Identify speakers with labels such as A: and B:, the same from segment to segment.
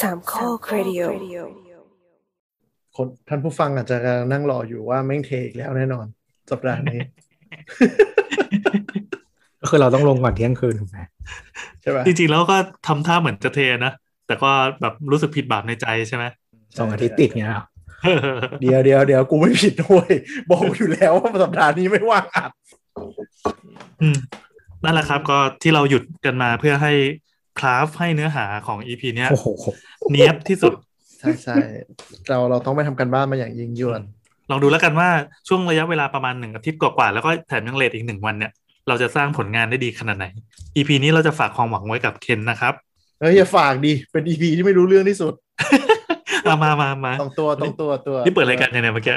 A: สามข้อครดิโอ
B: คนท่านผู้ฟังอาจจะกำลังนั่งรออยู่ว่าแม่งเทอีกแล้วแน่นอน สัปดาห์นี้
C: ก็คือเราต้องลงก่อนเที่ยงคืนถูกไหม
B: ใช่ปะ
D: จริงๆแล้วก็ทำท่าเหมือนจะเทนะ แต่ก็แบบรู้สึกผิดบาปในใจใช่ไหม
C: สองอาทิตย์ติดเนี้ย
B: เดี๋ยวเดี๋ยวเดี๋ยวกูไม่ผิดด้วย บอกอยู่แล้วว่าสัปดาห์นี้ไม่ว่างอัด
D: อืมนั่นแหละครับก็ที่เราหยุดกันมาเพื่อให้คราฟให้เนื้อหาของ EP เนี้ย
C: โอ้โห
D: เนี้ยบที่สุด
B: ใช่ใช่เราเราต้องไปทำกันบ้านมาอย่างยิ่งยวด
D: ลองดูแล้วกันว่าช่วงระยะเวลาประมาณหนึ่งอาทิตย์กว่าๆแล้วก็แถมยังเลทอีกหนึ่งวันเนี่ย เราจะสร้างผลงานได้ดีขนาดไหน EP นี้เราจะฝากความหวังไว้กับเคนนะครับ
B: เฮ้ยอย่าฝากดีเป็นอีพีที่ไม่รู้เรื่องที่สุด
D: อ่ะมามามา
B: ต้องตัวต้องตัวตัว
D: นี่เปิดรายการยังไงเมื่อกี้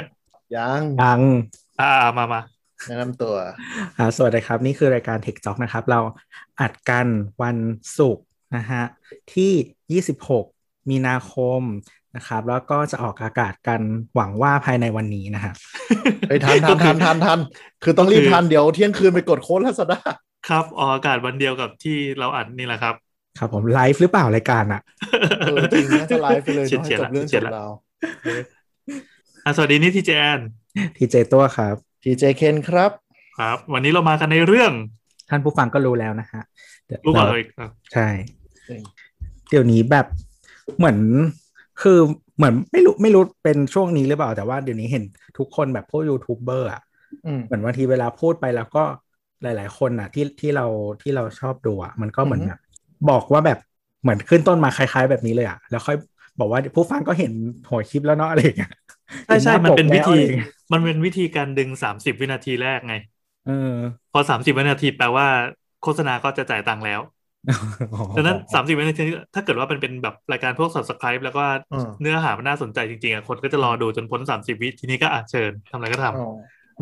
B: ยัง
C: ยัง
D: อ่าอ่ามามา
B: แนะนำตัว
C: อ่าสวัสดีครับ นี่คือรายการ Tech Talk นะครับ เราอัดกันวันศุกร์นะฮะ ที่ 26 มีนาคมนะครับ แล้วก็จะออกอากาศกันหวังว่าภายในวันนี้นะฮะ
B: ไปทันทันทันทันทันคือต้องรีบทันเดี๋ยวเที่ยงคืนไปกดโค้ดลาซาด้า
D: ครับออกอากาศวันเดียวกับที่เราอัดนี่แหละครับ
C: ครับผมไลฟ์หรือเปล่ารายการอะ
B: เออจริงนะจะไลฟ์ไปเลย
D: ฉีด
B: เนาะจ
D: เฉียดละ
B: บเรื่องจ
D: เฉียด
B: บ
D: ละ
B: ราว
D: อ่ะสวัสดีนี่ทีเจแอน
C: ทีเจตัวครับ
B: ทีเจเคนครับ
D: ครับ วันนี้เรามากันในเรื่อง
C: ท่านผู้ฟังก็รู้แล้วนะฮะเดี๋ยว
D: รู้ก่อนเรา
C: เรา
D: อีกอ่ะ
C: ใช่
B: จริง
C: เดี๋ยวนี้แบบเหมือนคือเหมือนไม่รู้ไม่รู้เป็นช่วงนี้หรือเปล่า แต่ว่าเดี๋ยวนี้เห็นทุกคนแบบพวกยูทูบเบอร์อ่ะ
B: อืม
C: เหมือนบางทีเวลาพูดไปแล้วก็หลาย ๆ คนอ่ะ ที่ที่เราที่เราชอบดูอ่ะมันก็เหมือน
B: อือฮึ
C: แบบบอกว่าแบบเหมือนขึ้นต้นมาคล้าย ๆ แบบนี้เลยอ่ะแล้วค่อยบอกว่าผู้ฟังก็เห็นหัวคลิปแล้วเนาะอะไรอย่างเงี้ย
D: ใช่ใช่
C: ห็หา
D: มันเป็นวิธี
C: ปกแล้วอะไรอย่างเงี้ย
D: มันเป็นวิธีการดึงสามสิบวินาทีแรกไง
C: เออ
D: พอสามสิบวินาทีแปลว่าโฆษณาก็จะจ่ายตังค์แล้ว ดังนั้นสามสิบวินาทีถ้าเกิดว่าเป็นเป็นแบบรายการพวก subscribe แล้วก็
B: อืม
D: เนื้อหามันน่าสนใจจริงๆอ่ะคนก็จะรอดูจนพ้นสามสิบวิทีนี้ก็อาเชิญทำอะไรก็ทำ
B: อ๋อ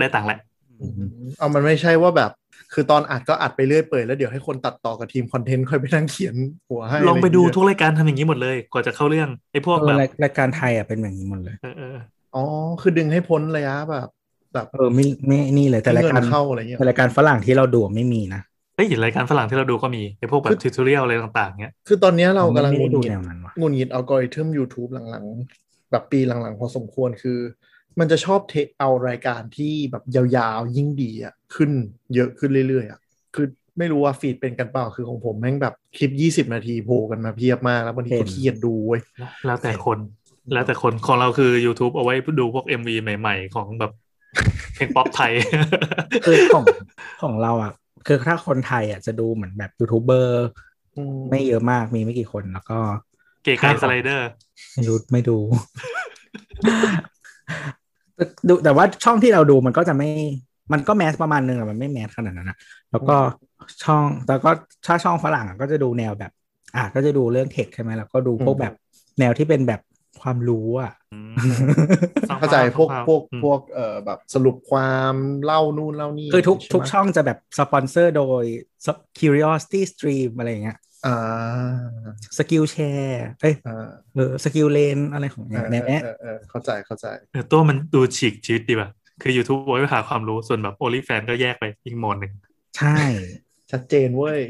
D: ได้ตังค์แหละ
C: อืม
B: เอามันไม่ใช่ว่าแบบ คือตอนอัดก็อัดไปเรื่อยเปื่อยแล้วเดี๋ยวให้คนตัดต่อกับทีมคอนเทนต์ค่อยไปนั่งเขียนหัวให้
D: ลองไปดูทุ
B: ก
D: กรายการทำอย่างนี้หมดเลย กว่าจะเข้าเรื่องไอ้พวก
C: เอ
D: แบ
C: อบ รายรายการไทยอ่ะเป็นแบบนี้หมดเลย
D: เออเออ
B: อ๋อ คือดึงให้พ้นระยะแบบแบบ
C: เออไม่ไม่นี่เลยแต่รายการ
B: เงินเข้าอะไรเงี้ย
C: แต่รายการฝรั่งที่เราดูไม่มีนะ
D: เอ้ยรายการฝรั่งที่เราดูก็มีไอ้พวกแบ
B: คื
D: บ
B: อ
D: ทิวทอเรียลอะไรต่างๆเนี้ย
B: คือตอนเนี้ยเรากำลัง
C: ไม่
B: งุน
C: ได้ดู
B: งิด
C: แนวนั้นว่ะ
B: งุนงิดอัลกอริทึม YouTube หลังๆ แบบปีหลังๆ พอสมควรคือ มันจะชอบเทคเอารายการที่แบบยาวๆ ยิ่งดีอ่ะขึ้นเยอะขึ้นเรื่อยๆอ่ะคือไม่รู้ว่าฟีดเป็นกันเปล่าคือของผมแม่งแบบคลิป 20 นาทีโผล่กันมาเพียบมากแล้วบางทีก็เครียดดูเว้ย
D: แล้วแล้วแต่คน แล้วแต่คนของเราคือ YouTube เอาไว้ดูพวก MV ใหม่ๆ ของแบบเพลงป๊อปไทย
C: คือของ ของเราอ่ะคือถ้าคนไทยอ่ะจะดูเหมือนแบบยูทูบเบอร์ไม่เยอะมากมีไม่กี่คนแล้วก็
D: เกย์ไก่สไลเดอร์
C: ไม่รู้ไม่ดู ดูแต่ว่าช่องที่เราดูมันก็จะไม่ มันก็แมสประมาณนึงอะมันไม่แมสขนาดนั้นนะแล้วก็ช่องแล้วก็ถ้าช่องฝรั่งอะก็จะดูแนวแบบ อ่ะก็จะดูเรื่องเทคใช่ไหมแล้วก็ดูพวก
B: อืม
C: แบบแนวที่เป็นแบบความรู้อ่ะ
D: อืม
B: เข้าใจพวก
D: สร้างภาพ
B: พวก
D: อืม
B: พวกเอ่อแบบสรุปความเล่านู่นเล่านี่
C: คือทุก
B: ใไหม
C: ทุกช่องจะแบบสปอนเซอร์โดย curiosity stream อะไรอย่างเงี้ย
B: อ่า
C: skill share เอ้ย
B: อ่า
C: เออ skill lane อะไรของ
B: เอ
C: เนี่ย
B: อ
C: แนวเนี้ย
B: เออเออเข้าใจเข้าใจ
D: เออตัวมันดูฉีกชีวิตดีป่ะ คือ YouTube ไว้หาความรู้ ส่วนแบบโอลิแฟนก็แยกไปอีกโหมดหนึ่ง
C: ใช่
B: ชัดเจนเว้ย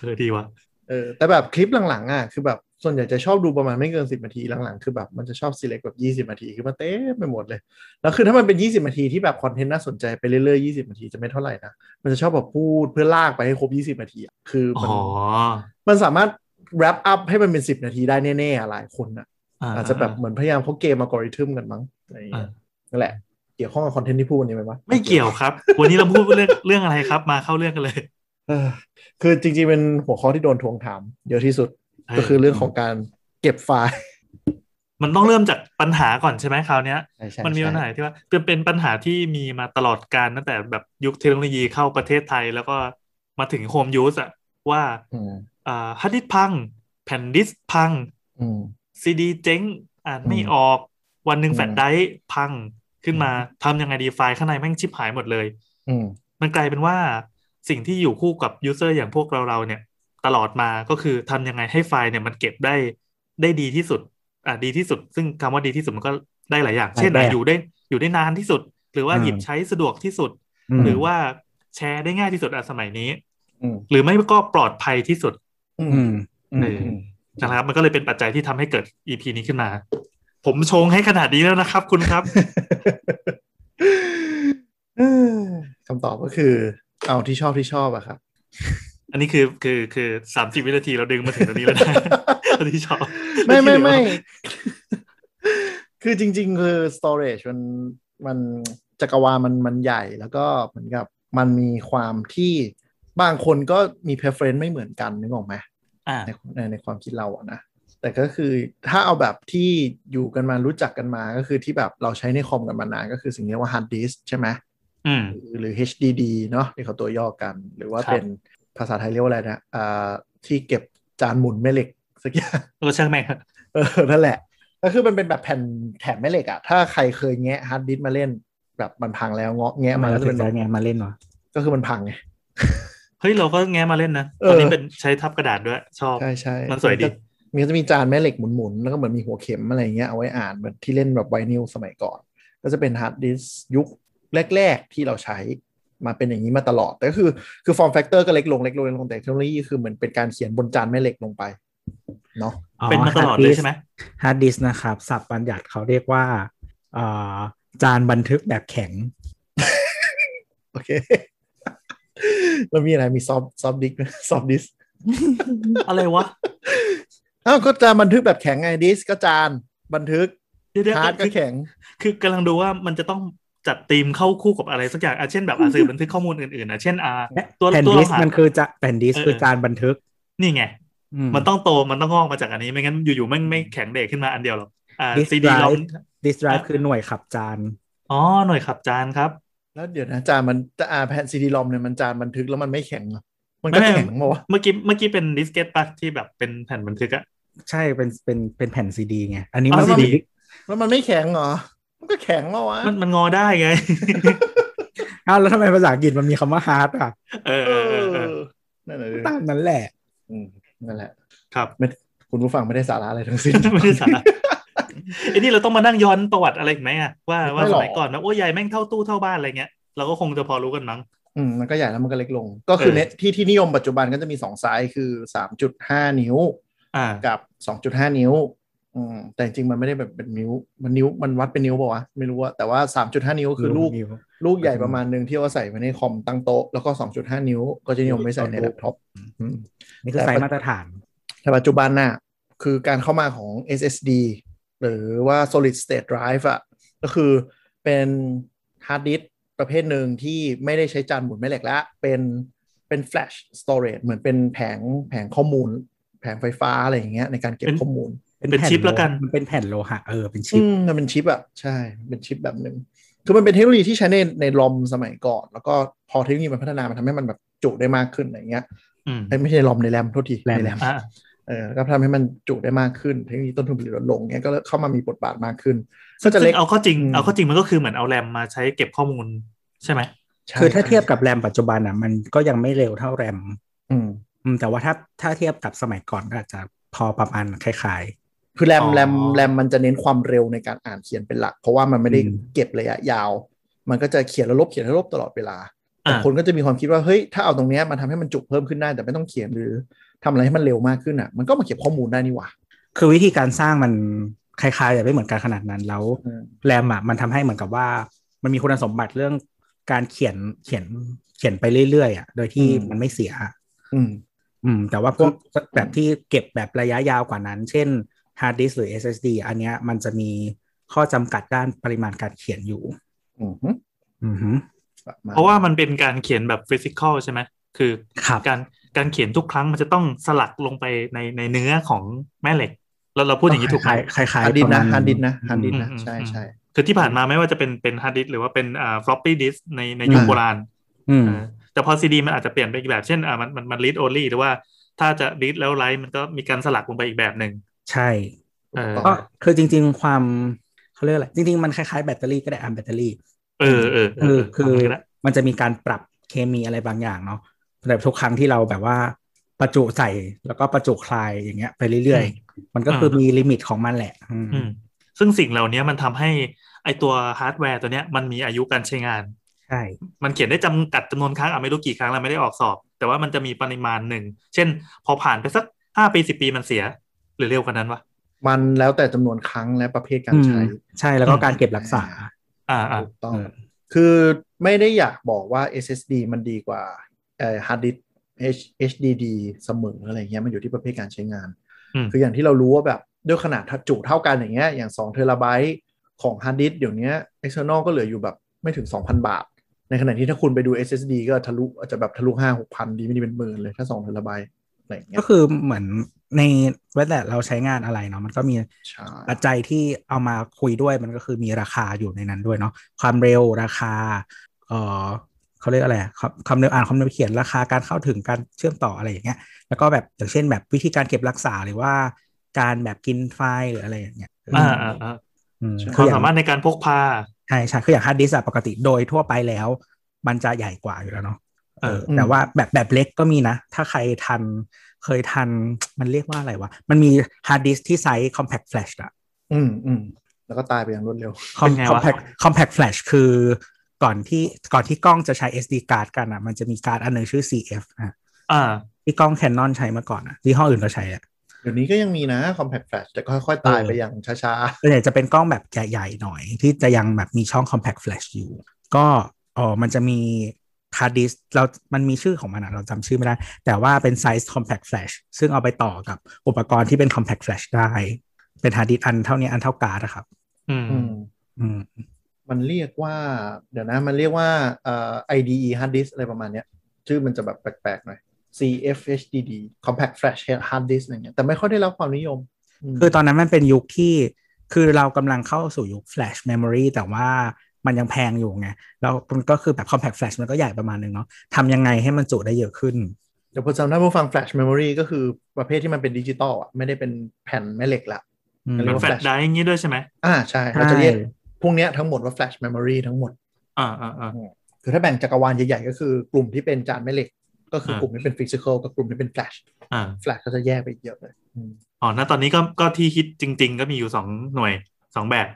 D: เออดีว่ะ
B: เออแต่แบบคลิปหลังๆอ่ะคือแบบส่วนใหญ่จะชอบดูประมาณไม่เกินสิบนาทีหลังๆ คือแบบมันจะชอบ select แบบยี่สิบ20 นาทีคือมาเต็มไปหมดเลย แล้วคือถ้ามันเป็นยี่สิบนาทีที่แบบคอนเทนต์น่าสนใจไปเรื่อยๆยี่สิบนาทีจะไม่เท่าไหร่นะ มันจะชอบแบบพูดเพื่อลากไปให้ครบยี่สิบนาทีอะคือมั
D: อ๋
B: น
D: อ
B: มันสามารถ wrap up ให้มันเป็นสิบนาทีได้แน่ๆอะหลายคนอ่ะอาจจะแบบเหมือนพยายามเขาเกมมากริทึมกันมั้งอะไรอย่างเงี้ยนั่นแหละเกี่ยวข้องกับคอนเทนต์ที่พูดวันนี้ไหมวะ
D: ไม่เกี่ยวครับ วันนี้เราพูดเรื่องเรื่องอะไรครับ มาเข้าเรื่องกันเลย
B: เออคือจริงๆ เป็นหัวข้อที่โดนทวงถามเยอะที่สุดก็คือเรื่องของการเก็บไฟล์
D: มันต้องเริ่มจากปัญหาก่อนใช่ไหมคราวเนี้ย มันมีปัญหา
B: ใช่
D: ที่ว่าเป็นเป็นปัญหาที่มีมาตลอดการตั้งแต่แบบยุคเทคโนโลยีเข้าประเทศไทย แล้วก็มาถึงโฮมยูสอะว่า
B: อืม
D: อ่าฮาร์ดดิสก์พัง แผ่นดิสก์พัง
B: อืม
D: ซีดีเจ๊งอ่านไม่
B: อืม
D: ออก วันหนึ่ง
B: อืม
D: แฟลชไดรฟ์พังขึ้นมาทำยังไงดีไฟล์ข้างในแม่งชิบหายหมดเลย
B: อืม
D: มันกลายเป็นว่าสิ่งที่อยู่คู่กับยูเซอร์อย่างพวกเราเราๆเนี่ย ตลอดมาก็คือทำยังไงให้ไฟล์เนี่ยมันเก็บได้ได้ดีที่สุดอ่าดีที่สุด ซึ่งคำว่าดีที่สุดมันก็ได้หลายอย่าง
C: หลาย
D: เช่นอ่ะ
C: แบบ
D: อยู่ได้อยู่ได้นานที่สุด หรือว่า
C: อืม
D: หยิบใช้สะดวกที่สุด
C: ม
D: หรือว่าแชร์ได้ง่ายที่สุดอ่ะสมัยนี้
B: อืม
D: หรือไม่ก็ปลอดภัยที่สุด
B: อื
C: อื
B: ม
C: ม
B: อืม
D: นะครับ มันก็เลยเป็นปัจจัยที่ทำให้เกิด EP นี้ขึ้นมา ผมชงให้ขนาดนี้แล้วนะครับ คุณครับ
B: เออคำตอบก็คือ เอาที่ชอบที่ชอบอะครับ
D: อันนี้คือคือคือสามสิบวินาทีเราดึงมาถึงตรงนี้แล้วนะ ตอนที่ชอบ
B: ไม่
D: ไม่
B: ไม่
D: คิดเล
B: ไม่
D: ยว่า
B: คือจริง ๆ คือ storage มันมันจักรวาลมันมันใหญ่แล้วก็เหมือนกับมันมีความที่บางคนก็มี preference ไม่เหมือนกันนึกออกไหม
D: อ่า
B: ในในในความคิดเราอะนะ แต่ก็คือถ้าเอาแบบที่อยู่กันมารู้จักกันมาก็คือที่แบบเราใช้ในคอมกันมานานก็คือสิ่งเรียกว่าฮาร์ดดิสใช่ไหม
D: อืม
B: หรือหรือ HDD เนาะที่เขาตัวย่อกัน หรือว่า
D: ครับ
B: เป็นภาษาไทยเรียกว่าอะไรนะอ่าที่เก็บจานหมุนแม่เหล็กสักอย่าง
D: เออช่างแม่งครับ
B: เออ นั่นแหละ ก็คือมันเป็นแบบแผ่นแถบแม่เหล็กอะถ้าใครเคยแงะฮาร์ดดิสก์มาเล่น แบบมันพังแล้วเงาะแงะ
C: ทำไม
B: มาแล้ว
C: เราถึ
B: เป็
C: ง
B: น
C: ได้เนี่ยมาเล่นวะ
B: ก็คือมันพังไง
D: เฮ้ย เราก็แง้มาเล่นนะ
B: เออ
D: ตอนนี้เป็นใช้ทับกระดาษด้วย ชอบ
B: ใช่ใช่
D: มันสวยดี
B: มันก็จะมีจานแม่เหล็กหมุนๆ แล้วก็เหมือนมีหัวเข็มอะไรอย่างเงี้ยเอาไว้อ่านเหมือนที่เล่นแบบไวนิลสมัยก่อน ก็จะเป็นฮาร์ดดิสก์ยุคแรก ๆ ที่เราใช้มาเป็นอย่างนี้มาตลอด แต่ก็คือคือฟอร์มแฟกเตอร์ก็เล็กลงเล็กลงเล็กลงแต่เทคโนโลยีคือเหมือนเป็นการเขียนบนจานแม่เหล็กลงไปเนาะ
D: เป็นมาตลอดเลยใช่ไหม
C: ฮาร์ดดิสนะครับศัพท์บัญญัติเขาเรียกว่าเอ่อจานบันทึกแบบแข็ง
B: โอเค แล้วมีอะไรมีซอฟซอฟดิสซอฟดิส
D: อะไรวะ
B: อ้าวก็จานบันทึกแบบแข็งไงดิสก็จานบันทึก
D: เดี๋ยวเดี๋ยว
B: ฮาร์ดก็
D: คือ
B: แข็ง
D: คือกำลังดูว่ามันจะต้องจัดธีมเข้าคู่กับอะไรสักอย่างอ่ะเช่นแบบอ่ะสื่อบันทึกข้อมูลอื่นๆอ่ะเช่นอ่า ตัว
C: แผ่น
D: ตัว
C: ดิส
D: เราหามั
C: มันคือจะแผ่นดิส
D: เออ
C: คือจานบันทึก
D: นี่ไง
C: อืม
D: มันต้องโตมันต้องงอกมาจากอันนี้ไม่งั้นอยู่ๆไม่งไม่แข็งเด็กขึ้นมาอันเดียวหรอกอ่า
C: Disk
D: ซีดีเรา
C: drive ดิสไดร
D: อ่ะ
C: ฟ์คือหน่วยขับจาน
D: อ๋อหน่วยขับจานครับ
B: แล้วเดี๋ยวนะจานมันจะอาแผ่นซีดีรอมเนี่ยมันจานบันทึกแล้วมันไม่แข็งเหรอมัน
D: ไม่
B: ก็
D: ไม่
B: แข็งมาวะ
D: เมื่อกี้เมื่อกี้เป็นดิสเกตปะที่แบบเป็นแผ่นบันทึกอะ
C: ใช่เป็นเป็นเป็นแผ่นซีดีไง อันนี้
D: อ๋อ
C: มัน
D: CD
C: เป็น
B: แล้วมันไม่แข็งเหรอมันก็แข็งมาวะ
D: มันมันงอได้ไง
C: อ้าวแล้วทำไมภาษาอังกฤษมันมีคำว่าฮาร์ดอ่ะ
D: เออ
B: เอ
D: เออเออเออ
B: อนั่นแหละ
C: ตามนั้นแหละ
B: อืมนั่นแหละ
D: ครับ
B: ไม่คุณผู้ฟังไม่ได้สาระอะไรทั้งสิ้น
D: ไม่ได้สาระไอ้นี่เราต้องมานั่งย้อนประวัติอะไรอีกไหมอะว่าว่า
B: ไม่
D: ส
B: หรอก
D: มัยก่อนนะโอ้ยใหญ่แม่งเท่าตู้เท่าบ้านอะไรเงี้ยเราก็คงจะพอรู้กันมั้ง
B: อืมมันก็ใหญ่แล้วมันก็เล็กลง ก็คือ
D: เออ
B: เนยที่ที่นิยมปัจจุบันก็จะมีสองไซส์คือสามจุดห้านิ้ว
D: อ่า
B: กับ 2.5 นิ้ว อืม แต่จริงๆ มันไม่ได้แบบเป็นนิ้ว มันนิ้ว มันวัดเป็นนิ้วป่าวะ ไม่รู้ว่า แต่ว่า 3.5 นิ้วคือลูก
C: นิ้ว
B: ลูกใหญ่ประมาณหนึ่งที่เอาไว้ใส่ไว้ในคอมตั้งโต๊ะ แล้วก็ 2.5 นิ้ว ก็จะนิยมไว้ใส่ในแล็ปท็อป
C: อืมนี่คือ
B: แต่
C: ไซส์มาตรฐาน
B: แต่ปัจจุบันน่ะ คือการเข้ามาของ SSD หรือว่า solid state drive อะก็คือเป็นฮาร์ดดิสก์ประเภทหนึ่งที่ไม่ได้ใช้จานหมุนแม่เหล็กแล้ว เป็นเป็น flash storage เหมือนเป็นแผงแผงข้อมูล แผงไฟฟ้าอะไรอย่างเงี้ยในการเก็บ
D: เป็น
B: ข้อมูล
D: เป็น
C: ผ่
D: ชิปแล้วกัน
C: มันเป็นแผ่นโลหะเออเป็นชิ
B: อื
C: ป
B: มมันเป็นชิปอะใช่เป็นชิปแบบหนึ่งคือมันเป็นเทคโนโลยีที่ใช้ในในลอมสมัยก่อน แล้วก็พอเทคโนโลยีมันพัฒนามันทำให้มันแบบจุได้มากขึ้นอะไรเงี้ย
D: อืม
B: เอ้ยไม่ใช่ลอมในแรมโทษที
C: แรม
B: ในแรม
D: อ่า
B: เออก็ทำให้มันจุได้มากขึ้น เทคโนโลยีต้นทุนผลิตลดลงเงี้ยก็เข้ามามีบทบาทมากขึ้น ก็จะเล็
D: ซึ่
B: ก
D: งเอาเข้อจริง
B: อืม
D: เอาเข้อจริงมันก็คือเหมือนเอาแรมมาใช้เก็บข้อมูลใช่ไหม
B: ใช่
C: คือถ้าเทียบกับแรมปัจจุบันอ่ะมันก็ยังไม่เร็วเท่าแรม
B: อืม
C: อืมแต่ว่าถ้าถ้าเทียบกับสมัยก่อนก็อาจจะพอประมาณคล้าย
B: คือแรมแรมแรมมันจะเน้นความเร็วในการอ่านเขียนเป็นหลัก เพราะว่ามันไม่ได้
C: อืม
B: เก็บระยะยาว มันก็จะเขียนแล้วลบเขียนแล้วลบตลอดเวลา แต่
D: อ่า
B: คนก็จะมีความคิดว่าเฮ้ยถ้าเอาตรงเนี้ยมันทำให้มันจุเพิ่มขึ้นได้แต่ไม่ต้องเขียนหรือทำอะไรให้มันเร็วมากขึ้นอ่ะ มันก็มาเก็บข้อมูลได้นี่หว่า
C: ๆ คือวิธีการสร้างมันคล้ายๆแต่ไม่เหมือนกันขนาดนั้นแล้ว
B: อืม
C: แรมอ่ะมันทำให้เหมือนกับว่า มันมีคุณสมบัติเรื่องการเขียนเขียนเขียนไปเรื่อยๆอ่ะโดยที่มันไม่เสีย
B: อืม
C: อืมแต่ว่าพวกแบบที่เก็บแบบระยะยาวกว่านั้น เช่นฮาร์ดดิสหรือ SSD อันเนี้ยมันจะมีข้อจำกัดด้านปริมาณการเขียนอยู่
B: อืมฮึ
C: อือฮึ
B: ประมาณ
D: เพราะว่ามันเป็นการเขียนแบบฟิสิกอลใช่ไหมคือ
C: ครับ
D: การการเขียนทุกครั้งมันจะต้องสลักลงไปในในเนื้อของแม่เหล็ก เราเราพูดอย่างนี้ถูกไหม
C: คล้ายๆคล้าย
B: ฮาร์ด
C: ๆ
B: ดิส
C: ประ
B: ก์
C: มา
B: นะ
C: ณ
B: ฮาร์ดดิสก์นะฮาร์ดดิสก์นะ
D: อืมอืม
B: ใช่ใช่
D: คือที่ผ่านมาไม่ว่าจะเป็นเป็นฮาร์ดดิสหรือว่าเป็นอ่าฟลอปปี้ดิสในในยุค
B: อ่า
D: โบราณ
C: อืม
D: เออแต่พอซีดีมันอาจจะเปลี่ยนไปอีกแบบ เช่นอ่ามันมันมันรีดโอลี่หรือว่าถ้าจะรีดแล้วไลท์มันก็มีการสลักลงไปอีกแบบหนึ่ง
C: ใช่
D: เออ
B: ถูก
C: ก็
B: ต้ง
C: คือจริง ๆ ความเขาเรียกอะไรจริง ๆ มันคล้าย ๆ แบตเตอรี่ก็ได้อันแบตเตอรี่
D: เออเออเอ
C: คือคื
D: อทำ
C: อ
D: ไงก็ได้
C: มันจะมีการปรับเคมีอะไรบางอย่างเนาะแต่ทุกครั้งที่เราแบบว่าประจุใส่แล้วก็ประจุคลายอย่างเงี้ยไปเรื่อยๆ มันก็คือมีลิมิตของมันแหละ อืม
D: อืมซึ่งสิ่งเหล่านี้มันทำให้ไอตัวฮาร์ดแวร์ตัวเนี้ยมันมีอายุการใช้งาน
C: ใช่
D: มันเขียนได้จำกัดจำนวนครั้งอ่ะไม่รู้กี่ครั้งเราไม่ได้ออกสอบ แต่ว่ามันจะมีปริมาณหนึ่ง เช่น พอผ่านไปสักห้าปีสิบปีมันเสีย หรือเร็วกว่านั้นวะ
B: มันแล้วแต่จำนวนครั้งและประเภทการใช้
C: อืมใช่แล้วก็การเก็บรักษา
D: อ่าอ่า
B: ถูกต้อง
C: เออ
B: คือไม่ได้อยากบอกว่า SSD มันดีกว่าเอ่อ hard disk H HDD เสมออะไรเงี้ยมันอยู่ที่ประเภทการใช้งาน
D: อืม
B: คืออย่างที่เรารู้ว่าแบบด้วยขนาดจุเท่ากันอย่างเงี้ยอย่าง2เทราไบต์ของ hard disk เดี๋ยวเนี้ย external ก็เหลืออยู่แบบไม่ถึง 2,000 บาท ในขณะที่ถ้าคุณไปดู SSD ก็ทะลุอาจจะแบบทะลุ5 6,000 ดีไม่ดีเป็นหมื่นเลยถ้า2เทราไบต์อะไรเงี้
C: ก็
B: ย
C: คือเหมือนในเวลาเราใช้งานอะไรเนาะมันก็มี
B: ใช่
C: ปัจจัยที่เอามาคุยด้วยมันก็คือมีราคาอยู่ในนั้นด้วยเนาะความเร็วราคาเออเขาเรียกอะไรอะความความเร็วอ่านความเร็วเขียนราคาการเข้าถึงการเชื่อมต่ออะไรอย่างเงี้ยแล้วก็แบบอย่างเช่นแบบวิธีการเก็บรักษาหรือว่าการแบบกินไฟล์หรืออะไรอย่างเงี้ย
D: อ่าอ่าอ่า
C: อืม
D: ค
C: คืออ
D: วาม
C: ย่า
D: สางมารถในการพกพา
C: ใช่ใช่คืออย่างฮาร์ดดิสก์ปกติโดยทั่วไปแล้ว มันจะใหญ่กว่าอยู่แล้วเนาะ
D: เออ
C: เออแต่ว่าแบบแบบเล็กก็มีนะ ถ้าใครทันเคยทันมันเรียกว่าอะไรวะมันมีฮาร์ดดิสก์ที่ไซส์ compact flash อะ
B: อืมอืมแล้วก็ตายไปอย่างรวดเร็ว
C: คอม
D: เป็นไง
C: คอม
D: วะ
C: แพคคอมแพคแฟลชคือก่อนที่ก่อนที่กล้องจะใช้ SD card กันอ่ะ มันจะมีการ์ดอันหนึ่งชื่อ CF อ่ะ
D: อ่า
C: ที่กล้องแคนนอนใช้มาก่อนอ่ะที่ห้องอื่นก็ใช้อ่ะ
B: เดี๋ยวนี้ก็ยังมีนะ compact flash แต่ก็ค่อยๆตาย
C: เออ
B: ไปอย่างช้า
C: ส่วนใหญ่จะเป็นกล้องแบบใหญ่ๆหน่อย ที่จะยังแบบมีช่อง compact flash อยู่ ก็อ๋อมันจะมีคาร์ดดิสเรา มันมีชื่อของมันอะเราจำชื่อไม่ได้ แต่ว่าเป็นไซส์ compact flash ซึ่งเอาไปต่อกับอุปกรณ์ที่เป็น compact flash ได้ เป็นฮาร์ดดิสอันเท่านี้อันเท่าการ์ดนะครับ
D: อืม
B: ๆอืม
C: อืม
B: มันเรียกว่า เดี๋ยวนะ มันเรียกว่าเอ่อ IDE hard disk อะไรประมาณเนี้ย ชื่อมันจะแบบแปลกๆหน่อย CFHDD compact flash hard disk อะไรเงี้ยแต่ไม่ค่อยได้รับความนิยมม
C: คือตอนนั้นมันเป็นยุคที่คือเรากำลังเข้าสู่ยุค flash memory แต่ว่ามันยังแพงอยู่ไง แล้วมันก็คือแบบ compact flash มันก็ใหญ่ประมาณนึงเนาะทำยังไงให้มันจุได้เยอะขึ้น
B: เดี๋ยวพอจำได้ผู้ฟัง flash memory ก็คือประเภทที่มันเป็นดิจิตอลอ่ะ ไม่ได้เป็นแผ่นแม่เหล็กละ
C: อืม
D: เหมือนแฟลชไดรฟ์อย่างนี้ด้วยใช่ไหม
B: อ่าใช่ เราจะเรียก
C: ใช่
B: พวกเนี้ยทั้งหมดว่า flash memory ทั้งหมด
D: อ่าอ่าอ่า
B: คือถ้าแบ่งจักรวาลใหญ่ ๆ ก็คือกลุ่มที่เป็นจานแม่เหล็ก ก็คือ
D: อ่า
B: กลุ่มที่เป็น physical กับกลุ่มที่เป็น flash
D: อ่า
B: flash ก็จะแยกไปอีกเยอะเลยอืม
D: อ๋อณตอนนี้ก็ก็ที่ฮิตจริง ๆ ก็มีอยู่สองหน่วยสองแบบ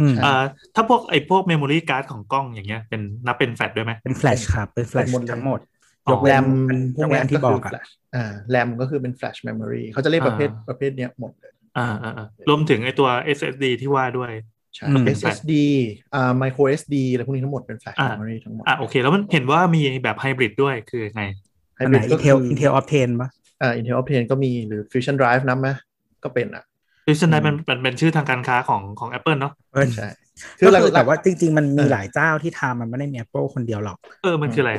C: อืม
B: ใช่
D: อ่าถ้าพวกไอ้พวกเมมโมรี่การ์ดของกล้องอย่างเงี้ยเป็นนับเป็นแฟลชด้วยไหม
C: เป็น flash ครับ เป็น flash
B: เป็นหมดเลย
C: ทั้งหมด
D: อ๋อ
C: ยก
B: แร
C: เว้น
B: ม
C: อัน
B: พกเนี้ยก็
C: ยว กเว้นอันที่บ
B: คือ อก
C: อะ
B: แฟลชอ่าแรมก็คือเป็นแฟลชเมมโมรีเขาจะเรียกประเภท
D: อ่า
B: ประเภทเนี้ยหมดเลย
D: อ่าอ่าอ่ารวมถึงไอ้ตัว SSD ที่ว่าด้วย
B: ใช่
C: อืม
B: SSD อ่า micro SD อะไรพวกนี้ทั้งหมดเป็นแฟลช
D: อ่า
B: เมมโมรีทั้งหมด
D: อ่าโอเค แล้วมันเห็นว่ามีแบบไฮบริดด้วยคือไง
B: ไฮ
C: อัน
B: บ
C: ไห
B: ริ
C: น
B: ดก็คื
C: intel intel optane ปะ
B: อ่า Intel Optane ก็มีหรือ Fusion Drive นับไหมก็เป็นอ่ะ
D: คือฉะนั้น
B: อื
D: มัน
B: ม
D: มันเป็นชื่อทางการค้าของของ Apple เนาะ
C: เอิ้น
B: ใช่
C: ก็
B: หลัก
C: คือ
B: ๆ
C: แต่ว่าจริง ๆ มันมี
B: เออ
C: หลายเจ้าที่ทำมันไม่ได้มี Apple คนเดียวหรอก
D: เออมันคืออะไร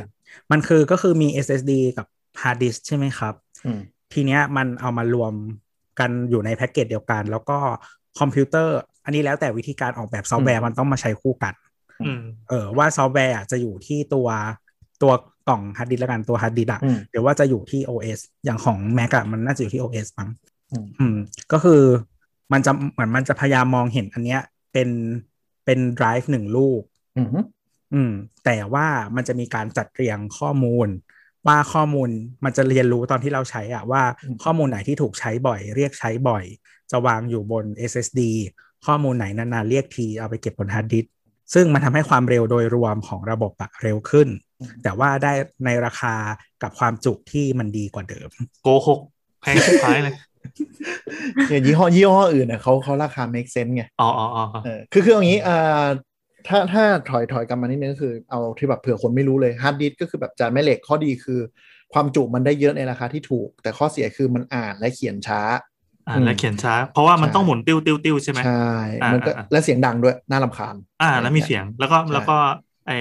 C: มันคือก็คือมี SSD กับ hard disk ใช่ไหมครับ
B: อืม
C: ทีเนี้ยมันเอามารวมกันอยู่ในแพ็กเกจเดียวกัน แล้วก็คอมพิวเตอร์ อันนี้แล้วแต่วิธีการออกแบบซอฟต์แวร์มันต้องมาใช้คู่กัน
D: อืม
C: เออว่าซอฟต์แวร์อ่ะจะอยู่ที่ตัวตัวกล่องฮาร์ดดิสก์ละกันตัวฮาร์ดดิสก์อะ
B: อืม
C: หรือว่าจะอยู่ที่ OS อย่างของ Mac อะมันน่าจะอยู่ที่ OS มั้ง
B: อืม
C: อืมก็คือมันจะเหมือนมันจะพยายามมองเห็นอันเนี้ยเป็นเป็นไดรฟ์หนึ่งลูก
B: อืม
C: อืมแต่ว่ามันจะมีการจัดเรียงข้อมูล ว่าข้อมูลมันจะเรียนรู้ตอนที่เราใช้อะว่าข้อมูลไหนที่ถูกใช้บ่อย เรียกใช้บ่อย จะวางอยู่บน SSD ข้อมูลไหนนานๆเรียกทีเอาไปเก็บบนฮาร์ดดิสก์ซึ่งมันทำให้ความเร็วโดยรวมของระบบอะเร็วขึ้น แต่ว่าได้ในราคากับความจุที่มันดีกว่าเดิม
D: โกหกแพงสุดท้ายเลย
B: เนี่ยยี่ห้อยี่ห้ออื่นเนี่ยเขาเขาราคา make sense ไง
D: อ๋ออ๋ออ๋อ
B: เออคือคืออย่างนี้อ่าถ้าถ้าถอยถอยกลับมานิดนึงก็คือเอาที่แบบเผื่อคนไม่รู้เลยฮาร์ดดิสก็คือแบบจานแม่เหล็กข้อดีคือ ความจุมันได้เยอะในราคาที่ถูก แต่ข้อเสียคือมันอ่านและเขียนช้า
D: อ่านและเขียนช้า เพราะว่ามันต้องหมุนติ้วติ้วติ้วใช่ไหม
B: ใช่
D: อ่ามั
B: มันก็
D: อ่า
B: และเสียงดังด้วยน่ารำคาญ
D: อ่าแล้วมีเสียงแล้วก็
B: ใช่
D: แล้วก็ไอ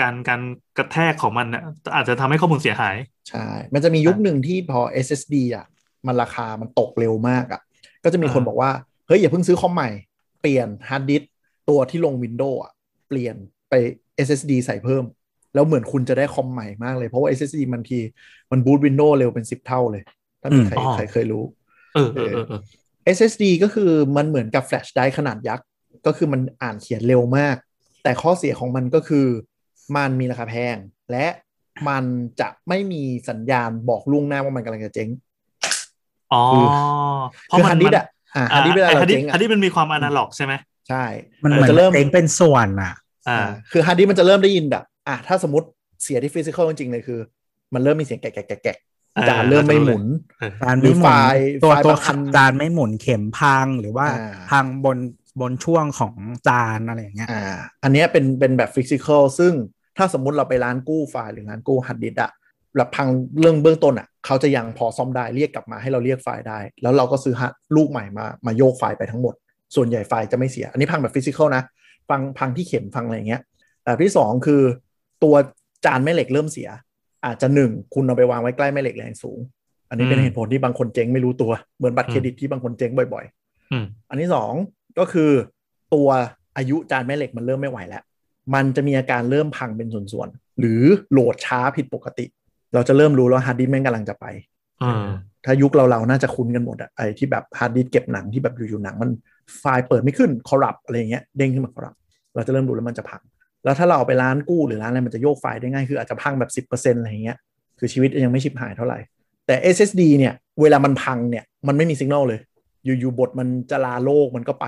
D: การการกระแทกของมันน่ะอาจจะทำให้ข้อมูลเสียหาย
B: ใช่ มันจะมียุคหนึ่งที่พอ SSD อ่ะมันราคามันตกเร็วมากอ่ะก็จะมีคน
D: อ่า
B: บอกว่า เฮ้ย อย่าเพิ่งซื้อคอมใหม่ เปลี่ยนฮาร์ดดิสตัวที่ลง Windows อ่ะเปลี่ยนไป SSD ใส่เพิ่ม แล้วเหมือนคุณจะได้คอมใหม่มากเลย เพราะว่า SSD บางทีมันบูต Windows เร็วเป็น 10 เท่าเลย ถ้ามีใคร
D: อืมอ๋อ
B: ใครเคยรู้
D: เออเออเออเออ
B: SSD ก็คือมันเหมือนกับแฟลชไดรฟ์ขนาดยักษ์ ก็คือมันอ่านเขียนเร็วมาก แต่ข้อเสียของมันก็คือ มันมีราคาแพง และมันจะไม่มีสัญญาณบอกล่วงหน้าว่ามันกำลังจะเจ๊ง
D: อ๋อ
B: คือ
D: เพราะ
B: คือ
D: มัน
B: ฮันดิดอะอ่า
D: มัน
B: ฮันดิดเวลา
D: ไอ้
B: เรา
D: ฮันดิส
B: เจ๊งอะ
D: ฮันดิสมันมีความอนาล็อกใช่ไหม
B: ใช่
C: มันเหมือน
B: จะ
C: เริ่
B: เริ่
C: ม
B: ม
C: เองเป็นส่วนอ่ะ
D: อ่า
B: อ่าคือฮันดิสมันจะเริ่มได้ยินแบบอ่ะถ้าสมมติเสียที่ฟิสิกอลจริงๆเลยคือ มันเริ่มมีเสียงแกะแกะแกะแกะ จานเริ่มไม่หมุน
C: จาน
B: ห
C: ไม่ห
B: รือไฟ
C: มุน
B: ล์
C: ตัว
B: ไฟล์ป
C: ตัว
B: ระกัน
C: จานไม่หมุนเข็มพังหรือว่า
B: อ่า
C: พังบนบนช่วงของจานอะไรอย่างเงี้ย
B: อ่า อันเนี้ยเป็นเป็นแบบฟิสิกอลซึ่งถ้าสมมุติเราไปร้านกู้ไฟล์หรือร้านกู้หัดดิสก์อะแล้วพังเรื่องเบื้องต้นอะเขาจะยังพอซ่อมได้เรียกกลับมาให้เราเรียกไฟล์ได้ แล้วเราก็ซื้อฮะลูกใหม่มามาโยกไฟล์ไปทั้งหมด ส่วนใหญ่ไฟล์จะไม่เสีย อันนี้พังแบบฟิสิกอลนะพังพังที่เข็มพังอะไรอย่างเงี้ยแบบที่สองคือตัวจานแม่เหล็กเริ่มเสีย อาจจะหนึ่งคุณเอาไปวางไว้ใกล้แม่เหล็กแรงสูง อันนี้เป็น
D: อืม
B: เหตุผลที่บางคนเจ๊งไม่รู้ตัวเหมือนบัตรเครดิตที่บางคนเจ๊งบ่อย
D: อืม
B: อันที่สองก็คือตัวอายุจานแม่เหล็กมันเริ่มไม่ไหวแล้ว มันจะมีอาการเริ่มพังเป็นส่วนๆ หรือโหลดช้าผิดปกติ เราจะเริ่มรู้แล้วฮาร์ดดิสก์แม่งกำลังจะไป
D: อ่า
B: ถ้ายุคเราเราๆน่าจะคุ้นกันหมดอะไอ้ที่แบบฮาร์ดดิสก์เก็บหนังที่แบบอยู่ๆหนังมันไฟล์เปิดไม่ขึ้นคอรัปอะไรอย่างเงี้ยเด้งขึ้นมาคอรัปเราจะเริ่มดูแล้วมันจะพัง แล้วถ้าเราเอาไปร้านกู้หรือร้านอะไรมันจะโยกไฟล์ได้ง่ายคืออาจจะพังแบบ10%อะไรอย่างเงี้ยคือชีวิตยังไม่ชิบหายเท่าไหร่ แต่ SSD เนี่ยเวลามันพังเนี่ยมันไม่มีสัญญาณเลย อยู่ๆบทมันจะลาโลกมันก็ไป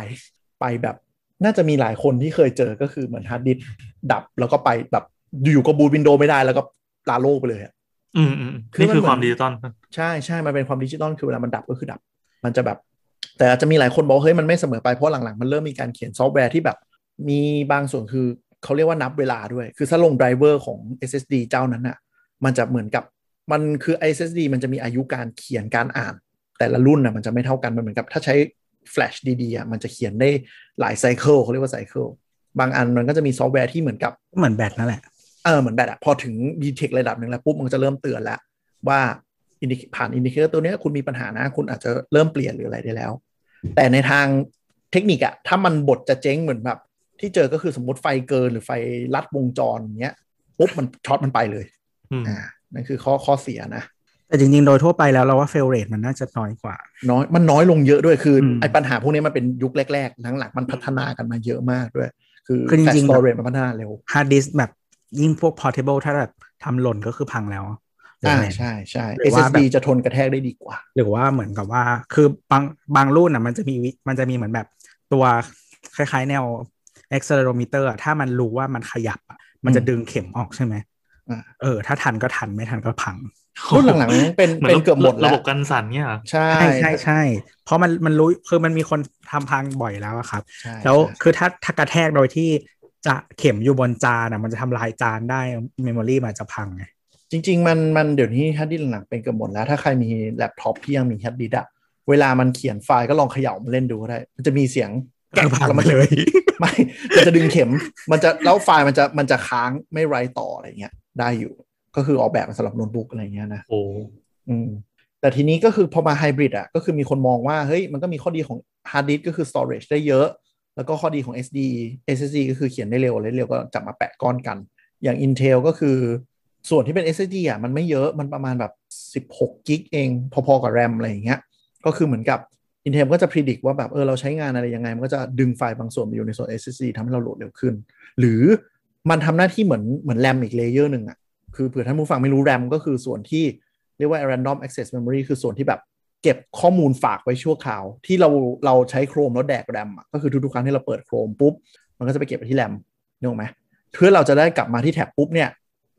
B: ไปแบบ น่าจะมีหลายคนที่เคยเจอก็คือเหมือนฮาร์ดดิสก์ดับแล้วก็ไปแบบอยู่ๆก็บูตวินโดว์ไม่ได้แล้วก็ลาโลกไปเลยอะ
D: อืมอืมอืม
B: คือ
D: นี่
B: มัน
D: คือ
B: เหมื
D: ค
B: อน
D: วามดิจิตอล
B: ใช่ใช่ มันเป็นความดิจิตอลคือเวลามันดับก็คือดับ มันจะแบบ แต่อาจจะมีหลายคนบอกว่าเฮ้ยมันไม่เสมอไปเพราะหลังๆ มันเริ่มมีการเขียนซอฟต์แวร์ที่แบบ มีบางส่วนคือเขาเรียกว่านับเวลาด้วย คือถ้าลงไดรเวอร์ของ SSD เจ้านั้นอ่ะ มันจะเหมือนกับมันคือ SSD มันจะมีอายุการเขียนการอ่าน แต่ละรุ่นน่ะมันจะไม่เท่ากัน มันเหมือนกับถ้าใช้แฟลชดีๆอ่ะมันจะเขียนได้หลายไซเคิลเขาเรียกว่าไซเคิลบางอันมันก็จะมีซอฟต์แวร์ที่เหมือนกับ
C: ก็เหมือนแบตนั่นแหละ
B: เออเหมือนแบตอะพอถึงดีเทคระดับหนึ่งแล้วปุ๊บมันก็จะเริ่มเตือนแล้ว ว่า indic- ผ่านอินดิเคเตอร์ตัวเนี้ยคุณมีปัญหานะ คุณอาจจะเริ่มเปลี่ยนหรืออะไรได้แล้ว แต่ในทางเทคนิคอะถ้ามันบทจะเจ๊งเหมือนแบบ ที่เจอก็คือสมมติไฟเกินหรือไฟลัดวงจรอย่างเงี้ยปุ๊บมันช็อตมันไปเลย
D: อืม
B: อ่านั่นคือข้อข้อเสียนะ
C: แต่จริงๆ โดยทั่วไปแล้วเราว่าเฟลเรทมันน่าจะน้อยกว่า
B: น้อยมันน้อยลงเยอะด้วยคืออ
C: ม
B: ไอ้ปัญหาพวกนี้มันเป็นยุคแรกๆหลังๆมันพัฒนากันมาเยอะมากด้วย คือ
C: คือจริงๆ
B: แฟลชสโตเรจมันพัฒนาเร็ว
C: ฮาร์ดดิสแบบยิ่งพวก portable ถ้าแบบทำหล่นก็คือพังแล้วหรือ
B: อ่า
C: อะไร
B: ใช่ใช่
C: หรือว่า
B: SSD
C: แบบ
B: จะทนกระแทกได้ดีกว่า
C: หรือว่าเหมือนกับว่า คือบางบางรุ่นอ่ะมันจะมีวิมันจะมีเหมือนแบบตัวคล้ายๆ แนว accelerometer อะถ้ามันรู้ว่ามันขยับอะมันจะ
B: อืม
C: ดึงเข็มออกใช่ไหม
B: อ่า
C: เออ ถ้าทันก็ทันไม่ทันก็พัง
B: รุ่นหลังๆเป็น
D: เหมือน
B: เป็นเกือบหมดแล้
D: ระ
B: ว
D: บบกันสั่นเนี่ยเหรอ
B: ใช่
C: ใช่ใช่ใช่เพราะมันมันรู้คือมันมีคนทำพังบ่อยแล้วอะครับ
B: ใช่
C: แล้ว
B: ใช่
C: คือถ้าถ้ากระแทกโดยที่จะเข็มอยู่บนจานอ่ะมันจะทำลายจานได้เมมโมรีมันจะพังไง
B: จริง ๆ มันมันเดี๋ยวนี้ฮาร์ดดิสก์หลังๆเป็นเกือบหมดแล้ว ถ้าใครมีแล็ปท็อปที่ยังมีฮาร์ดดิสก์อะเวลามันเขียนไฟล์ก็ลองเขย่ามันเล่นดูก็ได้ มันจะมีเสียง
C: เออพัง
B: แล้วมัน
C: ไปเลย
B: ไม่มันจะดึงเข็ม มันจะแล้วไฟล์มันจะมันจะค้างไม่ไรต่ออะไรเงี้ยได้อยู่ ก็คือออกแบบมาสำหรับโน้ตบุ๊กอะไรเงี้ยนะ
D: โอ้
B: อืมแต่ทีนี้ก็คือพอมาไฮบริดอ่ะก็คือมีคนมองว่า เฮ้ย มันก็มีข้อดีของฮาร์ดดิสก็คือ storage ได้เยอะ แล้วก็ข้อดีของ SD SSD ก็คือเขียนได้เร็วเลยเร็วก็จับมาแปะก้อนกัน อย่าง Intel ก็คือส่วนที่เป็น SSD อ่ะมันไม่เยอะมันประมาณแบบ 16กิกเอง พอๆกับ RAM อะไรอย่างเงี้ยก็คือเหมือนกับ Intel ก็จะพิจิตรว่าแบบเออเราใช้งานอะไรยังไง มันก็จะดึงไฟล์บางส่วนมาอยู่ในส่วน SSD ทำให้เราโหลดเร็วขึ้น หรือมันทำหน้าที่เหมือนเหมือน RAM อีกเลเยอร์หนึ่งอ่ะคือเผื่อท่านผู้ฟังไม่รู้ RAM ก็คือส่วนที่ เรียกว่า random access memory คือส่วนที่แบบเก็บข้อมูลฝากไว้ชั่วคราว ที่เราเราใช้โครมแล้วแดกแรมอะก็คือทุกๆครั้งที่เราเปิดโครมปุ๊บ มันก็จะไปเก็บไว้ที่แรมนึกออกไหมเพื่อเราจะได้กลับมาที่แท็บปุ๊บเนี่ย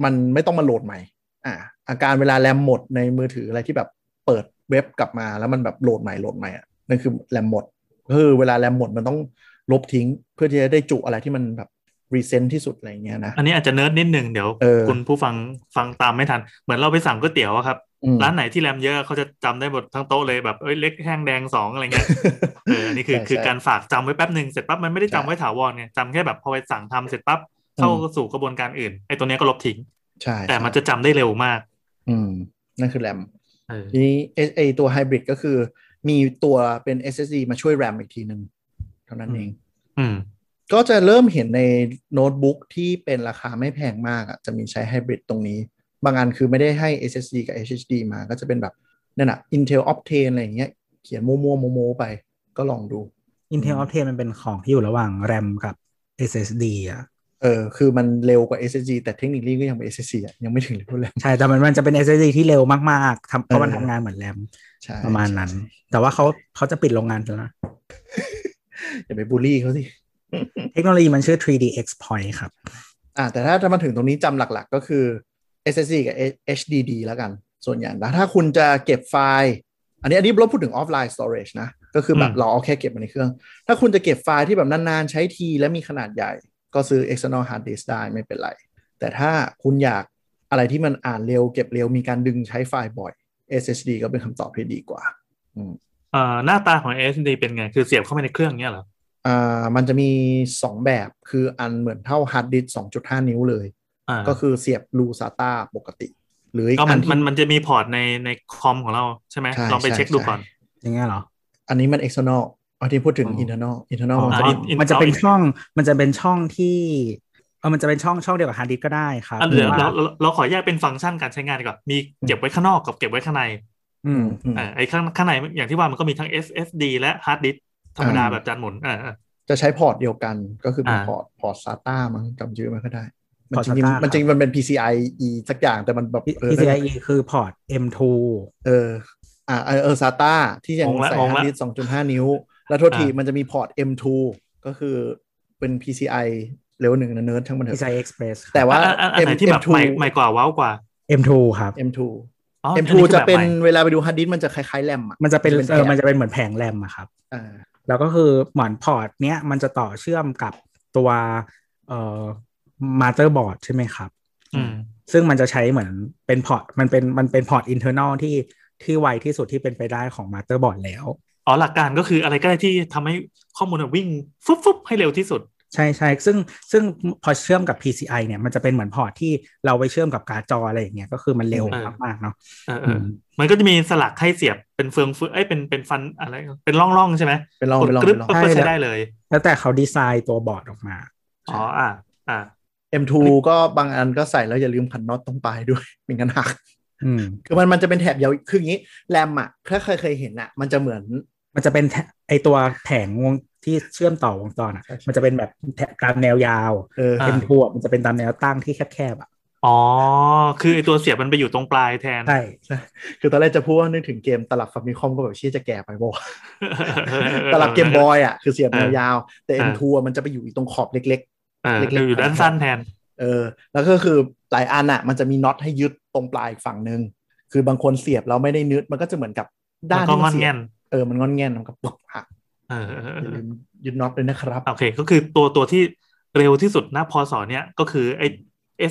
B: มันไม่ต้องมาโหลดใหม่อ่าอาการเวลาแรมหมดในมือถืออะไรที่แบบเปิดเว็บกลับมาแล้วมันแบบโหลดใหม่โหลดใหม่อะนั่นคือแรมหมดก็คือเวลาแรมหมดมันต้องลบทิ้ง เพื่อที่จะได้จุอะไรที่มันแบบรีเซนที่สุดอะไรอย่างเงี้ยนะ
D: อันนี้อาจจะเนิร์ดนิดนึงเดี๋ยว
B: เออ
D: คุณผู้ฟังฟังตามไม่ทัน เหมือนเราไปสั่งก๋วยเตี๋ยวอะครับ
B: อืม
D: ร้านไหนที่แรมเยอะเขาจะจำได้หมดทั้งโต๊ะเลยแบบเอ้ยเล็กแห้งแดงสองอะไร เงี้ย เอออันนี้คือ
B: ใช่
D: คือ
B: ใช่
D: การฝากจำไว้แป๊บหนึ่งเสร็จปั๊บมันไม่ได้จำไว้ถาวรไงจำแค่แบบพอไปสั่งทำเสร็จปั๊บเข้าสู่กระบวนการอื่นไอ้ตัวเนี้ยก็ลบทิ้ง
B: ใช่
D: แต่มันจะจำได้เร็วมาก
B: อืมนั่นคือแรม
D: เออ
B: ทีนี้เอไอตัวไฮบริดก็คือมีตัวเป็น SSD มาช่วย RAM อีกทีหนึ่งเท่านั้นเอง
D: อืม
B: ก็จะเริ่มเห็นในโน้ตบุ๊กที่เป็นราคาไม่แพงมากอะจะมีใช้ไฮบริดตรงนี้ บางอันคือไม่ได้ให้ SSD กับ HDD มาก็จะเป็นแบบนั่นอะ Intel Optane อะไรอย่างเงี้ยเขียนมั่วๆโมๆไปก็ลองดู
C: Intel Optane มันเป็นของที่อยู่ระหว่าง RAM กับ SSD อ่ะ
B: เออคือมันเร็วกว่า SSD แต่เทคนิคลี่ก็ยังเป็น SSD อะยังไม่ถึงเลยเลย
C: ใช่ แต่มันมันจะเป็น SSD ที่เร็วมากๆทำเพราะมัน
B: เออ
C: ทำงานเหมือน RAM
B: ใช่
C: ประมาณนั้น แต่ว่าเขาเขาจะปิดโรงงานแล้วนะ
B: อย่าไปบูลลี่เขาสิ
C: เทคโนโลยีมันชื่อ 3DX Point ครับ
B: อ่าแต่ถ้าถ้ามาถึงตรงนี้จำหลักๆก็คือ SSD กับ H- HDD แล้วกัน ส่วนใหญ่นะถ้าคุณจะเก็บไฟล์ อันนี้อันนี้เราพูดถึงออฟไลน์สโตรจนะ ก็คือแบบ
D: อืม
B: เราเอาแค่เก็บมาในเครื่อง ถ้าคุณจะเก็บไฟล์ที่แบบนาน ๆ ใช้ทีและมีขนาดใหญ่ ก็ซื้อ external hard disk ได้ไม่เป็นไร แต่ถ้าคุณอยากอะไรที่มันอ่านเร็วเก็บเร็วมีการดึงใช้ไฟล์บ่อย SSD ก็เป็นคำตอบที่ดีกว่า
D: เอ่อหน้าตาของ SSD เป็นไง คือเสียบเข้าไปในเครื่องเนี้ยเหรอ
B: อ่ามันจะมี 2 แบบคืออันเหมือนเท่าฮาร์ดดิสก์2.5 นิ้วเลย
D: อ่า
B: ก็คือเสียบรูซาตาปกติ หรืออีก
D: ก็
B: อั
D: มัน น
B: ที่
D: มันมันจะมีพอร์ตในในคอมของเราใช่ไหม
B: ใช่
D: ลองไป
B: ใช่
D: เช็คดู
B: ใช่
D: ก่อน
C: อย่างเงี้ยเหรอ
B: อันนี้มัน external อันที่พูดถึง
C: อ๋อ
B: internal internal
C: อ๋อ
B: มัน
D: อ่า
B: จะมี
D: อินอิน
C: มันจะเป็น
D: เอาอีก
C: ช่องมันจะเป็นช่องที่เออมันจะเป็นช่องช่องเดียวกับฮาร์ดดิสก็ได้ครับ
D: อ่ะเดี๋ยว
C: แต่ว่า
D: เราเราเราขอแยกเป็นฟังก์ชันการใช้งานดีกว่ามีเก็บไว้ข้างนอกกับเก็บไว้ข้างใน
C: อืม
D: อ่าไอ้ข้างข้างในอย่างที่ว่ามันก็มีทั้ง SSD และฮาร์ดดิสธรรมดา
B: อ่า
D: แบบจานหมุนอ่าอ่า
B: จะใช้พอร์ตเดียวกันก็คือเป็น
D: อ่า
B: พอร์ตพอร์ตซาตามั้งจำชื่อไม่ค่อยได้ มัน
C: พอร์
B: จ
C: ต
B: ริง
C: SATA
B: ๆมันจริงๆมันเป็น PCIe สักอย่างแต่มันแบบเออ
C: PCIe คือพอร์ต M2
B: เอออ่าเออซาตาที่ยัง
D: งงละ
B: ใส่
D: งง
B: ฮา
D: ละ
B: ร์ดดิส2.5 นิ้ว แล้วโทษที
D: อ่ามั
B: มันจะมีพอร์ต M2 ก็คือเป็น PCI เลเวลหนึ่งนะเนิร์ดทั้งมันเถอะ
C: PCI Express ครับ
B: แต่ว่า
D: อ่ะอ่ะอันไหน
B: M-
D: ที่แบบ
B: M2
D: ใหม่ใหม่กว่าว้าวกว่า
C: M2 ครับ
B: M2
D: อ๋อ
B: M2 จะ
D: อัคือแบบ
B: เป็น
D: ใหม่
B: เวลาไปดูฮาร์ดดิสก์มันจะคล้ายๆแรมอ่ะ
C: มันจะเป็นเออมัน
B: แถบ
C: จะเป็นเหมือนแผงแรมอะครับ
B: อ่า
C: แล้วก็คือเหมือนพอร์ตเนี้ยมันจะต่อเชื่อมกับตัวเอ่อมาเตอร์บอร์ดใช่ไหมครับ
D: อืม
C: ซึ่งมันจะใช้เหมือนเป็นพอร์ตมันเป็นมันเป็นพอร์ตอินเทอร์นอลที่ที่ไวที่สุดที่เป็นไปได้ของมาสเตอร์บอร์ดแล้ว
D: อ๋อหลักการก็คืออะไรก็ได้ที่ทำให้ข้อมูลอะวิ่งฟุบฟุบให้เร็วที่สุด
C: ใช่ใช่ซึ่งซึ่งพอเชื่อมกับ PCI เนี่ยมันจะเป็นเหมือนพอร์ตที่เราไปเชื่อมกับการ์ดจออะไรอย่างเงี้ยก็คือมันเร็ว
D: เออ
C: มากๆเนาะ
D: เออเอ
C: อื
D: อ
C: ม
D: มันก็จะมีสลักให้เสียบเป็นเฟืองเฟืองเอ้ยเป็นเป็นฟันอะไร เป็นร่องร่องๆใช่ไหม
B: เป็นลอง
D: กด
B: เป็นลอง
D: กรึ๊บ
B: เป็นลอง
D: ปุ๊บก็ใช้ได้เลย
C: แล้วแต่เขาดีไซน์ตัวบอร์ดออกมา
D: อ๋ออ่ะอ่ะ
B: M2 ก็บางอันก็ใส่แล้วอย่าลืมขันน็อตตรงปลายด้วย ไมิงั้นหัก
C: อืม
B: คือมันมันจะเป็นแถบยาวคืออย่างนี้แรมอ่ะถ้าเคยเคยเห็นอ่ะ มันจะเหมือน
C: มันจะเป็นแถไอตัวแผงวงที่เชื่อมต่อวงจรอ่ะ
B: ใช่ใช่
C: มันจะเป็นแบบแถบตามแนวยาว
B: เออ
D: อ่า
C: เป็นพวกมันจะเป็นตามแนวตั้งที่แคบๆอ่ะ
D: อ๋อ คือไอตัวเสียบมันไปอยู่ตรงปลายแทน
C: ใช่
B: คือตอนแรกจะพูดว่านึกถึงเกมตลับฟามิคอมก็แบบเชี่ยจะแก่ไปบ่าวะ
D: เออเออเออ
B: ตลับเกมบอยอ่ะคือเสียบแนว
D: เออย
B: าวแต่
D: เออ
B: M2 มันจะไปอยู่อีตรงขอบเล็ก
D: เออ
B: เล็กๆ
D: อยู่ด้านสั้นแทน
B: ๆ เออ แล้วก็คือหลายอันอ่ะ มันจะมีน็อตให้ยึดตรงปลายอีกฝั่งหนึ่งคือบางคนเสียบแล้วไม่ได้นึดมันก็จะเหมือนกับ
D: มั
B: ด้าน น
D: ก็
B: ที่
D: ง
B: มั
D: อน
B: เสี
D: แง
B: ยบ
D: น
B: เออมันงอนแงนมันก็ปุ๊บหัก
D: เออเออเอย่
B: อา
D: อ
B: ลืมยึดน็อตด้วยนะครับ
D: โอเค ก็คือตัวตัวที่เร็วที่สุดนะพอสอเนี้ยก็คือไอ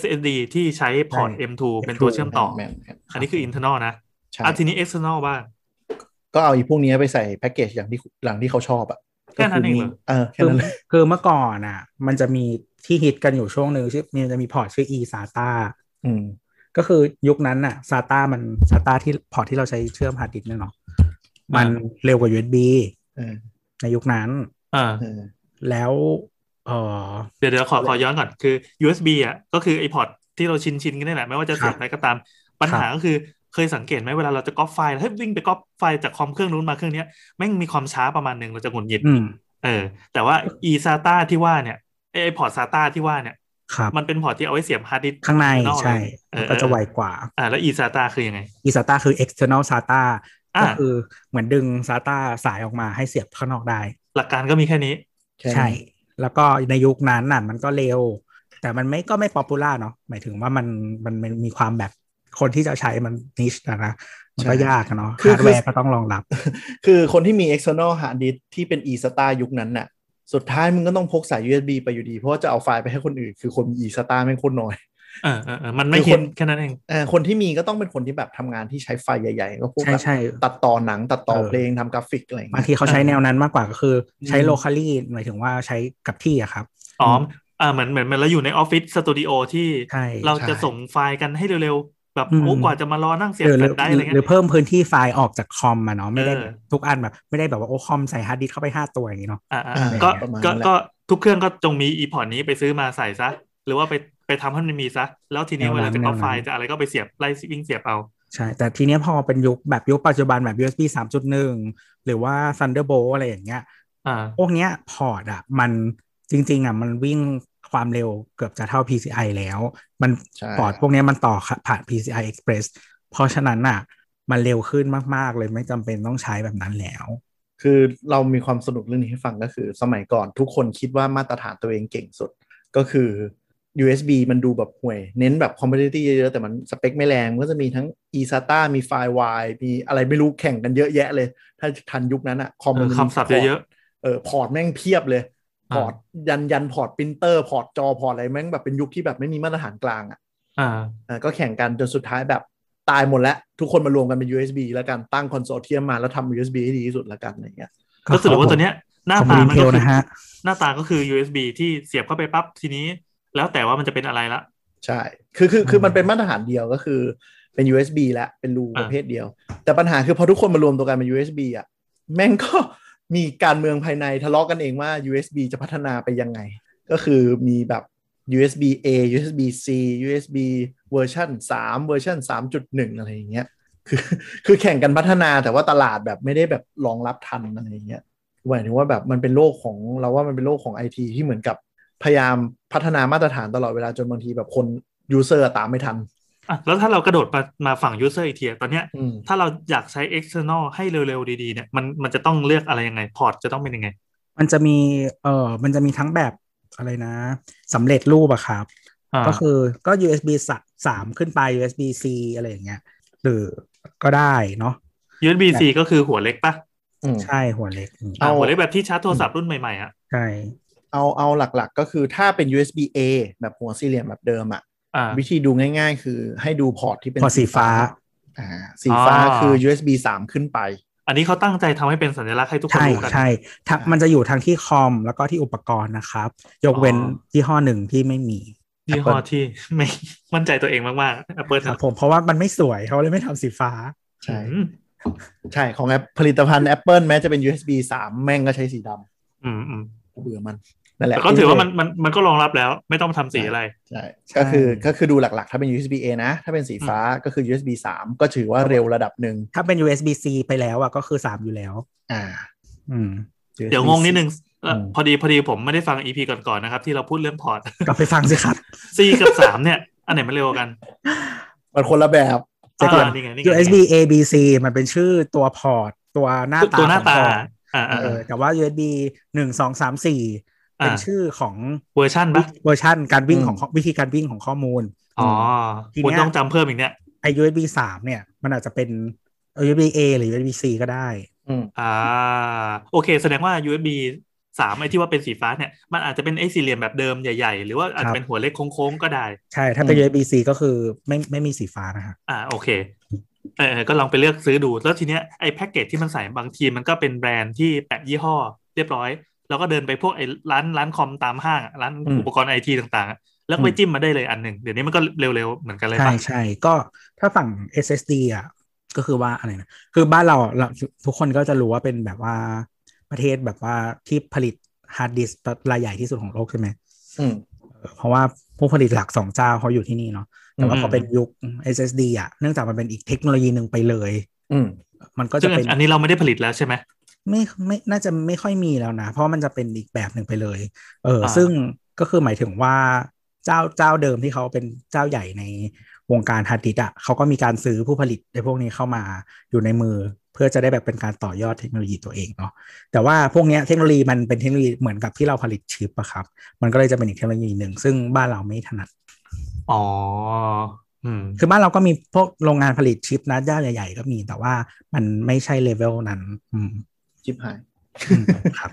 D: SSD ที่ใช้พอร์ต M2 เป็นตัวเชื่อมต่อ
B: แนแมน
D: อันนี้คือ internal นะ
B: ใช่
D: อ่ะทีนี้ external บ้าง
B: ก็เอาอีพวกนี้ไปใส่แพ็กเกจอย่างที่อย่างที่เขาชอบอ่ะ
D: แค่นั้นเอง
B: ก็คืมี
D: เหรอ
B: เออแค่
C: คือ
B: นั้นเลย
C: คือเมื่อก่อนอ่ะ มันจะมีที่ฮิตกันอยู่ช่วงหนึ่งชื่อมันจะมีพอร์ตชื่อ e SATA
B: อืม
C: ก็คือยุคนั้นน่ะ SATA มัน SATA ที่พอร์ตที่เราใช้เชื่อมฮาร์ดดิสก์เนี่ยเนาะมันเร็วกว่า USB
B: เออ
C: ในยุคนั้น
D: อ่า
B: เออ
C: แล้วเออ
D: เดี๋ยวเดี๋ยวขอขอย้อนก่อนคือ USB อ่ะก็คือไอพอร์ตที่เราชินชินกันนี่แหละไม่ว่าจะเสีย
C: ค
D: บ
C: รับ
D: อะไรก็ตาม ปัญหาก็คือเคยสังเกตไหมเวลาเราจะก๊อปไฟล์แล้วเฮ้ยวิ่งไปก๊อปไฟล์จากคอมเครื่องนู้นมาเครื่องเนี้ยแม่งมีความช้าประมาณหนึ่งเราจะหงุดหงิดื
C: ม
D: เออแต่ว่า e SATA ที่ว่าเนี่ยไอไอพอร์ต SATA ที่ว่าเนี่ย
C: ครับ
D: มันเป็นพอร์ตที่เอาไว้เสียบฮาร์ดดิสก์
C: ข้างใน
D: external
C: ใช่
D: เลยเออ
C: ก็จะไวกว่า
D: อ่าแล้ว e SATA คือยังไง
C: e SATA คือ external SATA
D: อ่า
C: ก็คือเหมือนดึง SATA สายออกมาให้เสียบข้างนอกได้
D: หลักการก็มีแค่นี้
B: แค่นั้น
C: ใช่ แล้วก็ในยุคนั้นน่ะมันก็เร็ว แต่มันไม่ก็ไม่ป๊อปปูล่าเนาะ หมายถึงว่ามันมันมันมีความแบบคนที่จะใช้มันนิชนะนะ มันก็
B: ใช่
C: ยากอะเนาะ
B: คือ
C: ฮาร์ดแว
B: คื
C: ร์
B: อ
C: ก็ต้องรองรับ
B: คือคนที่มี external hard disk ที่เป็น e star ยุคนั้นน่ะ สุดท้ายมึงก็ต้องพกสาย USB ไปอยู่ดี เพราะว่าจะเอาไฟล์ไปให้คนอื่น คือคนมี e star ไม่งโคนน้อย
D: เออเออเออมันไม่
B: คือ
D: เห็
B: คน
D: นแค่นั้นเอง
B: เออคนที่มีก็ต้องเป็นคนที่แบบทำงานที่ใช้ไฟล์ใหญ่ๆ ก็พวก
C: ใช่
B: แบบ
C: ใช่
B: ตัดต่อหนังตัดต่อ
C: เออ
B: เพลงทำกราฟิกอะไรอย่าง
C: บาง
B: เงี้ย
C: ทีเขาใช้แนวนั้นมากกว่าก็คือใช้
B: อืม
C: locally หมายถึงว่าใช้กับที่อะครับ
D: อ๋ออ่าเหมือนเหมือนเหมือนเราอยู่ในออฟฟิศสตูดิโอที่
C: ใช่
D: เรา
B: ใช่
D: จะส่งไฟล์กันให้เร็วๆแบบ
C: อืม
D: โอ้กว่าจะมารอนั่งเสียบ
C: หรือหรือ
D: แฟลชได้อะ
C: ห
D: ไร
C: รื
D: เงี้
C: อย เพิ่มพื้นที่ไฟล์ออกจากคอมอะเนาะไม่ได้
D: เออ
C: แบบทุกอันแบบไม่ได้แบบว่าโอ้คอมใส่ฮาร์ดดิสก์เข้าไปห้าตัวอย่างนี้เนาะ
D: อ่าๆ
B: อ่า
D: ก็
B: ประมาณ
D: ก็
B: นั้นแหละ
D: ก็ทุกเครื่องก็จงมีอีพอร์ตนี้ไปซื้อมาใส่ซะ หรือว่าไปไปทำให้มันมีซะ แล้วทีนี้
C: แนว
D: เว
C: นั้
D: ลาน จะก๊อป
C: แนวนั้น
D: ไฟล์จะอะไรก็ไปเสียบไล่วิ่งเสียบเอา
C: ใช่ แต่ทีเนี้ยพอเป็นยุคแบบยุคปัจจุบันแบบ USB 3.1 หรือว่า Thunderbolt อะไรอย่างเงี้ย
D: อ่า
C: พวกเนี้ยพอร์ตอ่ะมันจริงๆอ่ะมันวิ่งความเร็วเกือบจะเท่า PCI แล้ว มัน
B: ใช่
C: พอร์ตพวกเนี้ยมันต่อผ่าน PCI Express เพราะฉะนั้นอ่ะมันเร็วขึ้นมากๆเลยไม่จำเป็นต้องใช้แบบนั้นแล้ว
B: คือเรามีความสนุกเรื่องนี้ให้ฟังก็คือ สมัยก่อนทุกคนคิดว่ามาตรฐานตัวเองเก่งสุด ก็คือ USB มันดูแบบห่วย เน้นแบบคอม p e t i t i v เยอะๆ แต่มันสเปคไม่แรงก็จะมีทั้ง eSATA มี f i w i มีอะไรไม่รู้แข่งกันเยอะแยะเลย ถ้าทันยุคนั้นอะคอม
D: เอ
B: มั
D: อน คำศัพท์
B: มีพร์ต
D: เยอะ
B: เออพอร์ตแม่งเพียบเลย
D: อ่า
B: พอร์ตยันยันพอร์ตปรินเตอร์พอร์ตจอพอร์ตอะไรแม่งแบบเป็นยุคที่แบบไม่มีมาตรฐานกลางอะ
D: ๆอ่า
B: เอ่อก็แข่งกันจนสุดท้ายแบบตายหมดแล้ว ทุกคนมารวมกันเป็น USB แล้วกันตั้งคอนโซเทียมมาแล้วทำ USB ให้ดีที่สุดแล้วกันอะไรเงี้ย
D: ก็สรุปว่าตัวเนี้ยหน้า
C: ของ
D: ตา
C: รี
D: มัน
C: เท
D: ก็
C: ล
D: คือ
C: นะฮะ
D: หน้าตาก็คือ USB ที่เสียบเข้าไปปั๊บทีนี้ แล้วแต่ว่ามันจะเป็นอะไรละ
B: ใช่ คือคือคือ
D: อ่ามั
B: มันเป็นมาตรฐานเดียวก็คือเป็น USB แล้วเป็นรูป
D: อ่า
B: ระเภทเดียว แต่ปัญหาคือพอทุกคนมารวมตัวกันเป็น USB อ่ะแม่งก็ มีการเมืองภายในทะเลาะกันเองว่า USB จะพัฒนาไปยังไง ก็คือมีแบบ USB A USB C USB เวอร์ชัน3เวอร์ชัน3.1 อะไรอย่างเงี้ย คือคือแข่งกันพัฒนาแต่ว่าตลาดแบบไม่ได้แบบรองรับทันอะไรอย่างเงี้ยหมายถึงว่าแบบมันเป็นโลกของเราว่ามันเป็นโลกของไอทีที่เหมือนกับพยายามพัฒนามาตรฐานตลอดเวลาจนบางทีแบบคนยูเซอร์ตามไม่ทัน
D: อ่ะแล้วถ้าเรากระโดดมามาฝั่ง user อีกทีอะตอนเนี้ย
B: อืม
D: ถ้าเราอยากใช้ external ให้เร็ว ๆ ดี ๆ เนี่ย มันมันจะต้องเลือกอะไรยังไง พอร์ตจะต้องเป็นยังไง
C: มันจะมีเออมันจะมีทั้งแบบอะไรนะสำเร็จรูปอะครับ
D: อ่า
C: ก็คือก็ USB สะสามขึ้นไป USB C อะไรอย่างเงี้ยหรือก็ได้เนาะ
D: USB C ก็คือหัวเล็กปะ
B: อืม
C: ใช่หัวเล็กอืม
D: อ่ะ
B: เอา
D: หัวเล็กแบบที่ชาร์จโทรศัพท์รุ่นใหม่ ๆ อ่ะ
C: ใช่
B: เอาเอาหลักๆ ก็คือถ้าเป็น USB A แบบหัวสี่เหลี่ยมแบบเดิมอะ
D: อ่า
B: วิธีดูง่ายๆ คือให้ดูพอร์ตที่เป็น
C: พอสีฟ้า
B: อ่าสีฟ้า
D: อ่า
B: คือ USB 3 ขึ้นไป
D: อันนี้เขาตั้งใจทำให้เป็นสัญลักษณ์ให้ทุกคน
C: ใช่
D: รู้กัน
C: ใช่ทั้งมันจะอยู่ทั้งที่คอมแล้วก็ที่อุปกรณ์นะครับ ยกเว้น
D: อ๋อ
C: ยี่ห้อหนึ่งที่ไม่มี
D: ยี่ห้อที่ ไม่ มั่นใจตัวเองมากๆ Apple
C: ครั
D: นะ
C: บผมเพราะว่ามันไม่สวยเขาเลยไม่ทำสีฟ้า
B: ใช่
D: อืม
B: ใช่ของแอปผลิตภัณฑ์ Apple แม้จะเป็น USB 3 แม่งก็ใช้สีด
D: อืมอืม
B: ำเบื่อมันนั่นแหละ
D: แต่ก็ถือว่ามันมันมันก็รองรับแล้ว ไม่ต้องทำสีอะไร
B: ใช่
C: ใช่
B: ก็คือก็คือดูหลักๆ ถ้าเป็น USB A นะ ถ้าเป็นสีฟ้าก็คือ USB 3 ก็ถือว่าเร็วระดับหนึ่ง
C: ถ้าเป็น USB C ไปแล้วอะก็คือสามอยู่แล้ว
B: อ่า
C: อืม
B: USB
D: เดี๋ยวงงนิดนึงเอ่ออ
B: ม
D: พอดีพอดีผมไม่ได้ฟัง EP ก่อนๆนะครับ ที่เราพูดเรื่องพอร์ต
C: ก็ไปฟังสิครับ
D: C กับ 3 เนี่ย อันไหนมันเร็วกว่ากัน
B: มันคนละแบบ
C: จะก่อน
D: อ่านี่ไงนี่ไง
C: USB A B C มันเป็นชื่อตัวพอร์ต ตัวหน้าตา
D: ตัวหน้าตา
C: ของพอร์ต
D: อ่าอ่า
C: เออแต่ว่า USB หนึ่งสองสามสี่เป็นชื่อของ
D: เวอร์ชันปะ
C: เวอร์ชันการวิ่งของ
B: อืม
C: ข้อวิธีการวิ่งของข้อมูล
D: อ๋อ
C: ทีเนี้ย
D: คุณต้องจำเพิ่มอีกเนี่ย
C: ไอ USB สามเนี่ย มันอาจจะเป็น USB A หรือ USB C ก็ได้
B: อืม
D: อ่า โอเค แสดงว่า USB สามไอ้ที่ว่าเป็นสีฟ้าเนี่ย มันอาจจะเป็นไอ้สี่เหลี่ยมแบบเดิมใหญ่ๆ หรือว่าอาจ
C: ครั
D: จะ
C: บ
D: เป็นหัวเล็กโค้งๆ ก็ได้
C: ใช่ ถ้าเป็น USB C ก็คือไม่ไม่มีสีฟ้านะฮะ
D: อ่าโอเคเออเออก็ลองไปเลือกซื้อดู แล้วทีเนี้ยไอ้แพ็กเกจที่มันใส่บางทีมันก็เป็นแบรนด์ที่แปะยี่ห้อ เรียบร้อย แล้วก็เดินไปพวกไอ้ร้านร้านคอมตามห้างอะร้านอุปกรณ์ไอทีต่างๆอะแล้วก็ไปจิ้มมาได้เลยอันหนึ่งเดี๋ยวนี้มันก็เร็วๆเหมือนกันเลย
C: ใช่
D: ปะ
C: ใช่ก็ถ้าฝั่ง SSD อ่ะก็คือว่าอะไรนะคือบ้านเราเราทุกคนก็จะรู้ว่าเป็นแบบว่าประเทศแบบว่าที่ผลิตฮาร์ดดิสรายใหญ่ที่สุดของโลกใช่ไหม
B: อืม
C: เออเพราะว่าผู้ผลิตหลักสองเจ้าเขาอยู่ที่นี่เนาะแต่ว่า
B: อืม
C: พอเป็นยุค SSD อ่ะเนื่องจากมันเป็นอีกเทคโนโลยีหนึ่งไปเลย
B: อืม
C: มันก็
D: ซึ่
C: จะ
D: ง
C: เป็น
D: อันนี้เราไม่ได้ผลิตแล้วใช่ไหม
C: ไม่ไม่น่าจะไม่ค่อยมีแล้วนะ เพราะมันจะเป็นอีกแบบหนึ่งไปเลยเออ
D: อ่า
C: ซึ่งก็คือหมายถึงว่าเจ้าเจ้าเดิมที่เขาเป็นเจ้าใหญ่ในวงการฮาร์ดดิสก์อ่ะเขาก็มีการซื้อผู้ผลิตในพวกนี้เข้ามาอยู่ในมือ เพื่อจะได้แบบเป็นการต่อยอดเทคโนโลยีตัวเองเนาะแต่ว่าพวกเนี้ยเทคโนโลยีมันเป็นเทคโนโลยีเหมือนกับที่เราผลิตชิปอะครับมันก็เลยจะเป็นอีกเทคโนโลยีหนึ่งซึ่งบ้านเราไม่ถนัด
D: อ๋ออืม
C: คือบ้านเราก็มีพวกโรงงานผลิตชิปนะเจ้าใหญ่ๆ ก็มีแต่ว่ามันไม่ใช่เลเวลนั้นอืม
B: ชิบหาย
C: อืมครับ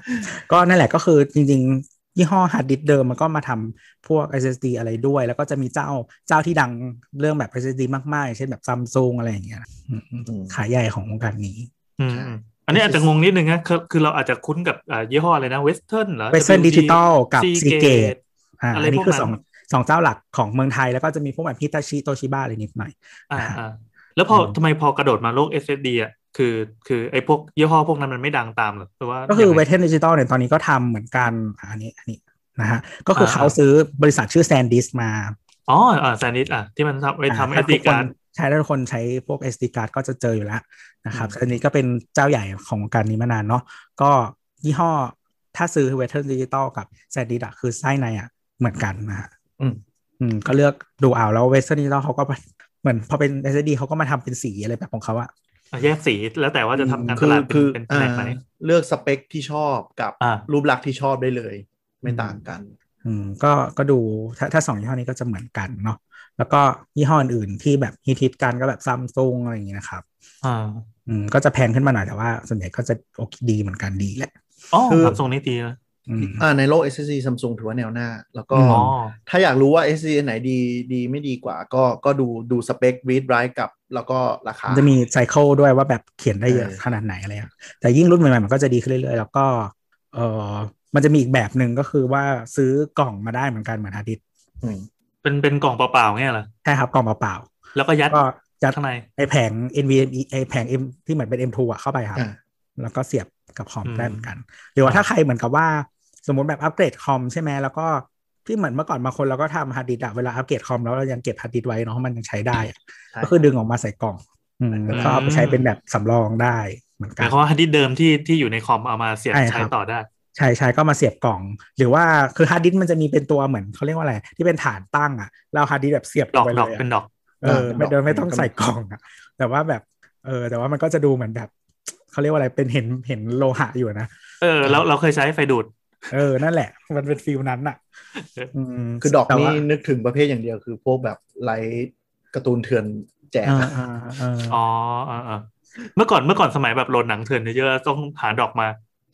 C: ก็นั่นแหละก็คือจริงๆ ยี่ห้อฮาร์ดดิสก์เดิมมันก็มาทำพวก SSD อะไรด้วย แล้วก็จะมีเจ้าเจ้าที่ดังเรื่องแบบ SSD มากๆอย่างเช่นแบบซัมซุงอะไรอย่างเงี้ยอืม
B: อืม
C: ขายใหญ่ของวงการนี้
D: อืม
B: ใช่
D: อันนี้อาจจะงงนิดนึงนะคือคือเราอาจจะคุ้นกับอ่ายี่ห้ออะไรนะเวสเทิร์นเหรอ
C: เวสเทิร์น
D: WD
C: ดิจิตอลกับ
D: Seagate
C: ซีเกตอ่า
D: อะไร
C: อันนี้คือ
D: พว
C: สอ
D: กนั้น
C: งสองเจ้าหลักของเมืองไทย แล้วก็จะมีพวกแบบฮิตาชิโตชิบะอะไรนิดหน่อย
D: อ่า
C: อ่า
D: อ่าแล้วพออ
C: ม
D: ทำไมพอกระโดดมาโลก SSD อ่ะคือคือไอ้พวกยี่ห้อพวกนั้นมันไม่ดังตามเหรอหรือว่า
C: ก็คือ
D: ยัง
C: เว
D: ไง
C: ทเทนดิจิตอลเนี่ยตอนนี้ก็ทำเหมือนกันอ่ะอันนี้อันนี้นะฮะก็คืออา เขาซื้อบริษัทชื่อแซนดิสมา
D: อ๋ออ่าแซนดิสอ่ะที่มันทำไป
C: อ่ะ
D: ทำ
C: ถ้า
D: SD
C: ทุกคน
D: card
C: ใช้แล้วทุกคนใช้พวก SD card ก็จะเจออยู่แล้วนะครับ
D: อืม
C: อันนี้ก็เป็นเจ้าใหญ่ของวงการนี้มานานเนาะก็ยี่ห้อถ้าซื้อเวทเทนดิจิตอลกับแซนดิสอะคือไส้ในอะเหมือนกันนะฮะ
B: อืม
C: อืมก็เลือกดูเอาแล้วเวทเทนดิจิตอลเขาก็เหมือนพอเป็น SD เขาก็มาทำเป็นสีอะไรแบบของเขาอะ
D: อ่ะแยกสีแล้วแต่ว่าจะทำการต
B: คือ
D: ลาดเป็น
B: คือ
D: เป็นแผ
B: อ่าน
D: กไหน
B: เลือกสเปคที่ชอบกับ
D: อ่า
B: รูปลักษณ์ที่ชอบได้เลย ไม่ต่างกัน
C: อืมก็ก็ดูถ้าถ้าสองยี่ห้อนี้ก็จะเหมือนกันเนาะแล้วก็ยี่ห้ออื่นๆที่แบบฮิตฮิตๆกันก็แบบซัมซุงอะไรอย่างงี้นะครับ
D: อ่า
C: อืมก็จะแพงขึ้นมาหน่อยแต่ว่าส่วนใหญ่ก็จะโอเคดีเหมือนกันดีแหละ
D: อ๋อ
B: คือ
D: สามทรงนี้ดีนะ
C: อืม
B: อ่าในโลก SSD Samsung ถือว่าแนวหน้า แล้วก็
C: อืม
D: อ๋อ
B: ถ้าอยากรู้ว่า SSD อันไหนดีดีไม่ดีกว่า ก็ก็ดูดูสเปควีดไรกับ แล้วก็ราคา
C: มันจะมีไซเคิลด้วยว่าแบบเขียนได้เยอะ
B: เออ
C: ขนาดไหนอะไรอย่างแต่ยิ่งรุ่นใหม่ๆ มันก็จะดีขึ้นเรื่อยๆ แล้วก็เออมันจะมีอีกแบบหนึ่งก็คือว่าซื้อกล่องมาได้เหมือนกันเหมือนฮาร์ดดิสก์
B: อืม
D: เป็นเป็นกล่องเปล่าๆเงี้ยเหรอ
C: ใช่ครับกล่องเปล่า
D: แล้วก็ยัด
C: ๆก็ยัด
D: ข้างใน
C: ไอแผง NVMe ไอแผง M ที่เหมือนเป็น M2 อะเข้าไปครับ
B: อ่า
C: แล้วก็เสียบกับคอม
D: อืม
C: ได้เหมือนกัน หรือว่าถ้าใครเหมือนกับว่าสมมติแบบอัปเกรดคอมใช่ไหมแล้วก็ที่เหมือนเมื่อก่อนบางคนเราก็ทำฮาร์ดดิสก์อะเวลาอัปเกรดคอมแล้วเรายังเก็บฮาร์ดดิสก์ไว้เนาะมันยังใช้ได้อะ
B: ใช่
C: ก็คือดึงออกมาใส่กล่องอืมแล้วก็เอาไปใช้เป็นแบบสำรองได้เหมือน
D: ห
C: กั
D: มาย
C: น
D: ความว่าฮาร์ดดิสก์เดิมที่ที่อยู่ในคอมเอามาเสียบ
C: ใช่ครับ
D: ใช้ต่อได้
C: ใช่ใช่ก็มาเสียบกล่อง หรือว่าคือฮาร์ดดิสก์มันจะมีเป็นตัวเหมือนเขาเรียกว่าอะไร ที่เป็นฐานตั้งอะเราฮาร์ดดิสก์แบบเสียบ
D: ดอก
C: ไป
D: ด
C: เล
D: อก
C: ยอะ
D: เป็นดอก
C: เออไม่โดยไม่ต้องใส่กล่องอะแต่ว่าแบบเออแต่ว่ามันก็จะดูเหมือนแบบเขาเรียกว่าอะไรเป็นเห็นเห็นโลหะอยู่นะ
D: เออเราเราเคยใช้ไฟดูด
C: เออ นั่นแหละ มันเป็นฟิลนั้นอะม
B: คือดอก
C: แต่
B: นี่
C: ว่า
B: นึกถึงประเภทอย่างเดียวคือพวกแบบไลท์การ์ตูนเถื่อนแจก
C: อ่า
B: อะ
C: อ่าอ่า
D: อ๋อเออเออเมื่อก่อนเมื่อก่อนสมัยแบบโหลดหนังเถื่อนเยอะๆต้องหาดอกมา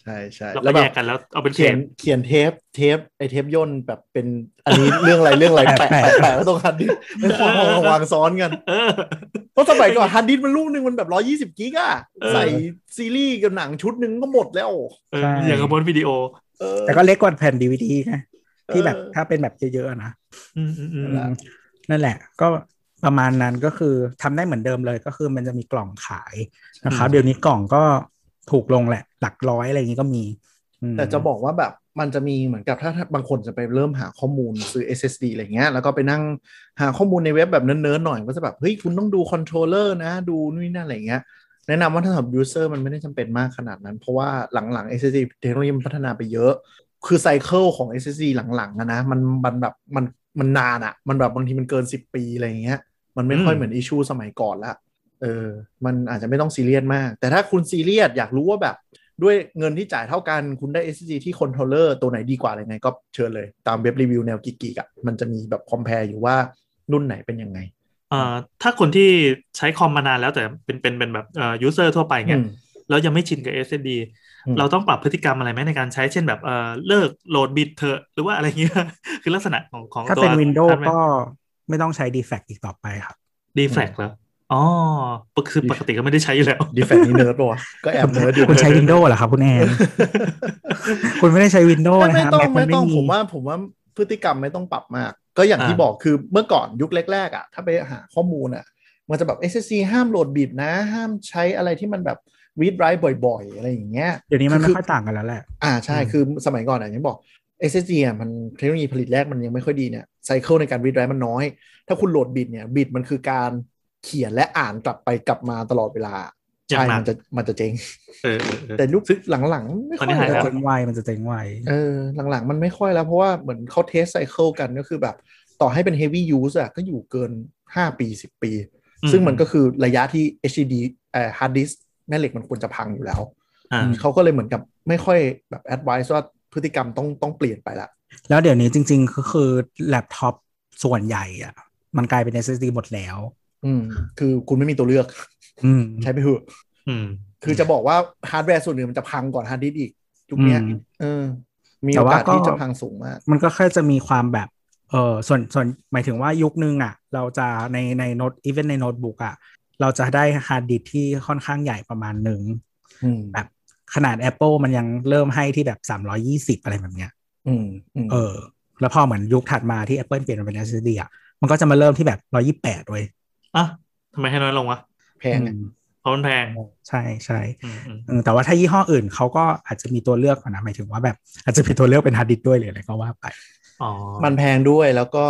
B: ใช่ใช่
D: แล้ว
B: แล้ว
D: ก็
B: แบ
D: แย
B: บ
D: กกันแล้วเอาเป็นเท
B: เขีย
D: ป
B: นเขียนเทปเทปไอเทปย่นแบบเป็นอันนี้ เรื่องอะไรเรื่องอะไรแปะแปะแปะแล้วตรงฮาร์ดดิสก์ไม่ควรวางวางซ้อนกัน
D: เออ
B: เพราะสมัยก่อนฮาร์ดดิสก์มันลูกหนึ่งมันแบบร้อยี่สิบกิกอะ
D: เออ
B: ใส่ซีรีส์กับหนังชุดหนึ่งก็หมดแล้ว
D: เอออย่างกระบวนวิดีโอ
B: เออ
C: แต่ก็เล็กกว่าแผ่นดีวดีนะที่แบบ
B: เออ
C: ถ้าเป็นแบบเยอะๆอะนะ
D: อืมอืมอืม
B: นั่นแหละ
C: นั่นแหละก็ประมาณนั้นก็คือทำได้เหมือนเดิมเลยก็คือมันจะมีกล่องขายนะครับ
B: อืม
C: เดี๋ยวนี้กล่องก็ถูกลงแหละ หลักร้อยอะไรอย่างนี้ก็มีม
B: แต่จะบอกว่าแบบมันจะมีเหมือนกับถ้าถ้าบางคนจะไปเริ่มหาข้อมูลซื้อ SSD อะไรเงี้ยแล้วก็ไปนั่งหาข้อมูลในเว็บแบบเนิร์ดๆหน่อยก็จะแบบ เฮ้ย คุณต้องดูคอนโทรลเลอร์นะ ดูนู่นนนั่นอะไรเงี้ยแนะนำว่าถ้าสำหรับยูเซอร์มันไม่ได้จำเป็นมากขนาดนั้น เพราะว่าหลังๆ SSD เทคโนโลยีมันพัฒนาไปเยอะ คือไซเคิลของ SSD หลังๆอะนะมันมันแบบมันมันนานอะมันแบบบางทีมันเกิน 10 ปีอะไรเงี้ยมันไม่ค่อยเหมือนอิชูสมัยก่อนละ เออ มันอาจจะไม่ต้องซีเรียสมาก แต่ถ้าคุณซีเรียสอยากรู้ว่าแบบ ด้วยเงินที่จ่ายเท่ากันคุณได้ SSD ที่คอนโทรลเลอร์ตัวไหนดีกว่าอะไรไงก็เชิญเลย ตามเว็บรีวิวแนวกิกๆอ่ะมันจะมีแบบคอมเพลอยู่ว่ารุ่นไหนเป็นยังไง
D: เอ่อถ้าคนที่ใช้คอมมานานแล้วแต่เป็นเป็นเป็นแบบเอ่อยูเซอร์ทั่วไป
B: อื
D: เงี้ย
B: ม
D: แล้วยังไม่ชินกับ SSD
B: อืม
D: เราต้องปรับพฤติกรรมอะไรไหมในการใช้เช่นแบบเอ่อเลิกโหลดบิดเถอะหรือว่าอะไรเงี้ย คือลักษณะของของ
C: ถ้า
D: ตัว
C: เป็นวินโดว์
D: ฮาร์ดแวร์
C: ก็ไม่ต้องใช้ d e f a c t อีกต่อไปครับ
D: ดีแฟกเหรออ๋อปกคือปกติก็ไม่ได้ใช้อยู่แล้ว
B: ดีแฟนนี่เนิร์ดปะวะก็แอบเนิร์ดอยู่
C: คุณใช้ Windows เหรอครับคุณแอน คุณไม่ได้ใช้ Windows นะ
B: ไม่
C: ฮะ
B: ต้อง
C: Mac
B: ไม่
C: น
B: ต้อง
C: ไ
B: ผมว่าผมว่าพฤติกรรมไม่ต้องปรับมาก ก็อย่าง
D: อ่า
B: ที่บอกคือเมื่อก่อนยุคแรกๆอ่ะถ้าไปหาข้อมูลอ่ะมันจะแบบ SSD ห้ามโหลดบีบนะ ห้ามใช้อะไรที่มันแบบวีดไรบ่อย ๆ อะไรอย่างเงี้ย
C: เดี๋ยวนี้มันไม่
B: คือ
C: ค่อยต่างกันแล้วแหละ
B: อ่าใช่
C: อืม
B: คือสมัยก่อนอ่ะยังบอก SSD อ่ะมันเทคโนโลยีผลิตแรกมันยังไม่ค่อยดีเนี่ยไซเคิลในการรีดไรมันน้อย ถ้าคุณโหลดบิดเนี่ยบิดมันคือการเขียนและอ่านกลับไปกลับมาตลอดเวลา
D: อย่า
B: ใช่
D: งหนั
B: มั
D: ก
B: นจะมันจะเจ๊ง
D: เออเออเออ
B: แต่ยุคหลังๆ ไม่ค่อย
D: ตอนนี้หาย
C: มันจะ
D: แล้ว
B: แล้ว
C: เจ๊งไวมันจะเจ๊งไว
B: เออหลังๆ มันไม่ค่อยแล้ว เพราะว่าเหมือนเขาเทสไซเคิลกันก็คือแบบ ต่อให้เป็น heavy use อ่ะก็อยู่เกิน 5 ปี 10 ปี
D: อืม
B: ซึ่งมันก็คือระยะที่ HDD เอ่อ hard disk แม่เหล็กมันควรจะพังอยู่แล้ว
D: อ่า
B: เขาก็เลยเหมือนกับไม่ค่อยแบบ advice ว่าพฤติกรรมต้องต้องเปลี่ยนไปละ
C: แล้วเดี๋ยวนี้จริงๆก็คือแล็ปท็อปส่วนใหญ่อะมันกลายเป็น SSD หมดแล้ว
B: อืมคือคุณไม่มีตัวเลือก
C: อืม
B: ใช้ไปเถอะ
D: อืม
B: คือจะบอกว่าฮาร์ดแวร์ส่วนหนึ่งมันจะพังก่อนฮาร์ดดิสก์อีกยุคเนี้ย
C: อืม
B: เออ มี
C: แต่
B: โอ
C: ว่าก
B: าสที่
C: ก็
B: จะพังสูงมาก
C: มันก็แค่จะมีความแบบ เออส่วนส่วนหมายถึงว่ายุคนึงอ่ะ เราจะในในโน้ตอีเวนในโน้ตบุ๊กอ่ะ เราจะได้ฮาร์ดดิสก์ที่ค่อนข้างใหญ่ประมาณหนึ่ง
B: อืม
C: แบบขนาด Apple มันยังเริ่มให้ที่แบบ 320 อะไรแบบเนี้ย
B: อืมอืม
C: เออ แล้วพอเหมือนยุคถัดมาที่ Apple เปลี่ยนมาเป็น SSD อ่ะ มันก็จะมาเริ่มที่แบบ 128เว้ย
D: อ่ะทำไมให้น้อยลงวะ
B: แพงอะ
C: อืม
D: เพราะมันแพง
C: ใช่ใช่
D: อืมอืม
C: เออแต่ว่าถ้ายี่ห้ออื่นเขาก็อาจจะมีตัวเลือกกว่านะหมายถึงว่าแบบอาจจะมีตัวเลือกเป็นฮาร์ดดิสก์ด้วยหรืออะไรก็ว่าไป
D: อ๋อ
B: มันแพงด้วยแล้วก็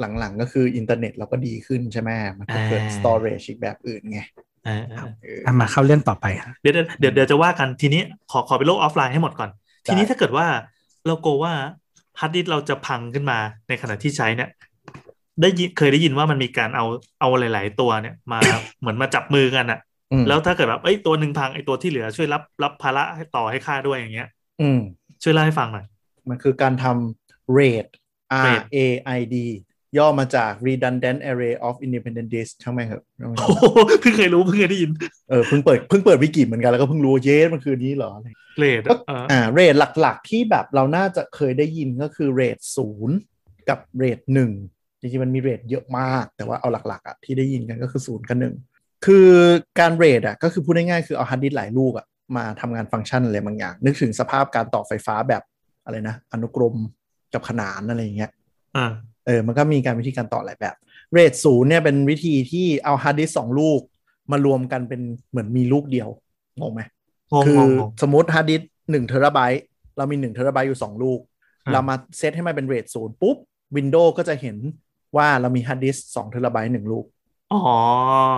B: หลังๆก็คืออินเทอร์เน็ตเราก็ดีขึ้นใช่ไหมมันก็เกิด
D: อ่า
B: storage อีกแบบอื่นไง
D: เออเออ
B: เออ
C: อ่ะมาเข้าเรื่องต่อไปฮะ
D: เดี๋ยวเดี๋ยวเดี๋ยวจะว่ากันทีนี้ขอขอไปโลกออฟไลน์ให้หมดก่อน ทีนี้ถ้าเกิดว่าเราโกลัวว่าฮาร์ดดิสก์เราจะพังขึ้นมาในขณะที่ใช้เนี่ย ได้ยินเคยได้ยินว่ามันมีการเอาเอาหลาย ๆ ตัวเนี่ยมา เหมือนมาจับมือกันอะ
B: อืม
D: แล้วถ้าเกิดแบบเอ้ยตัวหนึ่งพังไอ้ตัวที่เหลือช่วยรับรับภาระให้ต่อให้ค่าด้วยอย่างเงี้ย
B: อืม
D: ช่วยเล่าให้ฟังหน่อย
B: มันคือการทำ RAID R A I D ย่อมาจาก redundant array of independent days ช่างแม่งเหอะ
D: โอ้โหเพิ่งเคยรู้เพิ่งเคยได้ยิน
B: เออเพิ่งเปิดเพิ่งเปิดวิกิเหมือนกันแล้วก็เพิ่งรู้ว่าเยสมันคือนี้เหรออะไร
D: เลด
B: ก็
D: อะเออ
B: อ่าเรทหลัก ๆ ที่แบบเราน่าจะเคยได้ยินก็คือเรทศูนย์กับเรทหนึ่งจริงๆ มันมีเรทเยอะมาก แต่ว่าเอาหลัก ๆ อ่ะ ที่ได้ยินกันก็คือศูนย์กับหนึ่งคือการเรทอ่ะก็คือพูดง่ายๆ คือเอาฮาร์ดดิสก์หลายลูกอ่ะมาทำงานฟังก์ชันอะไรบางอย่าง นึกถึงสภาพการต่อไฟฟ้าแบบอะไรนะ อนุกรมกับขนานอะไรอย่างเงี้ย
D: อ่า
B: เออ มันก็มีการวิธีการต่อหลายแบบ เรทศูนย์เนี่ยเป็นวิธีที่เอาฮาร์ดดิสก์สองลูกมารวมกันเป็นเหมือนมีลูกเดียวงงไหม
D: งง
B: คื
D: ง
B: อง
D: ง
B: สมมติฮาร์ดดิสหนึ่งเทราไบต์เรามีหนึ่งเทราไบต์อยู่สองลูก
D: ครับ
B: เรามาเซตให้มันเป็นเรทศูนย์ปุ๊บวินโดว์ก็จะเห็นว่าเรามีฮาร์ดดิสสองเทราไบต์หนึ่งลูก
D: อ๋อ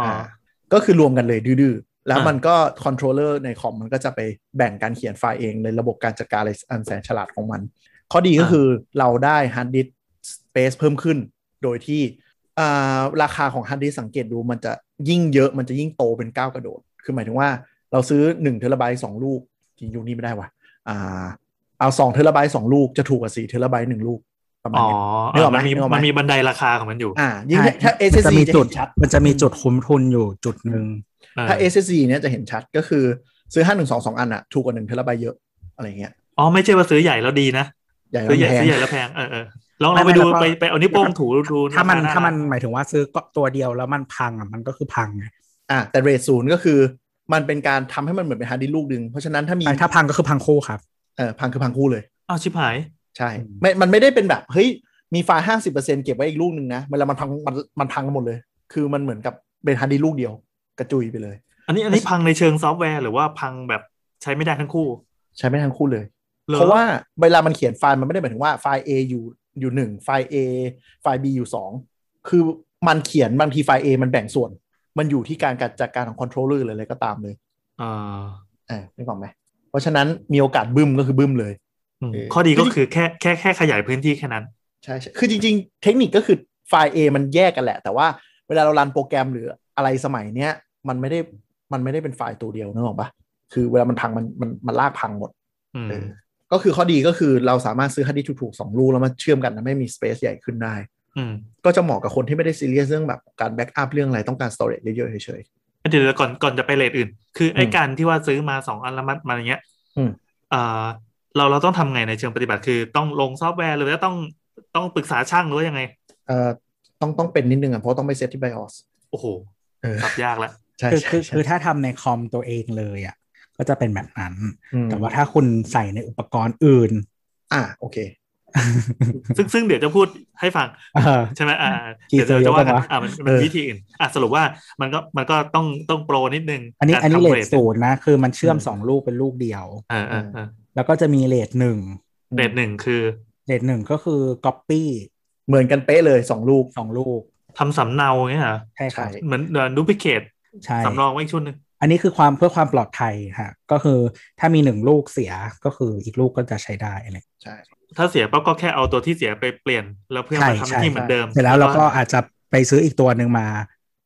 D: อ่า
B: าก็คือรวมกันเลยดื้อๆ แล้ว
D: อ่ามั
B: มันก็คอนโทรลเลอร์ในคอมมันก็จะไปแบ่งการเขียนไฟล์เองในระบบการจัดการอะไรอันแสนฉลาดของมัน ข้อดีก็คือเราได้ฮาร์ดดิสสเปซเพิ่มขึ้น โดยที่อ่าราคาของฮาร์ดดิสสังเกตดูมันจะยิ่งเยอะมันจะยิ่งโตเป็นก้าวกระโดด คือหมายถึงว่าเราซื้อ1เทราไบต์สองลูกจริงยุคนี้ไม่ได้ว่ะอ่าเอา2เทราไบต์สองลูกจะถูกกว่า4เทราไบต์หนึ่งลูกประมาณ
D: อ๋อ
B: เนี้ยนึ
D: เออ
B: กออกไหม
D: มันมี
B: นึกออกไหม
D: มันมีบันไดราคาของมันอยู่
B: อ่ายิ่ง
C: ใช่
B: ถ้า
C: มัน
B: SSD
C: จะมี
B: จะ
C: จุ
B: เห็
C: ด
B: นชัด
C: มันจะมีจุดคุ้มทุนอยู่จุดหนึ่ง
D: เออ
B: ถ้า SSD เนี่ยจะเห็นชัดก็คือซื้อ 5 1 2 2 อันอะถูกกว่า1เทราไบต์เยอะ อะไรเงี้ย
D: อ๋อไม่ใช่ว่าซื้อใหญ่แล้วดีนะ
B: ใหญ่แล้
D: ซื้อ
B: วแพง
D: ใหญ่ซื้อใหญ่แล้วแพงเออเออลองลองไปดูไปไปเอานิ้วโป้งถูดู
C: ถ้ามัน
D: ห
C: ถ้ามันหมายถึงว่าซื้อก็ตัวเดียวแล้วมันพังอ่ะมันก็คือพังไง
B: อ่ะแต่เรทศูนย์ก็คือ มันเป็นการทำให้มันเหมือนเป็นฮาร์ดดิสก์ลูกดึง เพราะฉะนั้นถ้ามี
C: ใช่ถ้าพังก็คือพังคู่ครับ
B: เออพังคือพังคู่เลย
D: อ้าวชิบหาย
B: ใช่ไม่มันไม่ได้เป็นแบบ เฮ้ย มีไฟล์ห้าสิบเปอร์เซ็นเก็บไว้อีกลูกหนึ่งนะเวลามันพังมันมันพังกันหมดเลย คือมันเหมือนกับเป็นฮาร์ดดิสก์ลูกเดียวกระจุยไปเลย
D: อันนี้อันนี้พังในเชิงซอฟต์แวร์หรือว่าพังแบบใช้ไม่ได้ทั้งคู่
B: ใช้ไม่ได้ทั้งคู่เลย
D: หอ
B: เพราะว่าเวลามันเขียนไฟล์มันไม่ได้หมายถึงว่าไฟล์ A อยู่อยู่หนึ่งไฟล์ A ไฟล์ B อยู่สองคือมันเขียนบางทีไฟล์ A มันแบ่งส่วน มันอยู่ที่การจัดการของคอนโทรลเลอร์หรืออะไรก็ตามเลย
D: อ่า
B: อ่านึกออกไหมเพราะฉะนั้นมีโอกาสบึ้มก็คือบึ้มเลย
D: อืม
B: เออ
D: ข้อดีก็คือแค่แค่แค่ขยายพื้นที่แค่นั้น
B: ใช่ใช่คือจริง ๆ เทคนิคก็คือไฟล์ A มันแยกกันแหละ แต่ว่าเวลาเรารันโปรแกรมหรืออะไรสมัยเนี้ยมันไม่ได้มันไม่ได้เป็นไฟล์ตัวเดียวนึกออกปะคือเวลามันพังมันมันมันลากพังหมด
D: อืม
B: เออก็คือข้อดีก็คือเราสามารถซื้อฮาร์ดดิสก์ถูกๆสองลูกแล้วมาเชื่อมกันนะไม่มีสเปซใหญ่ขึ้นได้
D: อืม
B: ก็จะเหมาะกับคนที่ไม่ได้ซีเรียสเรื่องแบบการแบ็กอัพเรื่องอะไรต้องการสโตรจเยอะๆเฉย
D: เดี๋ยวก่อนก่อนจะไปเลทอื่น คือไอ้
B: อืม
D: การที่ว่าซื้อมาสองอันแล้วมันมันอย่างเงี้ย
B: อืม
D: อ่าเราเราต้องทำไงในเชิงปฏิบัติคือต้องลงซอฟต์แวร์หรือว่าต้องต้องปรึกษาช่างหรือว่ายังไง
B: ๆเอ่อต้องต้องเป็นนิดนึงอ่ะเพราะต้องไปเซตที่ BIOS
D: โอ้โห
B: เออ
D: สับยากละ
B: ใช่
C: คือ
B: ใช่
C: คือ
B: ใช่
C: คือถ้าทำในคอมตัวเองเลยอ่ะก็จะเป็นแบบนั้น
B: ม
C: แต่ว่าถ้าคุณใส่ในอุปกรณ์อื่น
B: อ่ะโอเค
D: ซึ่งซึ่งเดี๋ยวจะพูดให้ฟัง ใช่ไหมอ่า
C: กี่
D: เดี๋ยวเราจะว่ากัน
C: เซลล์วะ
D: อ่ามันมัน
B: เออ
D: วิธีอื่นอ่ะสรุปว่ามันก็มันก็ต้องต้องโปรนิดนึง
C: อันนี้
D: การ
C: อันนี้
D: ทำ
C: เล
D: ร
C: ทศูนย์นะคือมันเชื่อม
B: อืม
C: สองลูกเป็นลูกเดียว
D: เออเออเออ
C: แล้วก็จะมีเลทหนึ่ง
D: เรทหนึ่งคือ
C: เลทหนึ่งก็คือ Copy
B: เหมือนกันเป๊ะเลยสองลูก
C: สองลูก
D: ทำสำเนาอย่างเงี้ยเหรอ
C: ใช่ครับ
B: ใช่
D: เหมือนเดินดูพิเคต
C: ใช่
D: สำรองไว้อีกชุดหนึ่ง
C: อันนี้คือความเพื่อความปลอดภัยฮะก็คือถ้ามีหนึ่งลูกเสียก็คืออีกลูกก็จะใช้ได้อะไร
B: ใช่
D: ถ้าเสียปั๊บก็แค่เอาตัวที่เสียไปเปลี่ยน แล้วเพื่อ
C: ใช่
D: มา
C: ใช่
D: ทำที่เหมือนเดิม
C: เสร็จแล้วเราก็อาจจะไปซื้ออีกตัวหนึ่งมา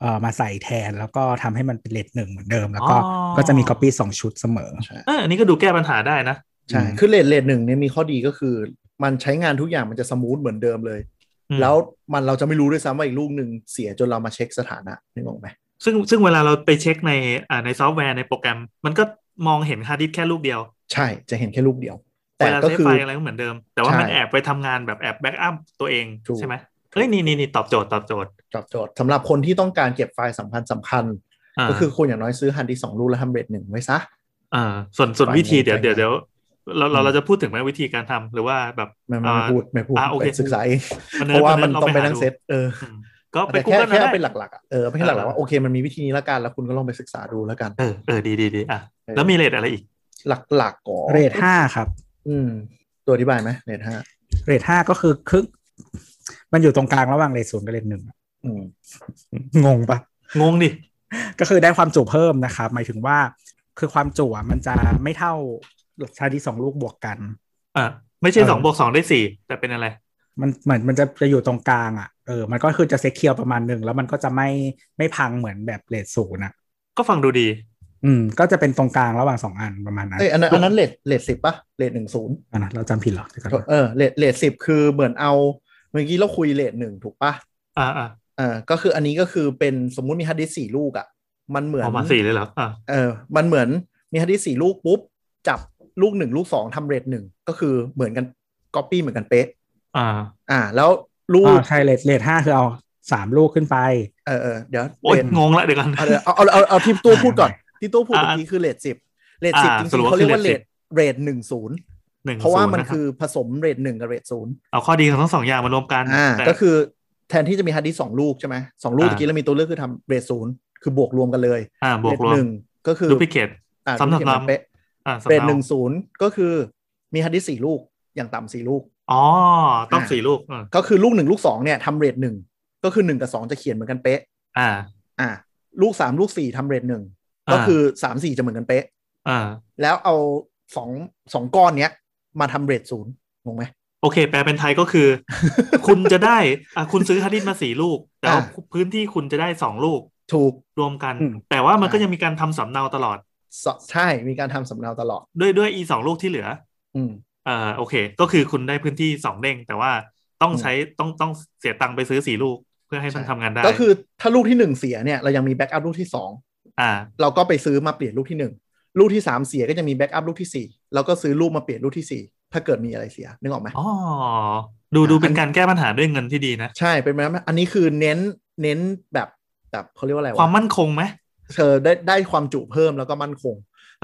C: เอ่อมาใส่แทนแล้วก็ทำให้มันเป็นเลทหนึ่งเหมือนเดิม แล้วก็
D: อ๋อ
C: ก็จะมี Copy สองชุดเสมอ
B: ใช่
D: เอออันนี้ก็ดูแก้ปัญหาได้นะ
B: ใช่คือเลทเลทหนึ่งเนี่ยมีข้อดีก็คือ มันใช้งานทุกอย่างมันจะสมูทเหมือนเดิมเลย
D: อืม
B: แล้วมันเราจะไม่รู้ด้วยซ้ำว่าอีกลูกหนึ่งเสียจนเรามาเช็คสถานะนึกออกไหม
D: ซึ่งซึ่งเวลาเราไปเช็คในอ่าในซอฟต์แวร์ในโปรแกรม มันก็มองเห็นฮาร์ดดิสก์แค่ลูกเดียว
B: ใช่จะเห็นแค่ลูกเดียว แต่
D: เวลา
B: ก็
D: ใช้
B: คือ
D: ไฟล์อะไรก็เหมือนเดิม แต่ว่า
B: ใช่
D: มันแอบไปทำงานแบบแอบแบ็กอัพตัวเอง
B: ถูก
D: ใช่ไหมเฮ้ยนี่นี่นี่ตอบโจทย์ตอบโจทย์
B: ตอบโจทย์สำหรับคนที่ต้องการเก็บไฟล์สำคัญสำคัญ
D: อ่า
B: ก็คือคุณอย่างน้อยซื้อฮันดิสองลูกแล้วทำเรทหนึ่งไว้ซะ
D: อ่าส่วนส่วน
B: ฝ่าย
D: วิธี
B: งง
D: เดี๋ยว
B: ฝ่าย
D: เดี๋
B: งา
D: ยว
B: น
D: เดี๋ยวเราเราเราจะพูดถึงไหมวิธีการทำหรือว่าแบบ
B: ไม่ไม่ไม่พูดไม่พูด
D: อ่าโอเค
B: ไปศึกษาเอง
D: มัน
B: เพราะว่ามัน
D: รา
B: ต้องไป
D: หา
B: นั่ง
D: ดู
B: เซตเออ
D: อืมก็ไป
B: แต่
D: กู
B: แค่
D: เกิล
B: แค่
D: ได้
B: เอาเป็นหลักๆอ่ะเออไม่ใช่หลัก
D: อ่า
B: ๆว่าโอเคมันมีวิธีนี้ละกันแล้วคุณก็ลองไปศึกษาดูแล้วกัน
D: เออเออดีดีดีอ่ะ
B: เออ
D: แล้วมีเลทอะไรอีก
B: หลักๆก่อน
C: เรทห้าครับ
B: อืมตัวอธิบายไหมเรทห้า
C: เรทห้าก็คือครึ่งมันอยู่ตรงกลางระหว่างเรทศูนย์กับเรทหนึ่งอะ
B: อืม
C: งงปะ
D: งงดิ
C: ก็คือได้ความจุเพิ่มนะครับหมายถึงว่าคือความจุอะมันจะไม่เท่าชาร์จที่สองลูกบวกกัน
D: อ่ะไม่ใช่
C: เออ
D: สองบวกสองได้สี่แต่เป็นอะไร
C: มันเหมือนมันจะจะอยู่ตรงกลางอ่ะเออมันก็คือจะเซคเคียวประมาณหนึ่งแล้วมันก็จะไม่ไม่พังเหมือนแบบเลทศูนย์อ่ะ
D: ก็ฟังดูดี
C: อืมก็จะเป็นตรงกลางระหว่างสองอันประมาณนั้น
B: เอ้ยอันนั้นอันนั้นเรทเรทสิบป่ะเรทหนึ่งศูนย์
C: อ่ะนะเราจำผิดเหรอเดี๋ยวก่อนนะ
B: เออเรทเรทสิบคือเหมือนเอา มื่อกี้เราคุยเลทหนึ่งถูกปะ
D: อ่าอ่า
B: อ่าก็คืออันนี้ก็คือเป็นสมมุติมีฮาร์ดดิสก์สี่ลูกอะ่ะ มันเหมือน
D: ออกมาสี่เลยเหรออ่า
B: เออ มันเหมือนมีฮาร์ดดิสก์สี่ลูกปุ๊บ จับลูกหนึ่งลูกสองทำเรทหนึ่งก็คือเหมือนกันก๊อปปี้เหมือนกันเป๊ะ
D: อ่า
B: อ่า แล้วลู
C: อ๋
B: ก
C: อใช่เลทเลทห้าคือเอาสามลูกขึ้นไป
B: เออเออเดี๋ยว
D: โอ๊ย
B: เรท
D: งงละเดี๋ยวกัน
B: เอาเดี๋ยวเอาเอาเอาเอาที่ตู้พูดก่อน ที่ตู้พูด
D: อ่า
B: เมื่อกี้คือเรทสิบเรท
D: อ่า
B: สิบจริ
D: สรุ
B: งๆ
D: ปว่า
B: เขาเรียก
D: คือ
B: ว่าเร
D: เร
B: ท
D: ท
B: เรทหนึ่งศูนย์
D: หนึ่ง
B: เพราะว่ามัน
D: ศูย์
B: คือผสมเรทหนึ่งกับเรทศูนย์
D: เอาข้อดีของทั้งสองอย่างมารวมกัน
B: อ่า
D: แต่
B: ก็คือแทนที่จะมีฮาร์ดดิสก์สองลูกใช่ไหมสองลูก
D: อ่า
B: เมื่อกี้เรามีตัวเลือกคือทำเรทศูนย์คือบวกรวมกันเลย
D: อ่าบวกร
B: เท
D: วม
B: หนึ่งก็คือ
D: ดูพิเกต
B: อ่า
D: สำหรับ
B: เทมัน
D: เรา
B: เป๊ะ
D: อ่าสำ
B: เรท
D: เนา
B: หนึ่งศูนย์ก็คือมีฮาร์ดดิสก์สี่ลูกอย่างต่ำสี่ลูก
D: อ๋อต้อง
B: อ่า
D: สี่ลูกอ่า
B: ก็คือลูกหนึ่งลูกสองเนี่ยทำเรทหนึ่งก็คือหนึ่งกับสองจะเขียนเหมือนกันเป๊ะ
D: อ่า
B: อ่าลูกสามลูกสี่ทำเรทหนึ่ง
D: อ่า
B: ก็คือสามสี่จะเหมือนกันเป๊ะ
D: อ่า
B: แล้วเอาสองสองก้อนเนี้ยมาทำเรทศูนย์งงไหม
D: โอเค แปลเป็นไทยก็คือ คุณจะได้อ่ะคุณซื้อฮาร์ดดิสก์มาสี่ลูก แต่ว่า
B: อ่า
D: พื้นที่คุณจะได้สองลูก
B: ถูก
D: รวมกัน
C: อืม
D: แต่ว่ามันก็ยังมีการทำสำเนาตลอด
B: สใช่มีการทำสำเนาตลอด
D: ด้วยด้วยอีสองลูกที่เหลือ
B: อืม
D: อ่าโอเค ก็คือคุณได้พื้นที่สองเด้งแต่ว่าต้อง
B: อืม
D: ใช้ต้องต้องเสียตังค์ไปซื้อสี่ลูกเพื่อให้มันทำงานได้
B: ก็คือถ้าลูกที่หนึ่งเสียเนี่ยเรายังมีแบ็กอัพลูกที่สอง
D: อ่า
B: เราก็ไปซื้อมาเปลี่ยนลูกที่หนึ่งลูกที่สามเสียก็จะมีแบ็กอัพลูกที่สี่เราก็ซื้อลูกมาเปลี่ยนลูกที่สี่ถ้าเกิดมีอะไรเสียนึกออกไหม
D: อ๋อ ดู
B: อ่า
D: ดูเป็น
B: อัน
D: การแก้ปัญหาด้วยเงินที่ดีนะ
B: ใช่เป็นแบบนั้นอันนี้คือเน้นเน้นแบบแบบเขาเรียกว่าอะไร
D: ความ
B: วะ
D: มั่นคงไหม
B: เธอได้ได้ความจุเพิ่มแล้วก็มั่นคง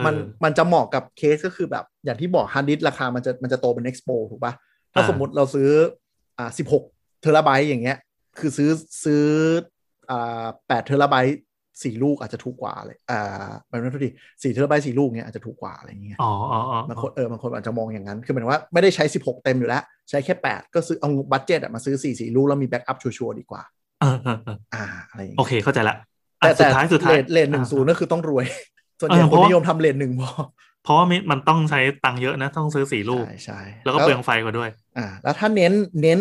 B: มัน
D: เออ
B: มันจะเหมาะกับเคสก็คือแบบอย่างที่บอกฮาร์ดดิสราคามันจะมันจะโตเป็นเอ็กซ์โปถูกปะถ้า
D: อ่า
B: สมมติเราซื้ออ่าสิบหกเทราไบต์อย่างเงี้ย คือซื้อซื้ออ่าแปดเทราไบต์สี่ลูกอาจจะถูกกว่าเลยอ่าไม่รู้ทุกทีสี่เทราไบต์สี่ลูกเนี้ยอาจจะถูกกว่าอะไรอย่างเงี้ย
D: อ๋ออ๋ออ๋อบ
B: างคนเออบางคนอาจจะมองอย่างนั้น คือหมายถึงว่าไม่ได้ใช้ 16 เต็มอยู่แล้ว ใช้แค่ 8 ก็ซื้อเอาบัตเจตมาซื้อ4 4ลูกแล้วมีแบ็กอัพชัวร์ๆดีกว่า
D: เออเออเออ
B: อ่า อะไรอย่าง
D: โอ
B: เงี้ย
D: เคเข้าใจละอ่ะ
B: แต่
D: สุ
B: แต่
D: ดท้ายสุดท้าย
B: เลทเลทหนึ่ง
D: อ่า
B: ศูนย์ก็คือต้องรวย ส่วนใหญ่
D: เออ
B: ค
D: เพ
B: น
D: ราะ
B: นิยมทำเลทหนึ่งพอ
D: เพราะว่ามิมันต้องใช้ตังค์เยอะนะ ต้องซื้อสี่ลูก
B: ใช่ใช่
D: แล้วก็เปลืองไฟกว่าด้วย
B: อ่า แล้วถ้าเน้นเน้น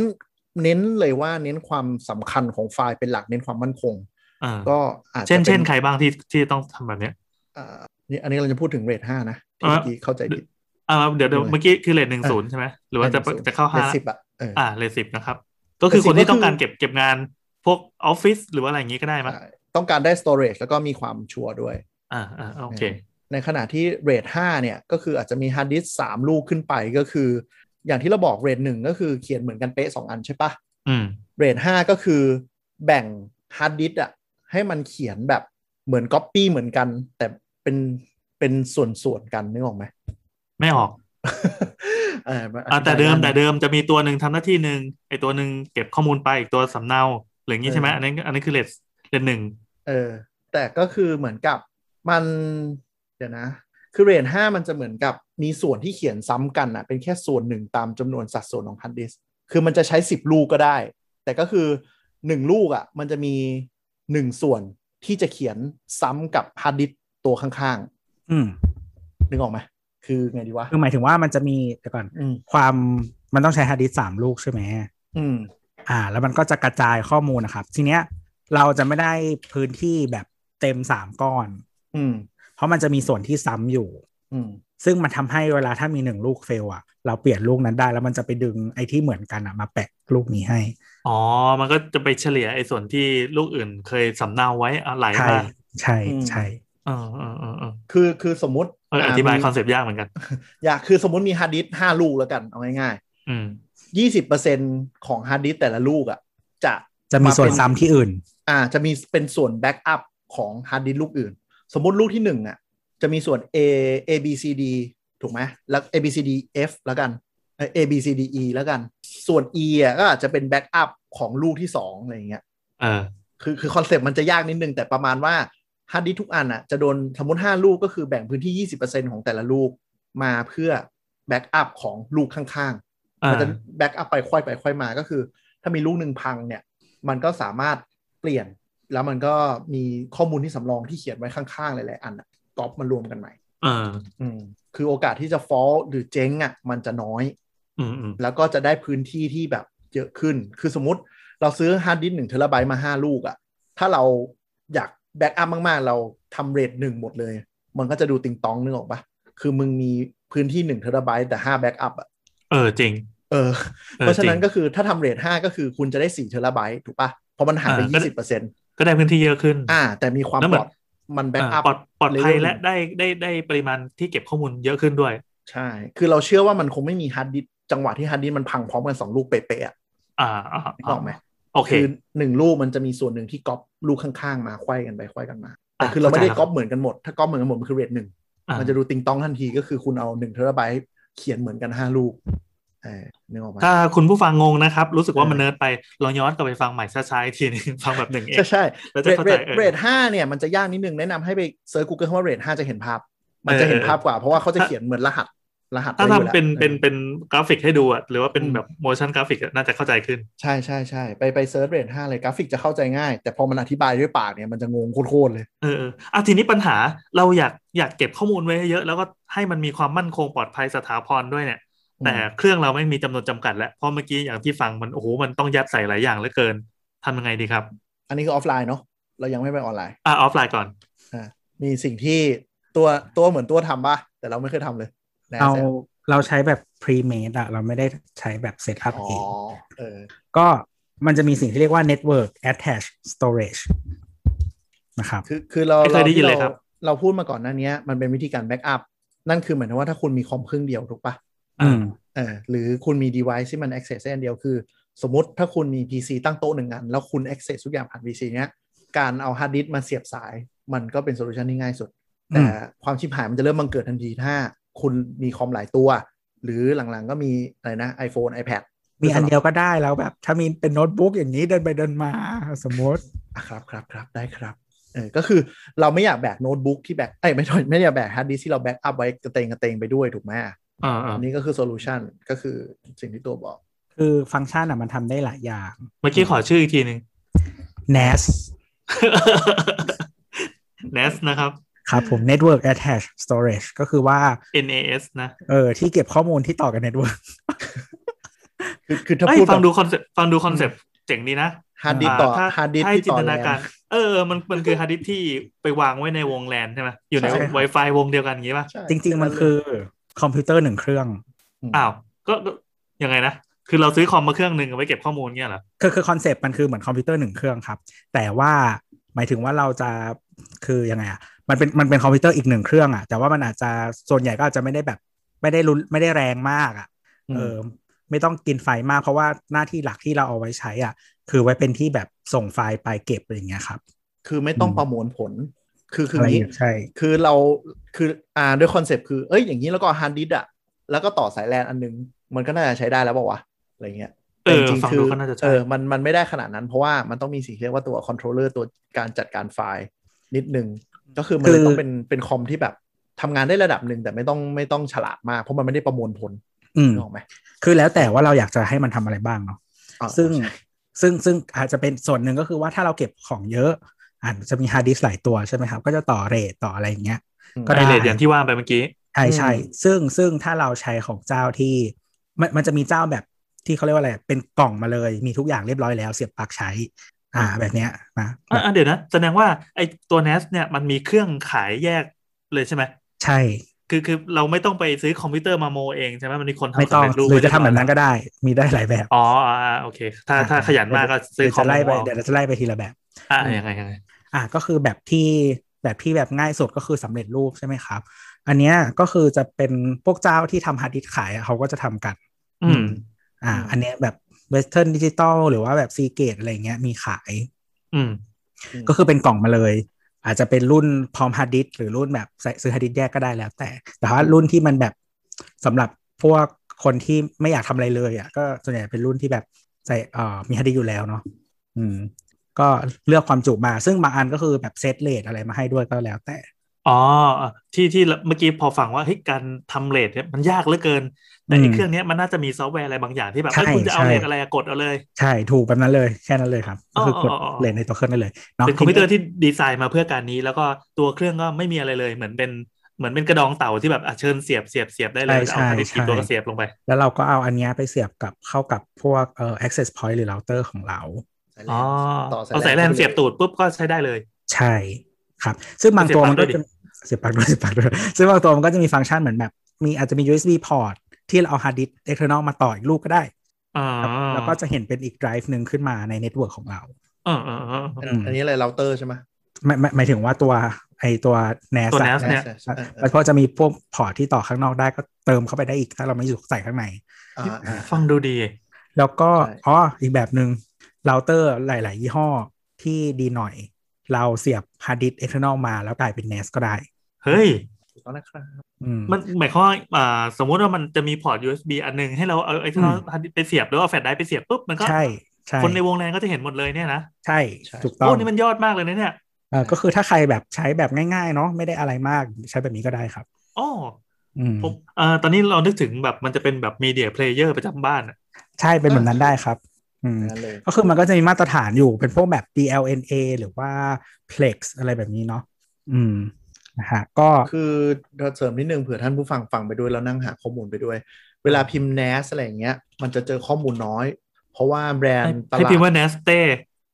B: เน้นเลยว่าเน้นความสำคัญของไฟล์เป็นหลักเน้นความมั่นคง
D: อ่า
B: ก็อาจจะ
D: เช่น
B: ป็
D: เช่นใครบ้างที่ที่ต้องทำแบบเนี้ย
B: อ่านี่อันนี้เราจะพูดถึงเรทห้านะที่
D: อ่า
B: เมื่อกี้เข้าใจผิด
D: อ่าเดี๋ยวเดี๋ยว
B: ยังไง
D: เมื่อกี้คือเลทหนึ่ง
B: อ่ะ
D: ศูนย์ใช่ไหมหรือว่าจะ
B: รท10
D: จะเข้า
B: เล
D: ห้า
B: ทสิบอะเออ
D: อ่าเลทสิบนะครับ ก็คือ
B: เลท10
D: คน
B: ก็
D: ที่
B: คือ
D: ต้องการเก็บเก็บงานพวกออฟฟิศหรือว่าอะไรอย่างงี้ก็ได้มั้ย
B: ใช่ต้องการได้สโตรจแล้วก็มีความชัวร์ด้วย
D: อ่าอ่าโอเค
B: ในขณะที่เรท5เนี่ย ก็คืออาจจะมีฮาร์ดดิสก์3ลูกขึ้นไปก็คือ อย่างที่เราบอกเรทหนึ่งก็คือเขียนเหมือนกันเป๊ะ 2 อันใช่ปะ
D: อืม
B: เรท5ก็คือแบ่งฮาร์ดดิสก์อะให้มันเขียนแบบเหมือนก๊อปปี้เหมือนกัน แต่เป็นเป็นส่วนส่วนๆกันนึกออกไหม
D: ไม่ออก
B: เออมัน
D: อ่าแต่เดิม
B: อธิบายยากนะ
D: แต่เดิมจะมีตัวหนึ่งทำหน้าที่หนึ่งไอตัวหนึ่งเก็บข้อมูลไปอีกตัวสำเนาหรืออย่างงี้ใช่ไหม
B: เอออั
D: อันนั้นอันนั้นคือเลสเลนหนึ่ง
B: เออแต่ก็คือเหมือนกับมันเดี๋ยวนะ คือเรทห้ามันจะเหมือนกับมีส่วนที่เขียนซ้ำกันอ่ะ เป็นแค่ส่วนหนึ่งตามจำนวนสัดส่วนของฮาร์ดดิสคือมันจะใช้ 10 ลูกก็ได้ แต่ก็คือ 1 ลูกอ่ะ มันจะมี 1 ส่วนที่จะเขียนซ้ำกับฮาร์ดดิสตัวข้าง
C: อืม
B: ๆ นึกออกไหมคือไงดีวะ
C: คือหมายถึงว่ามันจะมีเดี๋ยวก่อน
B: อืม
C: ความมันต้องใช้ฮาร์ดดิสก์สามลูกใช่ไหม
B: อืม
C: อ่า แล้วมันก็จะกระจายข้อมูลนะครับ ทีเนี้ยเราจะไม่ได้พื้นที่แบบเต็มสามก้อน
B: อืม
C: เพราะมันจะมีส่วนที่ซ้ำอยู่
B: อืม
C: ซึ่งมันทำให้เวลาถ้ามีหนึ่งลูกเฟลอะเราเปลี่ยนลูกนั้นได้ แล้วมันจะไปดึงไอ้ที่เหมือนกันอะมาแปะลูกนี้ให้
D: อ๋อ มันก็จะไปเฉลี่ยไอส่วนที่ลูกอื่นเคยสำเนาไว้อะไหล
C: ใช่
D: มา
C: ใช่
B: อืม
C: ใช่
D: เออเออเออเออ
B: คือคือสมมติ
D: เอออธิบาย
B: มี
D: คอนเซปต์ยากเหมือนกัน
B: อยากคือสมมติมีฮาร์ดดิสห้าลูกแล้วกันเอาง่าย
D: อืม
B: ๆยี่สิบเปอร์เซ็นของฮาร์ดดิสแต่ละลูกอ่ะจะ
C: จะมีส่วน
B: มาเป็น
C: ซ้ำที่อื่น
B: อ่าจะมีเป็นส่วนแบ็กอัพของฮาร์ดดิสลูกอื่น สมมติลูกที่หนึ่งอ่ะจะมีส่วน A A B C D ถูกไหมแล้ว A B C D F แล้วกันเอ่อ A B C D E แล้วกัน ส่วน E อ่ะก็อาจจะเป็นแบ็กอัพของลูกที่สองอะไรอย่างเงี้ย
D: เออ
B: คือคือคอนเซปต์มันจะยากนิดนึง แต่ประมาณว่าฮาร์ดดิสทุกอันอ่ะจะโดนสมมติ 5 ลูกก็คือแบ่งพื้นที่ 20%ของแต่ละลูกมาเพื่อแบ็กอัพของลูกข้างๆ
D: อ่า
B: มันจะแบ็กอัพไปค่อยไปค่อยมาก็คือ ถ้ามีลูกหนึ่งพังเนี่ย มันก็สามารถเปลี่ยน แล้วมันก็มีข้อมูลที่สำรองที่เขียนไว้ข้างๆหลายๆอันอะก๊อปมารวมกันใหม่
D: เออ
B: อืมคือโอกาสที่จะฟอลหรือเจ๊งอ่ะมันจะน้อย
D: อืมอืม
B: แล้วก็จะได้พื้นที่ที่แบบเยอะขึ้น คือสมมติเราซื้อฮาร์ดดิสก์หนึ่งเทราไบต์มาห้าลูกอะถ้าเราอยากแบ็กอัพมากๆ เราทำเรทหนึ่งหมดเลย มันก็จะดูติงตองนึกออกปะคือมึงมีพื้นที่หนึ่งเทราไบต์แต่ห้าแบ็กอัพอะ
D: เออจริง
B: เออ
D: ออ
B: เพราะฉะนั้น
D: จ
B: ก็คือถ้าทำเรทห้าก็คือคุณจะได้สี่เทราไบต์ถูกปะเพราะมันหายไป
D: อ่าก็
B: ยี่สิบเปอร์เซ็นต์
D: ก็ได้พื้นที่เยอะขึ้น
B: อ่า แต่มีความ
D: แล้ว
B: ป
D: เห
B: ลอด
D: มือน
B: มันแบ็กอั
D: อ่า
B: พ
D: ปลอดปลอดภัย
B: level
D: และได้ได้ได้ปริมาณที่เก็บข้อมูลเยอะขึ้นด้วย
B: ใช่ คือเราเชื่อว่ามันคงไม่มีฮาร์ดดิสก์จังหวะที่ฮาร์ดดิสก์มันพังพร้อมกันสองลูกเป๊ะๆอะ
D: อ่าอ่า
B: นึกออกไหม
D: โอเค
B: คือหนึ่งลูกมันจะมีส่วนหนึ่งที่ก๊อปลูกข้างๆมาไขว้กันไปไขว้กันมาแต่
D: อ่ะ
B: คือเราไม่ได้
D: เข้า
B: ก๊อ
D: ใจแล้ว
B: ปเหมือนกันหมด ถ้าก๊อปเหมือนกันหมดมันคือเรทหนึ่ง
D: อ่า
B: มันจะดูติงต้องทันทีก็คือคุณเอาหนึ่งเทราไบต์เขียนเหมือนกันห้าลูกเออนึกออกไหม
D: ถ้าคุณผู้ฟังงงนะครับ รู้สึกว่า
B: เออ
D: มันเนิร์ดไปลองย้อนกลับไปฟังใหม่ช้าๆอีกทีนึง ฟังแบบหนึ่งเอ
B: ใช่ใช่
D: แล้ว
B: เร
D: จะ
B: ท
D: เข้า
B: เร
D: ใจ
B: ท
D: เออ
B: เรทห้าเนี่ยมันจะยากนิดนึงแนะนำให้ไปเซิร์ชกูเกิลคำว่าเรทห้าจะเห็นภาพ มัน
D: เออ
B: จะเห็นภาพ
D: เออก
B: ว่า เพราะว่าเขาจะ
D: ถ้า
B: เขียนเหมือนรหัสรหัส
D: ถ้า
B: ไว้อยู่
D: ทำเป็น
B: แล้ว
D: เป็น
B: ออ
D: เป็นกราฟิกให้ดูอะหรือว่าเป็น
B: อืม
D: แบบโมชั่นกราฟิกน่าจะเข้าใจขึ้น
B: ใช่ใช่ใช่ไปไปเซิร์ชเรทห้าเลยกราฟิกจะเข้าใจง่าย แต่พอมันอธิบายด้วยปากเนี่ยมันจะงงโคตรๆเลย
D: เออเอออ่ะทีนี้ปัญหาเราอยากอยากเก็บข้อมูลไว้เยอะ แล้วก็ให้มันมีความมั่นคงปลอดภัยสถาพรด้วยเนี่ย
B: อืม
D: แต่เครื่องเราไม่มีจำนวนจำกัดแล้วเพราะเมื่อกี้อย่างที่ฟังมันโอ้โหมันต้องยัดใส่หลายอย่างเหลือเกินทำยังไงดีครับ
B: อันนี้คือออฟไลน์เนาะเรายังไม่ไปออนไลน์
D: อ่ะออฟไลน์ก่อน
B: มีสิ่งที่ตัวตัวเหมือนตัวทำป่ะแต่เราไม่เคยทำเลยใน
C: เรา
B: แอสเซท
C: เราใช้แบบ pre-made อะเราไม่ได้ใช้แบบเซตอัพ
B: อ๋อ
C: เอง
B: เออ
C: ก็มันจะมีสิ่งที่เรียกว่า network attached storage นะครับ
B: คือคือเรา
D: ไม่เคย
B: เรา
D: ได้ยิน
B: ที่
D: เล
B: เรา
D: ยครับ
B: เราพูดมาก่อนหน้านี้มันเป็นวิธีการแบ็กอัพนั่นคือหมายถึงว่าถ้าคุณมีคอมเครื่องเดียวถูกปะ
C: อืม
B: เออหรือคุณมี device ที่มัน access ได้อันเดียวคือ สมมติถ้าคุณมี PC ตั้งโต๊ะหนึ่งอัน แล้วคุณ access ทุกอย่างผ่าน PC เนี้ยการเอาฮาร์ดดิสก์มาเสียบสาย มันก็เป็นโซลูชันที่ง่ายสุด
C: อืม
B: แต่ความชิบหายมันจะเริ่มบังเกิดทันทีถ้าคุณมีคอมหลายตัว หรือหลังๆก็มีอะไรนะ iPhone iPad
C: มีอันเดียวก็ได้แล้วแบบ ถ้ามีเป็นโน้ตบุ๊กอย่างนี้เดินไปเดินมาสมมติ
B: อ่ะครับครับครับได้ครับเออก็คือเราไม่อยากแบกโน้ตบุ๊กที่แบกเอ้ยไม่ใช่ไม่อยากแบกฮาร์ดดิสก์ที่เราแบ็กอัพไว้กระเตงกระเตงไปด้วยถูกไหม
D: อ่าอ่า
B: อันนี้ก็คือโซลูชันก็คือสิ่งที่ตัวบอก
C: คือฟังก์ชันอะมันทำได้หลายอย่าง
D: เมื่อกี้ขอชื่ออีกทีหนึ่ง
C: NAS
D: NAS นะครับ
C: ครับผม network attached storage ก็คือว่า
D: NAS นะ
C: เออที่เก็บข้อมูลที่ต่อกับ network
B: คือคือถ้า
D: เอ้ย
B: พูด
D: ฟัง
B: แบบ
D: ดูคอนเซ็ปต์ฟังดูคอนเซ็ปต์เจ๋งดีนะ
B: ฮาร์ดดิสก์ต่อ
D: ถ้า
B: ฮาร์ดดิสก์
D: ให้
B: ที่
D: จิน
B: ต่อ
D: ตนา
B: แล้
D: การเออมันมันคือฮาร์ดดิสก์ที่ไปวางไว้ในวงแลนใช่ไหมอยู่ใน
B: ใช่ครับ
D: Wi-Fi วงเดียวกันอย่างงี้ป่ะ
B: ใช่
C: จริง ๆ มันคือคอมพิวเตอร์หนึ่งเครื่อง
D: อ้าวก็ก็ยังไงนะ คือเราซื้อคอมมาเครื่องหนึ่งเอาไว้เก็บข้อมูลเงี้ยเหรอ
C: คือคือคอนเซปต์มันคือเหมือนคอมพิวเตอร์หนึ่งเครื่องครับ แต่ว่าหมายถึงว่าเราจะคือยังไงอ่ะมันเป็นมันเป็นคอมพิวเตอร์อีกหนึ่งเครื่องอ่ะแต่ว่ามันอาจจะส่วนใหญ่ก็อาจจะไม่ได้แบบไม่ได้รุนไม่ได้แรงมากอ่ะ
B: อืม
C: เออไม่ต้องกินไฟมากเพราะว่าหน้าที่หลักที่เราเอาไว้ใช้อ่ะคือไว้เป็นที่แบบส่งไฟล์ไปเก็บอะไรอย่างเงี้ยครับ
B: คือไม่ต้องประมวลผล คือคือ
C: อะไร
B: อย่าง
C: อ
B: นี้
C: ย่างใช่
B: คือเราคืออ่าด้วยคอนเซปต์คือ เอ้ยอย่างนี้แล้วก็ฮาร์ดดิสก์อะแล้วก็ต่อสายแลนอันนึง มันก็น่าจะใช้ได้แล้วบอกว่าวะอะไรเงี้ย
D: เออ
B: แต่จริง
D: ฟั
B: ๆ
D: ง
B: คื
D: ดู
B: อ
D: ก็น่าจะใช่
B: เออมันมันไม่ได้ขนาดนั้นเพราะว่ามันต้องมีสิ่งที่เรียกว่าตัวคอนโทรลเลอร์ตัวการจัดการไฟล์นิดนึง ก็คือมันเลยต้องเป็นเป็นคอมที่แบบทำงานได้ระดับหนึ่งแต่ไม่ต้องไม่ต้องฉลาดมากเพราะมันไม่ได้ประมวลผล
C: อืม
B: นึกออกไหม
C: คือแล้วแต่ว่าเราอยากจะให้มันทำอะไรบ้างเนาะ
B: อ่า
C: ซึ่ง
B: ใช่
C: ซึ่งซึ่งอาจจะเป็นส่วนหนึ่งก็คือว่าถ้าเราเก็บของเยอะอาจจะมีฮาร์ดดิสก์หลายตัวใช่ไหมครับ ก็จะต่อเรทต่ออะไรอย่างเงี้ย ก็ได้
D: ไอเลดอย่างที่ว่าไปเมื่อกี้
C: ใช่ใช่ซึ่งซึ่งถ้าเราใช้ของเจ้าที่มันมันจะมีเจ้าแบบที่เขาเรียกว่าอะไรเป็นกล่องมาเลยมีทุกอย่างเรียบร้อยแล้วเสียบปลั๊กใช้ อ่าแบบเนี้ยนะ
D: อ่ะอ่ะเดี๋ยวนะ แสดงว่าไอตัว NAS เนี่ยมันมีเครื่องขายแยกเลยใช่ไหม
C: ใช่
D: คือคือเราไม่ต้องไปซื้อคอมพิวเตอร์มาโมเองใช่ไหมมันมีคน
C: ไม่
D: ทำ
C: ต้อง
D: สำเร็จรูป
C: หรือ
D: ไว้เย
C: จะ
D: บ
C: ทำ
D: ร้ย
C: แบบนั้นก็ได้มีได้หลายแบบ
D: อ๋ออ่าอ่าโอเค ถ้าถ้าขยันมากก็ซื้อ
C: เดี๋ยว
D: คอม
C: จะไล่ไป
D: มาโม
C: เดี๋ยวจะไล่ไปทีละแบบ
D: อ่ายังไงยังไง
C: อ่ะก็คือแบบที่แบบที่แบบง่ายสุดก็คือสำเร็จรูปใช่ไหมครับ อันเนี้ยก็คือจะเป็นพวกเจ้าที่ทำฮาร์ดดิสก์ขายอ่ะเขาก็จะทำกัน
D: อืม
C: อ่า อันเนี้ยแบบเวสเทิร์นดิจิตอลหรือว่าแบบซีเกตอะไรเงี้ยมีขาย
D: อืม
C: ก็คือเป็นกล่องมาเลย อาจจะเป็นรุ่นพร้อมฮาร์ดดิสก์หรือรุ่นแบบใส่ซื้อฮาร์ดดิสก์แยกก็ได้แล้วแต่ แต่ว่ารุ่นที่มันแบบสำหรับพวกคนที่ไม่อยากทำอะไรเลยอ่ะก็ส่วนใหญ่เป็นรุ่นที่แบบใส่เอ่อมีฮาร์ดดิสก์อยู่แล้วเนาะอืม ก็เลือกความจุมาซึ่งบางอันก็คือแบบเซตเลทอะไรมาให้ด้วยก็แล้วแต่
D: อ๋ออ่ะที่ที่เมื่อกี้พอฟังว่าเฮ้ยการทำเลทเนี่ยมันยากเหลือเกิน แต่ไอ
C: อืม
D: เครื่องเนี้ยมันน่าจะมีซอฟต์แวร์อะไรบางอย่างที่แบบ
C: ใช่
D: เอ้ยคุณจะเอา
C: ใช่
D: เลทอะไรอะกดเอาเลย
C: ใช่ถูกแบบนั้นเลยแค่นั้นเลยครับ ก็คือกด
D: อ๋ออ๋ออ๋อ
C: เลทในตัวเครื่องได้เลยเนาะ
D: เป็นคอมพิวเตอร์ที่ดีไซน์มาเพื่อการนี้ แล้วก็ตัวเครื่องก็ไม่มีอะไรเลยเหมือนเป็นเหมือนเป็นกระดองเต่าที่แบบอ่ะเชิญเสียบเสียบเสียบได้เลย
C: ใช่
D: เอาฮาร์ดดิสก์
C: ใช่
D: กี่ตัวก็เสียบลงไป
C: แล้วเราก็เอาอันเนี้ยไปเสียบกับเข้ากับพวกเอ่อ access point หรือ router ของเรา
B: สายแลน
D: อ๋อ
B: ต่อ
D: เอาสายแลน
B: ข้ไป
D: เสียบตูดปุ๊บก็ใช้ได้เลย
C: ใช่ครับ ซึ่งบางตัวมันก็จะเสียบปลั๊กด้วยเสียบปลั๊กด้วยซึ่งบางตัวมันก็จะมีฟังก์ชันเหมือนแบบ มีอาจจะมี USB port ที่เราเอาฮาร์ดดิสก์เอ็กเทอร์นอลมาต่ออีกลูกก็ได้
D: อ่า
C: แล้วก็จะเห็นเป็นอีกไดรฟ์หนึ่งขึ้นมาในเน็ตเวิร์กของเรา
D: เออเออเออ
C: อืม
B: อันนี้อะไรเราเตอร์ใช่ไหม
C: หมายหมายหมายถึงว่าตัวไอตัว NAS
D: ตัว
C: อะ
D: NAS เนี่ย
B: ใช่ใช่
C: แล้วก็จะมีพวกพอร์ตที่ต่อข้างนอกได้ก็เติมเข้าไปได้อีก ถ้าเราไม่ใส่ข้างใน
B: อ่าอ่า
D: ฟังดูดี
C: แล้วก็
B: ใช่
C: อ๋ออีกแบบหนึง่งเราเตอร์หลาย ๆ ยี่ห้อที่ดีหน่อย เราเสียบฮาร์ดดิสก์เอ็กเทอร์นอลมาแล้วกลายเป็น NAS ก็ได้
D: เฮ้ย
B: ถูกต้องนะครับ
C: อืม
D: มันหมายความว่าอ่าสมมุติว่ามันจะมีพอร์ต USB อันหนึงให้เราเอาไอ้ที่เรา
C: อืม
D: ไปเสียบหรือเอาแฟลชไดรฟ์ไปเสียบปุ๊บมันก็
C: ใช่ใช่
D: คนในวงแรงก็จะเห็นหมดเลยเนี่ยนะ
C: ใช่ถูกต้อ
D: โอ้
C: ง
D: นี่มันยอดมากเลยนะเนี่ย
C: เอ่อก็คือถ้าใครแบบใช้แบบง่าย ๆ เนาะไม่ได้อะไรมากใช้แบบนี้ก็ได้ครับ
D: อ้อ
C: อืม
D: ผมอ่าตอนนี้เรานึกถึงแบบมันจะเป็นแบบมีเดียเพลเยอร์ประจำบ้านอะ
C: ใช่เป็นแบบนั้นได้ครับ อืม
B: นั่นเลย
C: ก็คือมันก็จะมีมาตรฐานอยู่เป็นพวกแบบ DLNA หรือว่า Plex อะไรแบบนี้เนาะอืมนะฮะก็
B: คือเราเสริมนิดนึงเผื่อท่านผู้ฟังฟังไปด้วยแล้วนั่งหาข้อมูลไปด้วย เวลาพิมพ์ NAS อะไรอย่างเงี้ย มันจะเจอข้อมูลน้อย เพราะว่าแบรน
D: ให้
B: ด์ต
D: ให้
B: ลา
D: พิ
B: ด
D: มพ์ว่า Neste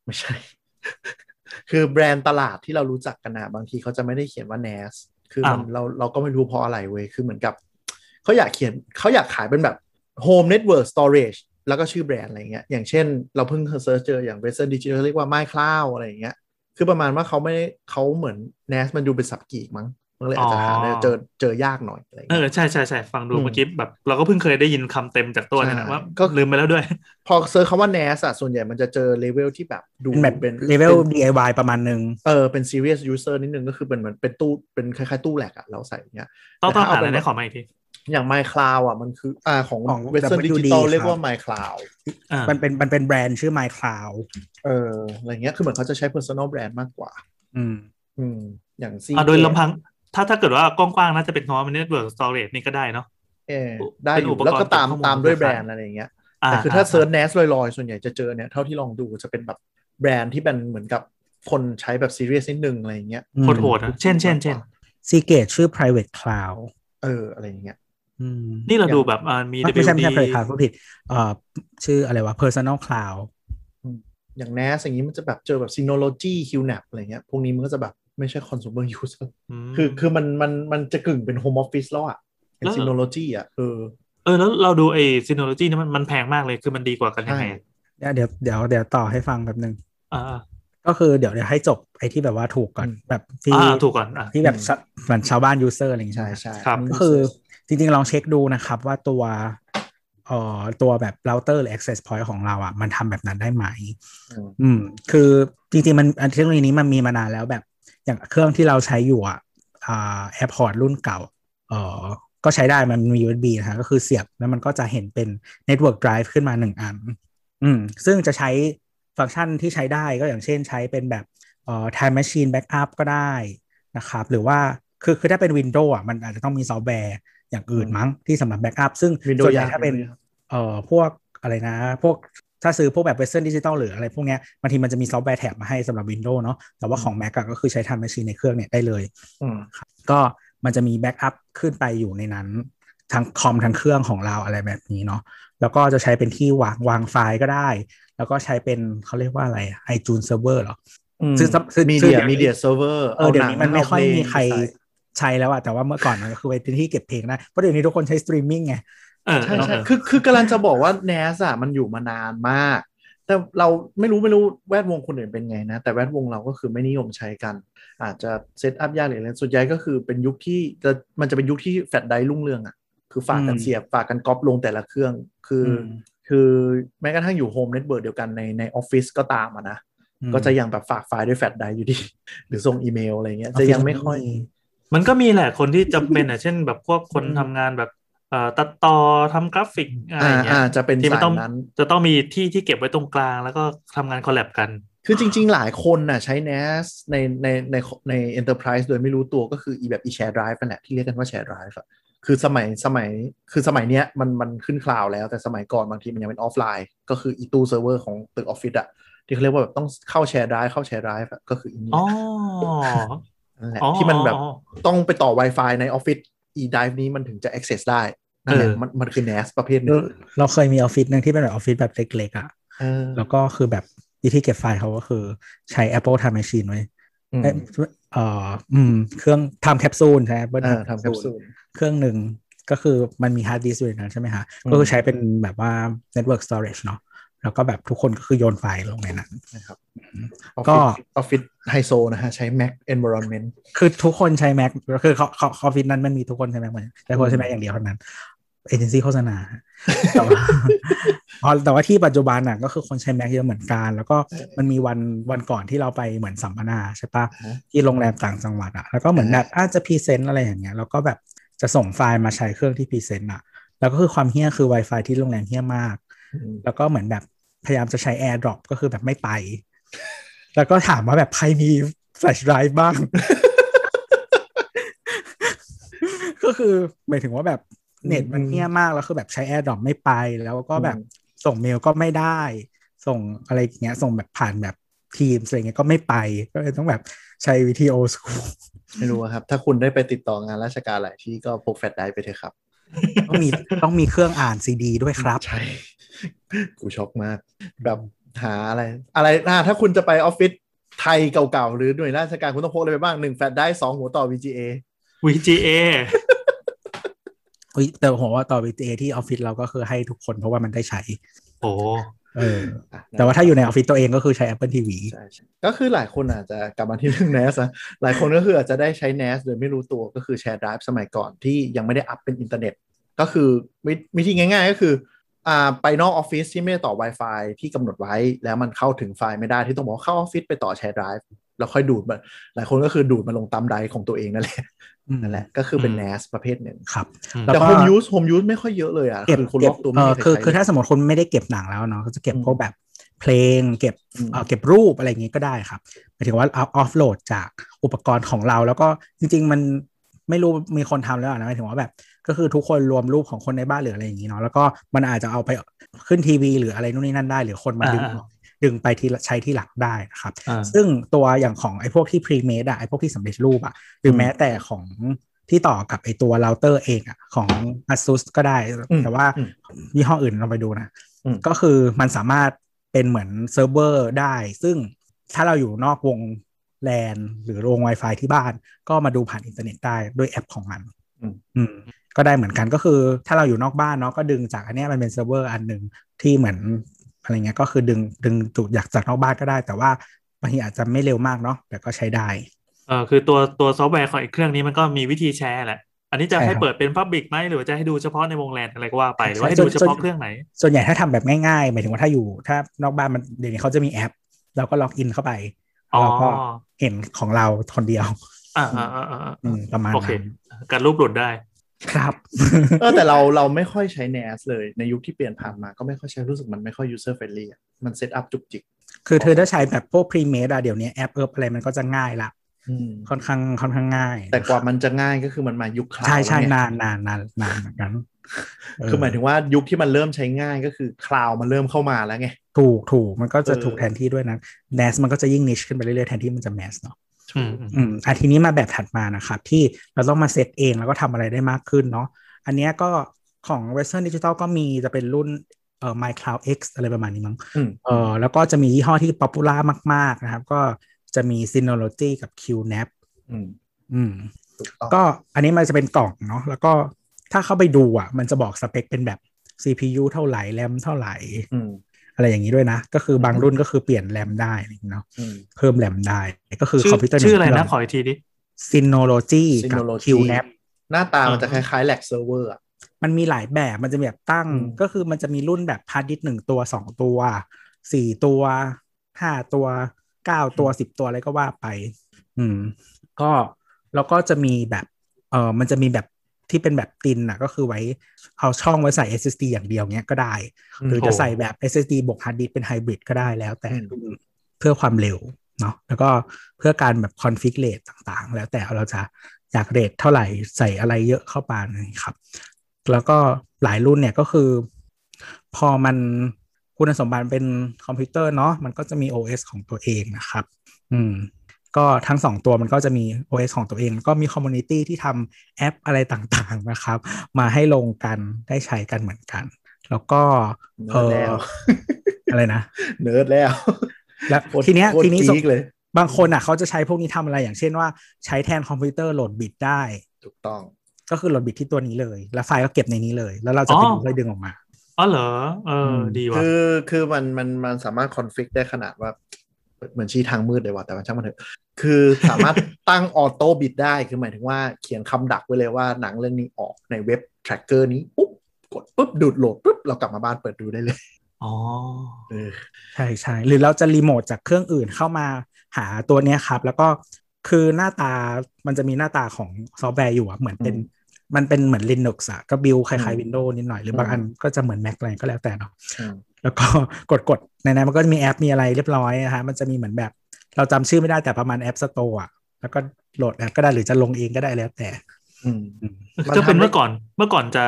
B: ไม่ใช่ คือแบรนด์ตลาดที่เรารู้จักกันนะบางทีเขาจะไม่ได้เขียนว่า NAS คือมัน
D: อ้าว
B: เราเราก็ไม่รู้เพราะอะไรเว้ย คือเหมือนกับ เขาอยากเขียนเขาอยากขายเป็นแบบ Home Network Storage แล้วก็ชื่อแบรนด์อะไรเงี้ย อย่างเช่นเราเพิ่งเซิร์ชเจออย่าง Western Digital เรียกว่า My Cloud อะไรอย่างเงี้ย คือประมาณว่าเขาไม่ได้เขาเหมือน NAS มันดูเป็นสับกีกมั้ง มันเลยอาจจะหาได้เจอเจอยากหน่อยอะไร
D: เอ
B: เงี้ย
D: อใช่ใช่ใช่ฟังดู
B: อืม
D: เมื่อกี้แบบ เราก็เพิ่งเคยได้ยินคำเต็มจากตัวเนี่ยนะ
B: ใช่
D: ว่า
B: ก็
D: ลืมไปแล้วด้วย
B: พอเซิร์ชคำว่า NAS อะส่วนใหญ่มันจะเจอเลเวลที่แบบดู
C: เป็นแบบ
B: เป็น
C: เลเวล DIY ประมาณหนึ่ง
B: เออเป็น serious user นิดนึงก็คือเป็นเหมือนเป็นตู้เป็นคล้ายๆตู้แหลกอะเราใส่อย่างเงี้ย
D: ต้อง
B: แต่
D: ต้อง
B: ถ้า
D: หาอะไร
B: เอาเป็น
D: นะขอมาอีกที
B: อย่าง My Cloud อะมันคืออ่าของ
C: ของ
B: Western
C: WD
B: Digital
C: ครับ
B: เรียกว่า My Cloud
D: อ่า
C: มันเป็นมันเป็นแบรนด์ชื่อ My Cloud
B: เอออะไรเงี้ยคือเหมือนเขาจะใช้ personal brand มากกว่า
C: อืม
B: อืม อย่าง C
D: อ่าโดยลำพัง ถ้าถ้าเกิดว่ากว้างๆน่าจะเป็นคำว่า network storage นี่ก็ได้เนาะ
B: เออได้อยู่
D: เป็นอุปกรณ์
B: แล้วก็ตาม
D: เก็บข้อมูล
B: ตามด้วยแบรนด์อะไรอย่างเงี้ย
D: อ่า
B: แต่คือถ้า
D: า
B: เซิร์ช NAS ลอยๆ ส่วนใหญ่จะเจอเนี่ยเท่าที่ลองดูจะเป็นแบบแบรนด์ที่เป็นเหมือนกับคนใช้แบบ serious นิดนึงอะไรอย่างเงี้ย
C: อืม
D: โหดๆนะเช่นเช่นเช่น
C: ซีเกตชื่อ private cloud
B: เอออะไรอย่างเงี้ย
C: อืม
D: นี่เราดูแบบอ่ามี
C: ไม่ใช่ไม่ใช่
D: WD
C: private cloud พูดผิดเอ่อชื่ออะไรวะ personal cloud
B: อย่าง NAS อย่างนี้มันจะแบบเจอแบบ Synology QNAP อะไรเงี้ยพวกนี้มันก็จะแบบไม่ใช่ consumer user
D: ม
B: คือคือมันมันมันจะกึ่งเป็นโฮมออฟฟิศแล้วอ่ะเป็น
D: แล้ว
B: ซีโนโลจีอ่ะเออ
D: เออแล้วเราดูไอ้ซีโนโลจีนี่ยมันมันแพงมากเลยคือมันดีกว่ากันยัง
B: ใช่
D: ไง
C: เดี๋ยวเดี๋ยวเดี๋ยวเดี๋ยวต่อให้ฟังแบบหนึ่ง
D: อ่า
C: ก็คือเดี๋ยวเดี๋ยวให้จบไอ้ที่แบบว่าถูกก่อนแบบที่
D: อ่าถูกก่อนอ่ะ
C: ที่แบบชะเหมือนชาวบ้าน user อะไรอย่างเงี้ย
B: ใช่ใช่
D: ครับ
B: มัน
C: ก็คือจริงๆ ลองเช็คดูนะครับว่าตัวเอ่อตัวแบบเราเตอร์หรือ access point ของเราอ่ะมันทำแบบนั้นได้ไหม
B: อืม
C: อืม คือจริงๆ มันอันเทคโนโลยีนี้มันมีมานานแล้วแบบอย่างเครื่องที่เราใช้อยู่อ่ะอ่าแอร์พอร์ตรุ่นเก่าเอ่อก็ใช้ได้มันมี USB นะฮะก็คือเสียบแล้วมันก็จะเห็นเป็น Network Drive ขึ้นมาหนึ่งอัน อืม ซึ่งจะใช้ฟังก์ชันที่ใช้ได้ก็อย่างเช่นใช้เป็นแบบเอ่อ Time Machine Backup ก็ได้นะครับ หรือว่าคือคือถ้าเป็น Windows อ่ะมันอาจจะต้องมีซอฟต์แวร์อย่างอื่นมั้งที่สำหรับแบ็กอัพซึ่ง
B: วินโด
C: ส่ว
B: ว์
C: นให
B: ยา
C: ญ่
B: ก
C: ถ้าเป็น
B: Windows ยาก
C: เอ่อพวกอะไรนะ พวกถ้าซื้อพวกแบบ Western Digital หรืออะไรพวกเนี้ยบางทีมันจะมีซอฟต์แวร์แถบมาให้สำหรับ Windows เนาะแต่ว่าของ Mac อะก็คือใช้ทำแมชชีนในเครื่องเนี่ยได้เลย
B: อืม
C: ก็มันจะมีแบ็กอัพขึ้นไปอยู่ในนั้น ทั้งคอมทั้งเครื่องของเราอะไรแบบนี้เนาะแล้วก็จะใช้เป็นที่วางวางไฟล์ก็ได้ แล้วก็ใช้เป็นเขาเรียกว่าอะไรไอจูนเซิร์ฟเวอร์หรอ ซื้อซับซื้อ
B: มี
C: ซื้อ
B: เดีย
C: เดี๋ยวนี้
B: มีเดียเซิร์ฟเวอร์
C: เออเดี๋ยวนี้มันไม่ค่อยมีใคร
B: ใส่
C: ใช้แล้วอะแต่ว่าเมื่อก่อนมันก็คือเป็นที่เก็บเพลงได้เพราะเดี๋ยวนี้ทุกคนใช้สตรีมมิ่งไง
D: เออ
B: ใช่
D: เออ
B: ใช่
D: เออ
B: คือคือกำลังจะบอกว่า NAS อ่ะมันอยู่มานานมาก แต่เราไม่รู้ไม่รู้แวดวงคนอื่นเป็นไงนะ แต่แวดวงเราก็คือไม่นิยมใช้กัน อาจจะเซตอัพยากหรืออะไรส่วนใหญ่ก็คือเป็นยุคที่จะมันจะเป็นยุคที่แฟลชไดรฟ์รุ่งเรืองอ่ะคือฝากกัน
C: อืม
B: เสียบฝากกันก๊อปลงแต่ละเครื่องคืออ คือแม้กระทั่งอยู่โฮมเน็ตเ r ิร์เดียวกันในในออฟฟิศก็ตามอะนะ
C: อืม
B: ก็จะยังแบบฝากไฟล์ด้วยแฟล ชไดรฟ์อยู่ดี หรือส่งอีเมลอะไรเงี้ย
C: ออฟ
B: จะ
C: ฟิศ
B: ยังไม่ค่อย
D: มันก็มีแหละคนที่จำเป็นอ่ะ เช่นแบบพวกคนทำงานแบบเอ่อตัดต่อทำกราฟิกอะไรอ
B: อ่า
D: ย่างเงี้
B: อ่าย จะเป็น
D: ที่มัน
B: สาย
D: ต้อง
B: นั้น
D: จะต้องมีที่ที่เก็บไว้ตรงกลางแล้วก็ทำงานคอลแลบกัน
B: คือจริง ๆ หลายคนน่ะใช้ NAS ในในในใน Enterprise โดยไม่รู้ตัวก็คืออีแบบอีแชร์ไดรฟ์นั่นแหละที่เรียกกันว่าแชร์ไดรฟ์อะคือสมัยสมัยคือสมัยเนี้ยมันมันขึ้นคลาวด์แล้วแต่สมัยก่อนบางทีมันยังเป็นออฟไลน์ ก็คืออีตู้เซิร์ฟเวอร์ของตึกออฟฟิศอะที่เขาเรียกว่าแบบต้องเข้าแชร์ไดรฟ์เข้าแชร์ไดรฟ์ก็คืออีนี่
D: อ๋อ
B: นั่นแหละ
D: อ๋อ
B: ที่มันแบบ
D: อ๋อ
B: ต้องไปต่อ Wi-Fi ในออฟฟิศ e-drive นี้มันถึงจะ access ได้นั่นแหละ
D: เออ
B: มันมันคือ NAS ประเภทหนึ
C: เรา
B: ง
C: เราเคยมีออฟฟิศหนึ่งที่เป็นแบบออฟฟิศแบบเล็กๆอ่ะ
B: เออ
C: แล้วก็คือแบบวิธีเก็บไฟล์เขาก็คือใช้ Apple Time Machine ไว้
B: อืม
C: เอ้ยเอ่ออืม เครื่องทำแคปซูลใช่ไหม Apple
B: เออ
C: Time
B: ทำแคป
C: Capsule
B: ซูล
C: เครื่องหนึ่ง ก็คือมันมีฮาร์ดดิสก์อยู่ในนั้นใช่ไหมฮะก็คือใช้เป็นแบบว่า Network Storage เนาะแล้วก็แบบทุกคนก็คือโยนไฟล์ลงในนั้น
B: นะครับ
C: ก็
B: ออฟฟิศไฮโซนะฮะ ใช้ Mac Environment
C: คือทุกคนใช้ Mac ก็คือเขาเขาออฟฟิศนั้นมันมีทุกคนใช้ Mac หมดแต่คนใช้ Mac อย่างเดียวเท่านั้นเอเจนซี่โฆษณาแต่ว่า อ๋อแต่ว่าที่ปัจจุบันน่ะก็คือคนใช้ Mac เยอะเหมือนกัน แล้วก็มันมีวันวันก่อนที่เราไปเหมือนสัมมนาใช่ปะ
B: อ่าฮะ
C: ที่โรงแรมต่างจังหวัดอ่ะแล้วก็เหมือนแบบอาจจะพรีเซนต์อะไรอย่างเงี้ยแล้วก็แบบจะส่งไฟล์มาใช้เครื่องที่พรีเซนต์อ่ะ แล้วก็คือความเฮี้ยคือ Wi-Fi ที่โรงแรมเฮี้ยมาก แล้วก็เหมือนแบบพยายามจะใช้ AirDrop ก็คือแบบไม่ไป แล้วก็ถามว่าแบบใครมีแฟลชไดรฟ์บ้าง ก็คือหมายถึงว่าแบบเน็ตมันเหี้ยมาก แล้วคือแบบใช้ AirDrop ไม่ไป แล้วก็แบบ
B: อืม
C: ส่งเมลก็ไม่ได้ ส่งอะไรอย่างเงี้ย ส่งแบบผ่านแบบทีมอะไรเงี้ยก็ไม่ไป ก็เลยต้องแบบใช้วิธีโอสคู
B: ไม่รู้อะครับ ถ้าคุณได้ไปติดต่องานราชการหลายที่ก็พกแฟลชไดรฟ์ไปเถอะครับ
C: ต้องมีต้องมีเครื่องอ่านซีดีด้วยครับ
B: ใช่ กูช็อกมาก แบบหาอะไร อะไรนะถ้าคุณจะไปออฟฟิศไทยเก่าๆ หรือหน่วยราชการคุณต้องพกอะไรไปบ้างหนึ่งแฟลชไดรฟ์สองหัวต่อ VGA
D: VGA
C: อุ๊ยแต่ผมว่าต่อ VGA ที่ออฟฟิศเราก็คือให้ทุกคนเพราะว่ามันได้ใช้
D: โอ้
C: เออ
B: อ่ะ
C: แต่ว่าถ้าอยู่ในออฟฟิศตัวเองก็คือใช้ Apple TV
B: ใช่ใช่ก็คือหลายคนอาจจะกลับมาที่เรื่อง NAS นะหลายคนก็คืออาจจะได้ใช้ NAS โดยไม่รู้ตัวก็คือแชร์ไดรฟ์สมัยก่อนที่ยังไม่ได้อัพเป็นอินเทอร์เน็ต ก็คือวิวิธีง่ายๆก็คืออ่าไปนอกออฟฟิศที่ไม่ได้ต่อ Wi-Fi ที่กำหนดไว้ แล้วมันเข้าถึงไฟล์ไม่ได้ที่ต้องบอกว่าเข้าออฟฟิศไปต่อแชร์ไดรฟ์แล้วค่อยดูดมาหลายคนก็คือดูดมาลงตามไดรฟ์ของตัวเองนั่นแหละ นั่นแหละก็คือเป็น NAS ประเภทหนึ่ง
C: ครับ แล้ว
B: แต่
C: ก็
B: Home Use Home Use ไม่ค่อยเยอะเลยอ่ะ
C: เก็บ
B: คือคุณ
C: เก็
B: ล็
C: บอก
B: ตัวไม่
C: เออ
B: มีใร
C: คือ
B: ใช้เลย
C: คือถ้าสมมติคนไม่ได้เก็บหนังแล้วเนาะก็จะเก็บ
B: อืม
C: พวกแบบเพลง เก็บ
B: อืม
C: เอ่อเก็บรูปอะไรอย่างงี้ก็ได้ครับหมายถึงว่าเอาออฟโหลดจากอุปกรณ์ของเรา แล้วก็จริง ๆ มันไม่รู้มีคนทำแล้วอะนะหมายถึงว่าแบบก็คือทุกคนรวมรูปของคนในบ้านหรืออะไรอย่างงี้เนาะแล้วก็มันอาจจะเอาไปขึ้นทีวี หรืออะไรนู่นนี่นั่นได้ หรือคนมาดึงดึงไปที่ใช้ที่หลังได้นะครับ
D: อ่า
C: ซึ่งตัวอย่างของไอ้พวกที่ pre-made อะไอ้พวกที่สำเร็จรูปอะหรือแม้แต่ของที่ต่อกับไอ้ตัวเราเตอร์เองอะของ ASUS ก็ได้
B: อืม
C: แต่ว่า
B: อืม
C: ยี่ห้ออื่นเราไปดูนะ
B: อืม
C: ก็คือมันสามารถเป็นเหมือนเซิร์ฟเวอร์ได้ ซึ่งถ้าเราอยู่นอกวง LAN หรือวง Wi-Fi ที่บ้าน ก็มาดูผ่านอินเทอร์เน็ตได้ด้วยแอปของมัน
B: อืม
C: อืมก็ได้เหมือนกันก็คือถ้าเราอยู่นอกบ้านเนาะก็ดึงจากอันเนี้ยมันเป็นเซิร์ฟเวอร์อันหนึ่งที่เหมือน อะไรเงี้ยก็คือดึงดึงจุดอยากจากนอกบ้านก็ได้ แต่ว่าบางทีอาจจะไม่เร็วมากเนาะแต่ก็ใช้ได้
D: เออคือตัวตัวซอฟต์แวร์ของอีกเครื่องนี้มันก็มีวิธีแชร์แหละ อันนี้จะ
C: ใช่ครั
D: ให้
C: บ
D: เปิดเป็น Public ไหมหรือว่าจะให้ดูเฉพาะในวงแลนอะไรก็ว่าไปหรือว่าให้
C: ใช่
D: ดู
C: จน
D: เฉพาะ
C: จน
D: เครื่องไหน
C: ส่วนใหญ่ถ้าทำแบบง่ายๆหมายถึงว่าถ้าอยู่ถ้านอกบ้านมันเดี๋ยวนี้เขาจะมีแอป เราก็ล็อกอินเข้าไป
D: อ๋อ
C: เราก็เห็นของเราคนเดียว
D: อ่าอ่าอ่าอ่า
C: อืมประมาณ
D: โอเค
C: นั้น
D: การรูปหลุดได้
C: ครับ
B: เออแต่เราเราไม่ค่อยใช้ NAS เลยในยุคที่เปลี่ยนผ่านมาก็ไม่ค่อยใช้รู้สึกมันไม่ค่อย user friendly อะมันเซตอัพจุกจิก
C: คือเธอได้ใช้แบบพวก pre-made อะเดี๋ยวนี้แอปเอิบอะไรมันก็จะง่ายละ
B: อืม
C: ค่อนข้างค่อนข้างง่าย
B: แต่กว่ามันจะง่ายก็คือมันมายุคคลาว
C: ใช่ใช่
B: แล้วไง
C: นานนานนานนานเหมือนกันเ
B: คือหมายถึงว่ายุคที่มันเริ่มใช้ง่ายก็คือคลาวมันเริ่มเข้ามาแล้วไง
C: ถูกถูกมันก็จะ
B: เออ
C: ถูกแทนที่ด้วยนะ n a s มันก็จะยิ่ง niche ขึ้นไปเรื่อยๆแทนที่มันจะ mass เนาะ
D: อืมอืม
C: อืมอ่ะทีนี้มาแบบถัดมานะครับที่เราต้องมาเซตเองแล้วก็ทำอะไรได้มากขึ้นเนาะอันเนี้ยก็ของ Western Digital ก็มีจะเป็นรุ่นเอ่อ My Cloud X อะไรประมาณนี้มั้ง
B: อืม
C: เอ่อแล้วก็จะมียี่ห้อที่ป๊อปปูล่ามาก ๆ นะครับ ก็จะมี Synology กับ QNAP
B: อืม
C: อืม
B: ถูกต้อง
C: ก็อันนี้มันจะเป็นกล่องเนาะแล้วก็ถ้าเข้าไปดูอ่ะ มันจะบอกสเปคเป็นแบบ CPU เท่าไหร่แรมเท่าไหร่
B: อืม
C: อะไรอย่างนี้ด้วยนะ ก็คือบางรุ่นก็คือเปลี่ยนแรมได้อะไรอย่างงี้เนาะ
B: อืม
C: เพิ่มแรมได้ ก็คือ
D: ชื่
C: คอมพิวเตอร์ห
D: ชื่ออะไรนะ
C: เค
D: ขออีกทีดิ
C: ซินโนโลจีกับ
B: Synology
C: QNAP
B: หน้าตามัน
D: อ่า
B: จะคล้ายๆแลกเซิร์ฟเวอร์
C: มันมีหลายแบบมันจะมีแบบตั้ง
B: อืม
C: ก็คือมันจะมีรุ่นแบบฮาร์ดดิสก์หนึ่งตัวสองตัวสี่ตัวห้าตัวเก้าตัวสิบตัวอะไรก็ว่าไป อืม ก็แล้วก็จะมีแบบเออมันจะมีแบบที่เป็นแบบตินอ่ะ ก็คือไว้เอาช่องไว้ใส่ SSD อย่างเดียวเนี้ยก็ได้ หรือจะใส่แบบ SSD บวกฮาร์ดดิสเป็นไฮบริดก็ได้แล้วแต่
B: อืม
C: รุ่นเพื่อความเร็วเนาะแล้วก็เพื่อการแบบคอนฟิกเรตต่างๆ แล้วแต่เราจะอยากเรทเท่าไหร่ใส่อะไรเยอะเข้าไปนะครับ แล้วก็หลายรุ่นเนี่ยก็คือ พอมันคุณสมบัติเป็นคอมพิวเตอร์เนาะมันก็จะมี OS ของตัวเองนะครับ อืม ก็ทั้งสองตัวมันก็จะมี OS ของตัวเองแล้วก็มีคอมมูนิตี้ที่ทำแอปอะไรต่างๆนะครับ มาให้ลงกันได้ใช้กันเหมือนกัน แล้วก็
B: เนิ
C: เอ
B: ร์ด
C: อ
B: แล้ว
C: อะไรนะ
B: เนิร์ดแล้ว
C: แล้ว
B: โคตร
C: ทีเนี้ย
B: โคตร
C: ทีนี้สม
B: จี๊กเลย
C: บางคนอ่ะเขาจะใช้พวกนี้ทำอะไรอย่างเช่นว่าใช้แทนคอมพิวเตอร์โหลดบิตได้
B: ถูกต้อง
C: ก็คือเราบิดที่ตัวนี้เลย แล้วไฟล์ก็เก็บในนี้เลย แล้วเราจะไป
D: อ๋
C: ดึ
D: อ
C: งค่อยดึงออกมา
D: อ๋อเหรอเอออ
C: ม
D: ดีว่ะ
B: คือคือมันมันมันสามารถคอนฟิกได้ขนาดว่า เหมือนชี้ทางมืดเลยว่ะแต่มันช่างมันเถอะ คือสามารถ ตั้งออโต้บิดได้คือหมายถึงว่าเขียนคำดักไว้เลยว่าหนังเรื่องนี้ออกในเว็บ tracker นี้ปุ๊บกดปุ๊บดูดโหลดปุ๊บเรากลับมาบ้านเปิดดูได้เลย
D: อ๋อ
B: เออ
C: ใช่ใช่หรือเราจะรีโมทจากเครื่องอื่นเข้ามาหาตัวเนี้ยครับ แล้วก็คือหน้าตามันจะมีหน้าตาของซอฟต์แวร์อยู่อะเหมือนเป็นมันเป็นเหมือน Linux อะก็บิลคล้ายๆ Windows นิดหน่อยหรือบางอันก็จะเหมือน Mac อะไรก็แล้วแต่เนาะ
B: อืม
C: แล้วก็ กดกดในนั้นมันก็จะมีแอปมีอะไรเรียบร้อยนะฮะมันจะมีเหมือนแบบ เราจำชื่อไม่ได้แต่ประมาณแอปสโตร์อ่ะ แล้วก็โหลดแอปก็ได้หรือจะลงเองก็ได้แล้วแต่
B: อืม มัน
D: ก็เป็น
B: ทำให้
D: เมื่อก่อนเมื่อก่อนจะ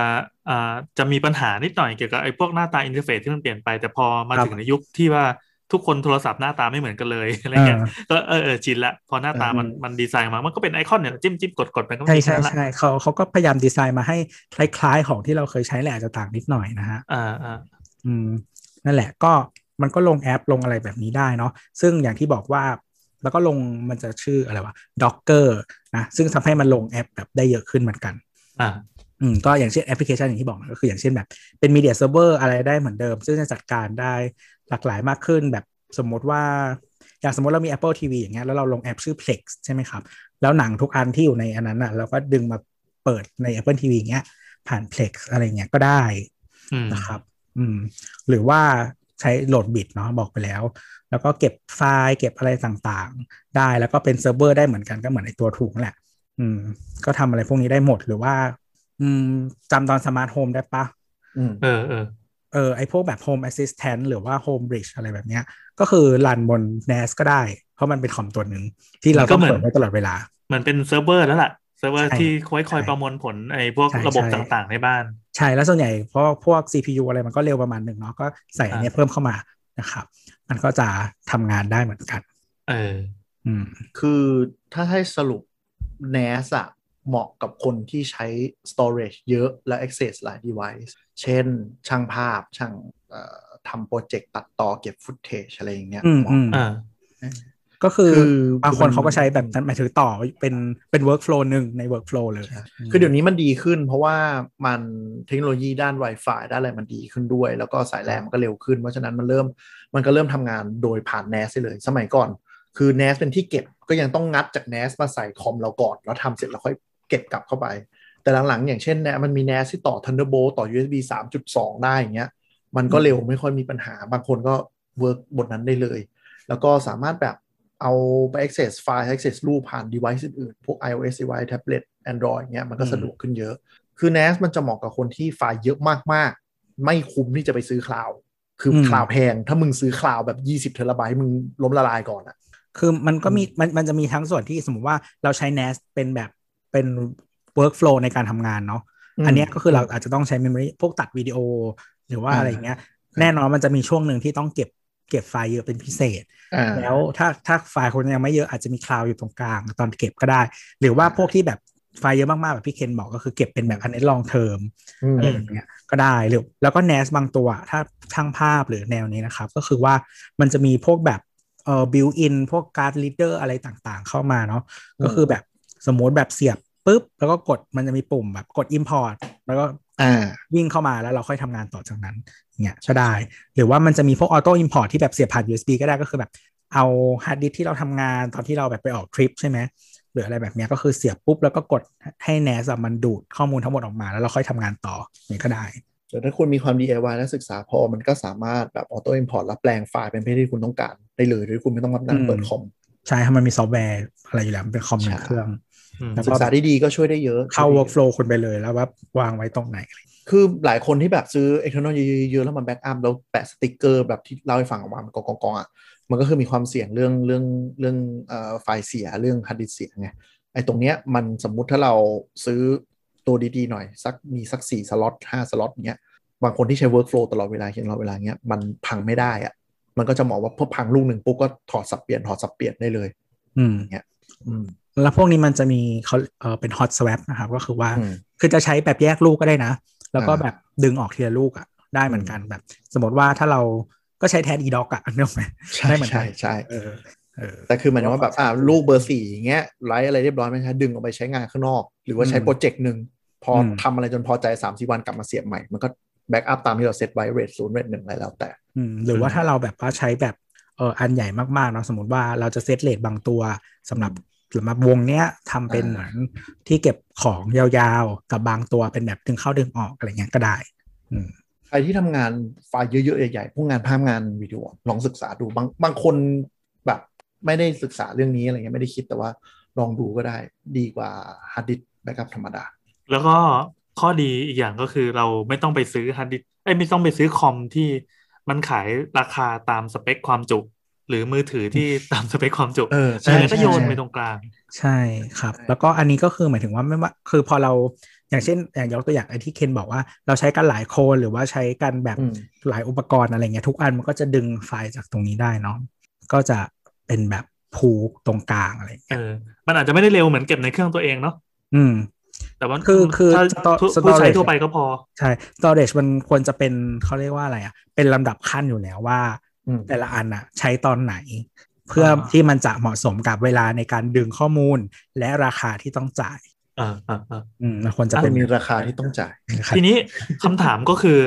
D: อ่าจะมีปัญหานิดหน่อยเกี่ยวกับไอ้พวกหน้าตาอินเทอร์เฟซที่มันเปลี่ยนไป แต่พอมา
C: ครับ
D: ถึงในยุคที่ว่าทุกคนโทรศัพท์หน้าตาไม่เหมือนกันเลยอะไรเงี้ย
C: เออ
D: ก็เออเออชินละพอหน้าตามัน
B: อืม
D: มันดีไซน์มามันก็เป็นไอคอนเนี่ยจิ้มจิ้มกดกดไปก็
C: ใช่
D: เป็น
C: ใช่
D: นั่นละ
C: ใช่เขาเขาก็พยายามดีไซน์มาให้คล้ายๆ ของที่เราเคยใช้แหละอาจจะต่างนิดหน่อยนะฮะ
D: อ่าอ่า
C: อืมนั่นแหละก็มันก็ลงแอปลงอะไรแบบนี้ได้เนาะซึ่งอย่างที่บอกว่า แล้วก็ลงมันจะชื่ออะไรวะ Docker นะซึ่งทำให้มันลงแอปแบบได้เยอะขึ้นเหมือนกัน
D: อ่า
C: อืมก็อย่างเช่นแอปพลิเคชันอย่างที่บอกนะก็คืออย่างเช่นแบบเป็นมีเดียเซิร์ฟเวอร์อะไรได้เหมือนเดิม ซึ่งจะจัดการได้หลากหลายมากขึ้น แบบสมมติว่า อย่างสมมติเรามี Apple TV อย่างเงี้ยแล้วเราลงแอปชื่อ Plex ใช่ไหมครับ แล้วหนังทุกอันที่อยู่ในอันนั้นอ่ะเราก็ดึงมาเปิดใน Apple TV อย่างเงี้ยผ่าน Plex อะไรเงี้ยก็ได้
D: อืม
C: นะครับอืมหรือว่าใช้โหลดบิตเนาะบอกไปแล้ว แล้วก็เก็บไฟล์เก็บอะไรต่างๆ ได้แล้วก็เป็นเซิร์ฟเวอร์ได้เหมือนกันก็เหมือนไอตัวถูกนั่นแหละ อืมก็ทำอะไรพวกนี้ได้หมดหรือว่า อืมจำตอนสมาร์ทโฮมได้ปะ
B: อืม
D: เออเออ
C: เออไอพวกแบบ Home Assistant หรือว่า Home Bridge อะไรแบบเนี้ย ก็คือรันบน NAS ก็ได้ เพราะมันเป็นคอมตัวหนึ่งที่เราต้องเปิดไว้ตลอดเวลา
D: เหมือนเป็นเซิร์ฟเวอร์แล้วล่ะเซิร์ฟเวอร์
C: ใช่
D: ที่คอยคอย
C: ใช่
D: ประมวลผลไอ้พวก
C: ใช่
D: ระบบ
C: ใช่
D: ต่างๆในบ้าน
C: ใช่แล้วส่วนใหญ่เพราะพวก CPU อะไรมันก็เร็วประมาณหนึ่งเนาะก็ใส่อันเนี้ยเพิ่มเข้ามานะครับ มันก็จะทำงานได้เหมือนกัน
D: เออ
C: อืม
B: คือถ้าให้สรุป NAS อะเหมาะกับคนที่ใช้ storage เยอะและ access หลาย device เช่น ช่างภาพช่างเอ่อทำโปรเจกต์ตัดต่อเก็บฟุตเทจอะไรอย่างเงี้ย
C: อืม
B: เหมาะ
C: อืม
D: อ่า
C: ก็คือ
B: คือบ
C: างคนเขาก็ใช้แบบ
B: อืม
C: นั้นหมายถึงต่อเป็นเป็น workflow หนึ่งใน workflow เลย
B: ใช่คือเดี๋ยวนี้มันดีขึ้น เพราะว่ามันเทคโนโลยีด้าน Wi-Fi ด้านอะไรมันดีขึ้นด้วย แล้วก็สายแลนมันก็เร็วขึ้น เพราะฉะนั้นมันเริ่มมันก็เริ่มทำงานโดยผ่าน NAS ได้เลย สมัยก่อน คือ NAS เป็นที่เก็บก็ยังต้องงัดจาก NAS มาใส่คอมเราก่อน แล้วทำเสร็จแล้วค่อยเก็บกลับเข้าไป แต่หลังๆ อย่างเช่นเนี่ยมันมี NAS ที่ต่อ Thunderbolt ต่อ USB 3.2 ได้อย่างเงี้ยมันก็เร็วไม่ค่อยมีปัญหาบางคนก็เวิร์กบนนั้นได้เลย แล้วก็สามารถแบบเอาไป access ไฟล์ access รูปผ่าน device อื่นๆพวก iOS device tablet Android อย่างเงี้ยมันก็สะดวกขึ้นเยอะ คือ NAS มันจะเหมาะกับคนที่ไฟล์เยอะมากๆ ไม่คุ้มที่จะไปซื้อคลาวด์คือคลาวด์แพง ถ้ามึงซื้อคลาวด์แบบ 20เทราไบต์มึงล้มละลายก่อนอะ
C: คือมันก็มีมันมันจะมีทั้งส่วนที่สมมติว่าเราใช้ NAS เป็นแบบเป็น workflow ในการทำงานเนาะ อันเนี้ยก็คือเราอาจจะต้องใช้ memory พวกตัดวิดีโอ หรือว่า
B: อ่า
C: อะไรอย่างเงี้ยแน่นอนมันจะมีช่วงหนึ่งที่ต้องเก็บเก็บไฟล์เยอะเป็นพิเศษ
B: อ่า
C: แล้วถ้าถ้าไฟล์คนยังไม่เยอะอาจจะมีคลาวอยู่ตรงกลางตอนเก็บก็ได้ หรือว่าพวกที่แบบไฟล์เยอะมากๆแบบพี่เคนบอกก็คือเก็บเป็นแบบอันนี้ลองเทอม
B: อืม
C: อะไรแบบเนี้ยก็ได้หรือแล้วก็ NAS บางตัวถ้าช่างภาพหรือแนวนี้นะครับ ก็คือว่ามันจะมีพวกแบบเอ่อ built in พวกการ์ดลีดเดอร์อะไรต่างๆ เข้ามาเนาะ
B: อืม
C: ก็คือแบบสมมติแบบเสียบปุ๊บ แล้วก็กดมันจะมีปุ่มแบบกด import แล้วก็
B: อ่า
C: วิ่งเข้ามาแล้วเราค่อยทำงานต่อจากนั้นเนี่ยก็ได้ หรือว่ามันจะมีพวก auto import ที่แบบเสียบผ่าน USB ก็ได้ก็คือแบบเอาฮาร์ดดิสที่เราทำงานตอนที่เราแบบไปออกทริปใช่ไหมหรืออะไรแบบเนี้ยก็คือเสียบปุ๊บแล้วก็กดให้ NAS อะมันดูดข้อมูลทั้งหมดออกมา แล้วเราค่อยทำงานต่อเนี่ยก็ได้
B: แต่ถ้าคุณมีความ DIY และศึกษาพอ มันก็สามารถแบบ auto import รับแปลงไฟล์เป็นเพศที่คุณต้องการได้เลย โดยที่คุณไม่ต้องรับนั่ง
C: อืม
B: เปิดคอม
C: ใช่ครับมันมีซอฟต์แวร์อะไรอยู่แล้ว มันเป็นคอมหนึ่ง
B: ใช่
C: เครื่อง
D: อืม
C: แล้ว
B: ศึ
C: ก็
B: กษาดีๆก็ช่วยได้เยอะ
C: เข้า
B: ช่วยได้ยอะ
C: workflow คนไปเลยแล้วว่าวางไว้ตรงไหน
B: คือหลายคนที่แบบซื้อ external เยอะๆแล้วมันแบ็กอัพแล้วแปะสติกเกอร์แบบที่เล่าให้ฟังออกมามันกองกองๆอ่ะมันก็คือมีความเสี่ยงเรื่องเรื่องเรื่องเอ่อไฟล์เสียเรื่องฮาร์ดดิสก์เสียไงไอ้ตรงเนี้ยมันสมมุติถ้าเราซื้อตัวดีๆหน่อย สักมีสักสี่สล็อตห้าสล็อตเนี้ยบางคนที่ใช้ workflow ตลอดเวลาเขียนตลอดเวลาเนี้ยมันพังไม่ได้อ่ะมันก็จะเหมาะว่าพอพังลูกหนึ่งปุ๊บก็ถอดสับเปลี่ยนถอดสับเปลี่ยนได้เลย
C: อืม
B: อืม
C: แล้วพวกนี้มันจะมีเขาเออเป็น hot swap นะครับ ก็คือว่า
B: อืม
C: คือจะใช้แบบแยกลูกก็ได้นะ แล้วก็
B: อ่า
C: แบบดึงออกทีละลูกอ่ะ ได้เหมือนกันแบบ สมมติว่าถ้าเราก็ใช้แทนอีด็อกอ่ะนึกออกไหม
B: ใช่
C: ได้เหมือนกัน
B: ใช่ใช่
C: เออเออ
B: แต่คือหมายถึงว่าแบบอ่าลูกเบอร์สี่อย่างเงี้ยไลท์อะไรเรียบร้อยไหมคะดึงออกไปใช้งานข้างนอก หรือว่าใช้
C: อืม
B: โปรเจกต์หนึ่ง อ
C: อืม
B: ทำอะไรจนพอใจ3ามสี่วันกลับมาเสียบใหม่ มันก็แบ็กอัพตามที่เราเซตไว้เรทศูนย์เรทหนึ่งอะไรแล้วแต่
C: อืมหรือว่าถ้าเราแบบว่าใช้แบบเอออันใหญ่มากๆเนาะสมมติว่าเราจะเซตเลทบางตัวสำหรับสำหรับวงเนี้ยทำเป็น
B: อ่า
C: เหมือนที่เก็บของยาวๆ กับบางตัวเป็นแบบดึงเข้าดึงออกอะไรเงี้ยก็ได้ อืม
B: ใครที่ทำงานไฟล์เยอะๆใหญ่ๆพวกงานภาพงานวิดีโอลองศึกษาดูบางบางคนแบบไม่ได้ศึกษาเรื่องนี้อะไรเงี้ยไม่ได้คิดแต่ว่าลองดูก็ได้ดีกว่าฮาร์ดดิสแบ็กอัพธรรมดา
D: แล้วก็ข้อดีอีกอย่างก็คือเราไม่ต้องไปซื้อฮาร์ดดิสก์เอ้ยไม่ต้องไปซื้อคอมที่มันขายราคาตามสเปคความจุ หรือมือถือที่ ตามสเปคความจุ
B: เออ
C: ใช่
D: ใช่ก็โยน
B: ใช่
D: ไปตรงกลาง
C: ใช่ครับ
B: ใช่
C: แล้วก็อันนี้ก็คือหมายถึงว่าไม่ว่าคือพอเราอย่างเช่นอย่างยกตัวอย่างไอ้ที่เคนบอกว่าเราใช้กันหลายคนหรือว่าใช้กันแบบ
B: อืม
C: หลายอุปกรณ์อะไรเงี้ยทุกอันมันก็จะดึงไฟล์จากตรงนี้ได้เนาะก็จะเป็นแบบพูกตรงกลางอะไร
D: เออ มันอาจจะไม่ได้เร็วเหมือนเก็บในเครื่องตัวเองเนาะ
C: อืม
D: แต่ว่า
C: คือคือ
D: ถ้า
C: store-
D: ผู้
C: storage
D: ผู้ใช้ทั่วไปก็พอ
C: ใช่ storage มันควรจะเป็นเขาเรียกว่าอะไรอ่ะ เป็นลำดับขั้นอยู่แล้วว่า
B: อืม
C: แต่ละอันอ่ะ ใช้ตอนไหน เพื่อ
D: อ่า
C: ที่มันจะเหมาะสมกับเวลาในการดึงข้อมูล และราคาที่ต้องจ่าย
D: อ่าอ่าอ่า
C: อืมมันควรจะ
D: อ่ะ
C: เป็น
B: มีราคาที่ต้องจ่าย
C: นะครับ
D: ทีนี้ คำถามก็คือ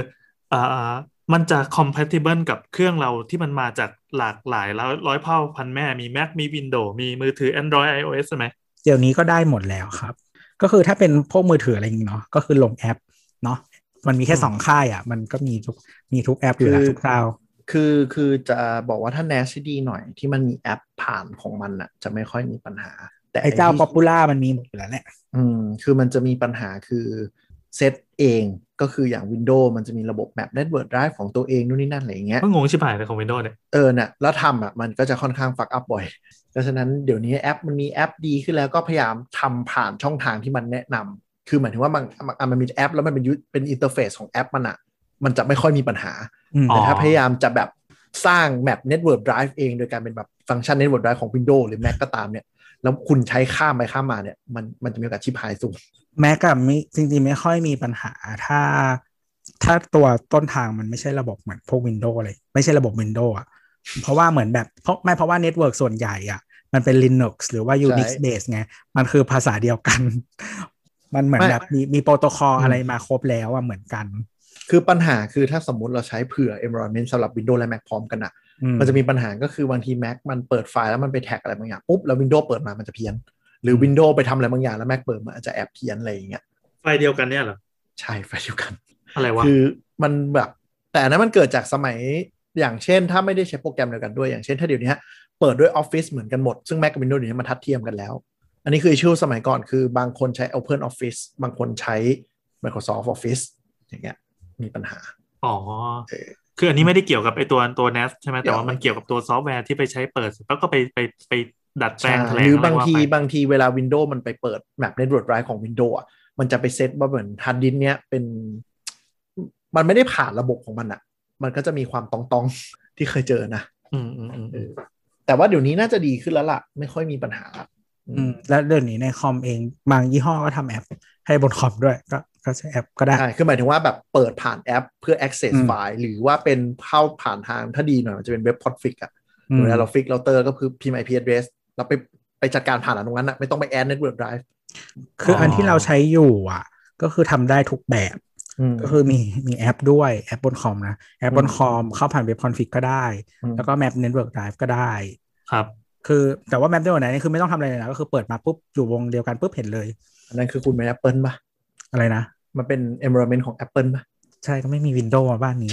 D: อ่ามันจะ compatible กับเครื่องเราที่มันมาจากหลากหลายแล้วร้อยเผ่าพันแม่มี Mac มี Windows มีมือถือ Android iOS ใช่ไหม
C: เดี๋ยวนี้ก็ได้หมดแล้วครับ ก็คือถ้าเป็นพวกมือถืออะไรอย่างงี้เนาะก็คือลงแอปเนาะมันมีแค่
D: อืม
C: สองค่ายอ่ะ มันก็มีทุกมีทุกแอปอยู่แล้ว
B: คือ
C: ทุกคราว
B: คือคือจะบอกว่าถ้า NAS ที่ดีหน่อยที่มันมีแอปผ่านของมันอะจะไม่ค่อยมีปัญหา แต่
C: ไอ้เจ้า
B: ที่
C: ป๊อปปูล่ามันมีหมดอยู่แล้วแหละ
B: อืมคือมันจะมีปัญหาคือเซตเองก็คืออย่าง Windows มันจะมีระบบ Map Network Drive ของตัวเองนู่นนี่นั่นอะไรอย่างเงี้ย
D: ก็งงชิบหายเลยของ Windows เนี่ย
B: เออเนี่ยแล้วทำอ่ะมันก็จะค่อนข้างฟักอัพบ่อยเพราะฉะนั้นเดี๋ยวนี้แอปมันมีแอปดีขึ้นแล้วก็พยายามทำผ่านช่องทางที่มันแนะนำคือหมายถึงว่าบางบางอันมันมีแอป แล้วมันเป็นยูเป็นอินเทอร์เฟซของแอปมันอ่ะ มันจะไม่ค่อยมีปัญหา
C: อืม
D: อ๋
B: แต่
D: อ
B: ถ้าพยายามจะแบบสร้างแมป Network Drive เอง โดยการเป็นแบบฟังก์ชัน Network Drive ของ Windows หรือ Mac ก็ตามเนี่ย แล้วคุณใช้ข้ามไปข้ามมาเนี่ยมันมันจะมีโอกาสชิบหายสูง
C: แม้กับไม่จริงๆไม่ค่อยมีปัญหาถ้า ถ้าตัวต้นทางมันไม่ใช่ระบบเหมือนพวก Windows เลย ไม่ใช่ระบบ Windows อ่ะ เพราะว่าเหมือนแบบเพราะไม่เพราะว่าเน็ตเวิร์กส่วนใหญ่อ่ะ มันเป็น Linux หรือว่า Unix
B: ใช่
C: base ไง มันคือภาษาเดียวกัน มันเหมือน
B: ไม่
C: แบบมีมีโปรโตคอล
B: อืม
C: อะไรมาครบแล้วอ่ะเหมือนกัน
B: คือปัญหาคือถ้าสมมติเราใช้เผื่อ environment สำหรับ Windows และ Mac พร้อมกันอ่ะ
C: อื
B: มันจะมีปัญหาก็คือบางที Mac มันเปิดไฟล์แล้วมันไปแท็กอะไรบางอย่างปุ๊บแล้ว Windows เปิดมามันจะเพี้ยน หรือ Windows ไปทำอะไรบางอย่างแล้ว Mac เปิดมาอาจจะแอบเพี้ยนอะไรอย่างเงี้ย
D: ไฟล์เดียวกันเนี่ยเหรอ
B: ใช่ไฟล์เดียวกัน
D: อะไรวะ
B: คือมันแบบแต่อันนั้นมันเกิดจากสมัยอย่างเช่น ถ้าไม่ได้ใช้โปรแกรมเดียวกันด้วยอย่างเช่น ถ้าเดี๋ยวนี้เปิดด้วย Office เหมือนกันหมด ซึ่ง Mac กับ Windows เดี๋ยวนี้มันทัดเทียมกันแล้ว อันนี้คือชื่อสมัยก่อนคือบางคนใช้ Open Office บางคนใช้ Microsoft Office อย่างเงี้ยมีปัญหา
D: อ๋อ
B: เออ
D: คืออันนี้ไม่ได้เกี่ยวกับไอตัวตัว NAS ใช่ไหม แต่ว่า
B: เกี่ยว
D: มันเกี่ยวกับตัวซอฟต์แวร์ที่ไปใช้เปิดเสร็จแล้วก็ไปไปไปดัดแปล
B: ใช่
D: งแถ
B: ห
D: ลง
B: รือ
D: อะไร
B: บาง
D: ว่า
B: ที
D: ไป
B: บางทีเวลา Windows มันไปเปิดแมป Network Drive ของ Windows อะมันจะไปเซตว่าเหมือนฮาร์ดดิสก์เนี้ยเป็น มันไม่ได้ผ่านระบบของมันอะมันก็จะมีความตองตองๆ ที่เคยเจอนะ
D: อืมอืมอืม
B: เอ
D: อืม
B: อแต่ว่าเดี๋ยวนี้น่าจะดีขึ้นแล้วล่ะ ไม่ค่อยมีปัญหาละอื
C: อื
B: ม
C: มแล้วเดี๋ยวนี้ในคอมเอง บางยี่ห้อก็ทำแอป ให้บนคอมด้วย ก็ก็ใช้แอปก็ได้
B: ใช่คือหมายถึงว่าแบบเปิดผ่านแอปเพื่อ access
C: อืม
B: ไฟล์ หรือว่าเป็นเข้าผ่านทางถ้าดีหน่อยมันจะเป็นเว็บพอดฟิกอะ
C: อืม
B: เวลาเราฟิกเราเตอร์ก็คือพิมพ์ IP address เราไปไปจัดการผ่านอันตรงนั้นนะไม่ต้องไป add network drive
C: คืออันที่เราใช้อยู่อ่ะ ก็คือทำได้ทุกแบบ
B: อืม
C: ก็คือมีมีแอปด้วยแอปบนคอมนะ แอปบน
B: อืม
C: คอมเข้าผ่านเว็บคอนฟิกก็ได้ แล้วก็แมปเน็ตเวิร์กไดฟ์ก็ได้
D: ครับ
C: คือแต่ว่าแมปเน็ตเวิร์กไดฟ์นี่คือไม่ต้องทำอะไรเลยนะ ก็คือเปิดมาปุ๊บ อยู่วงเดียวกันปุ๊บเห็นเลย
B: อันนั้นคือคุณเป็น Apple ป่ะ
C: อะไรนะ
B: มันเป็น environment ของ Apple ป่ะ
C: ใช่ก็ไม่มีวินโดว์มาบ้านนี้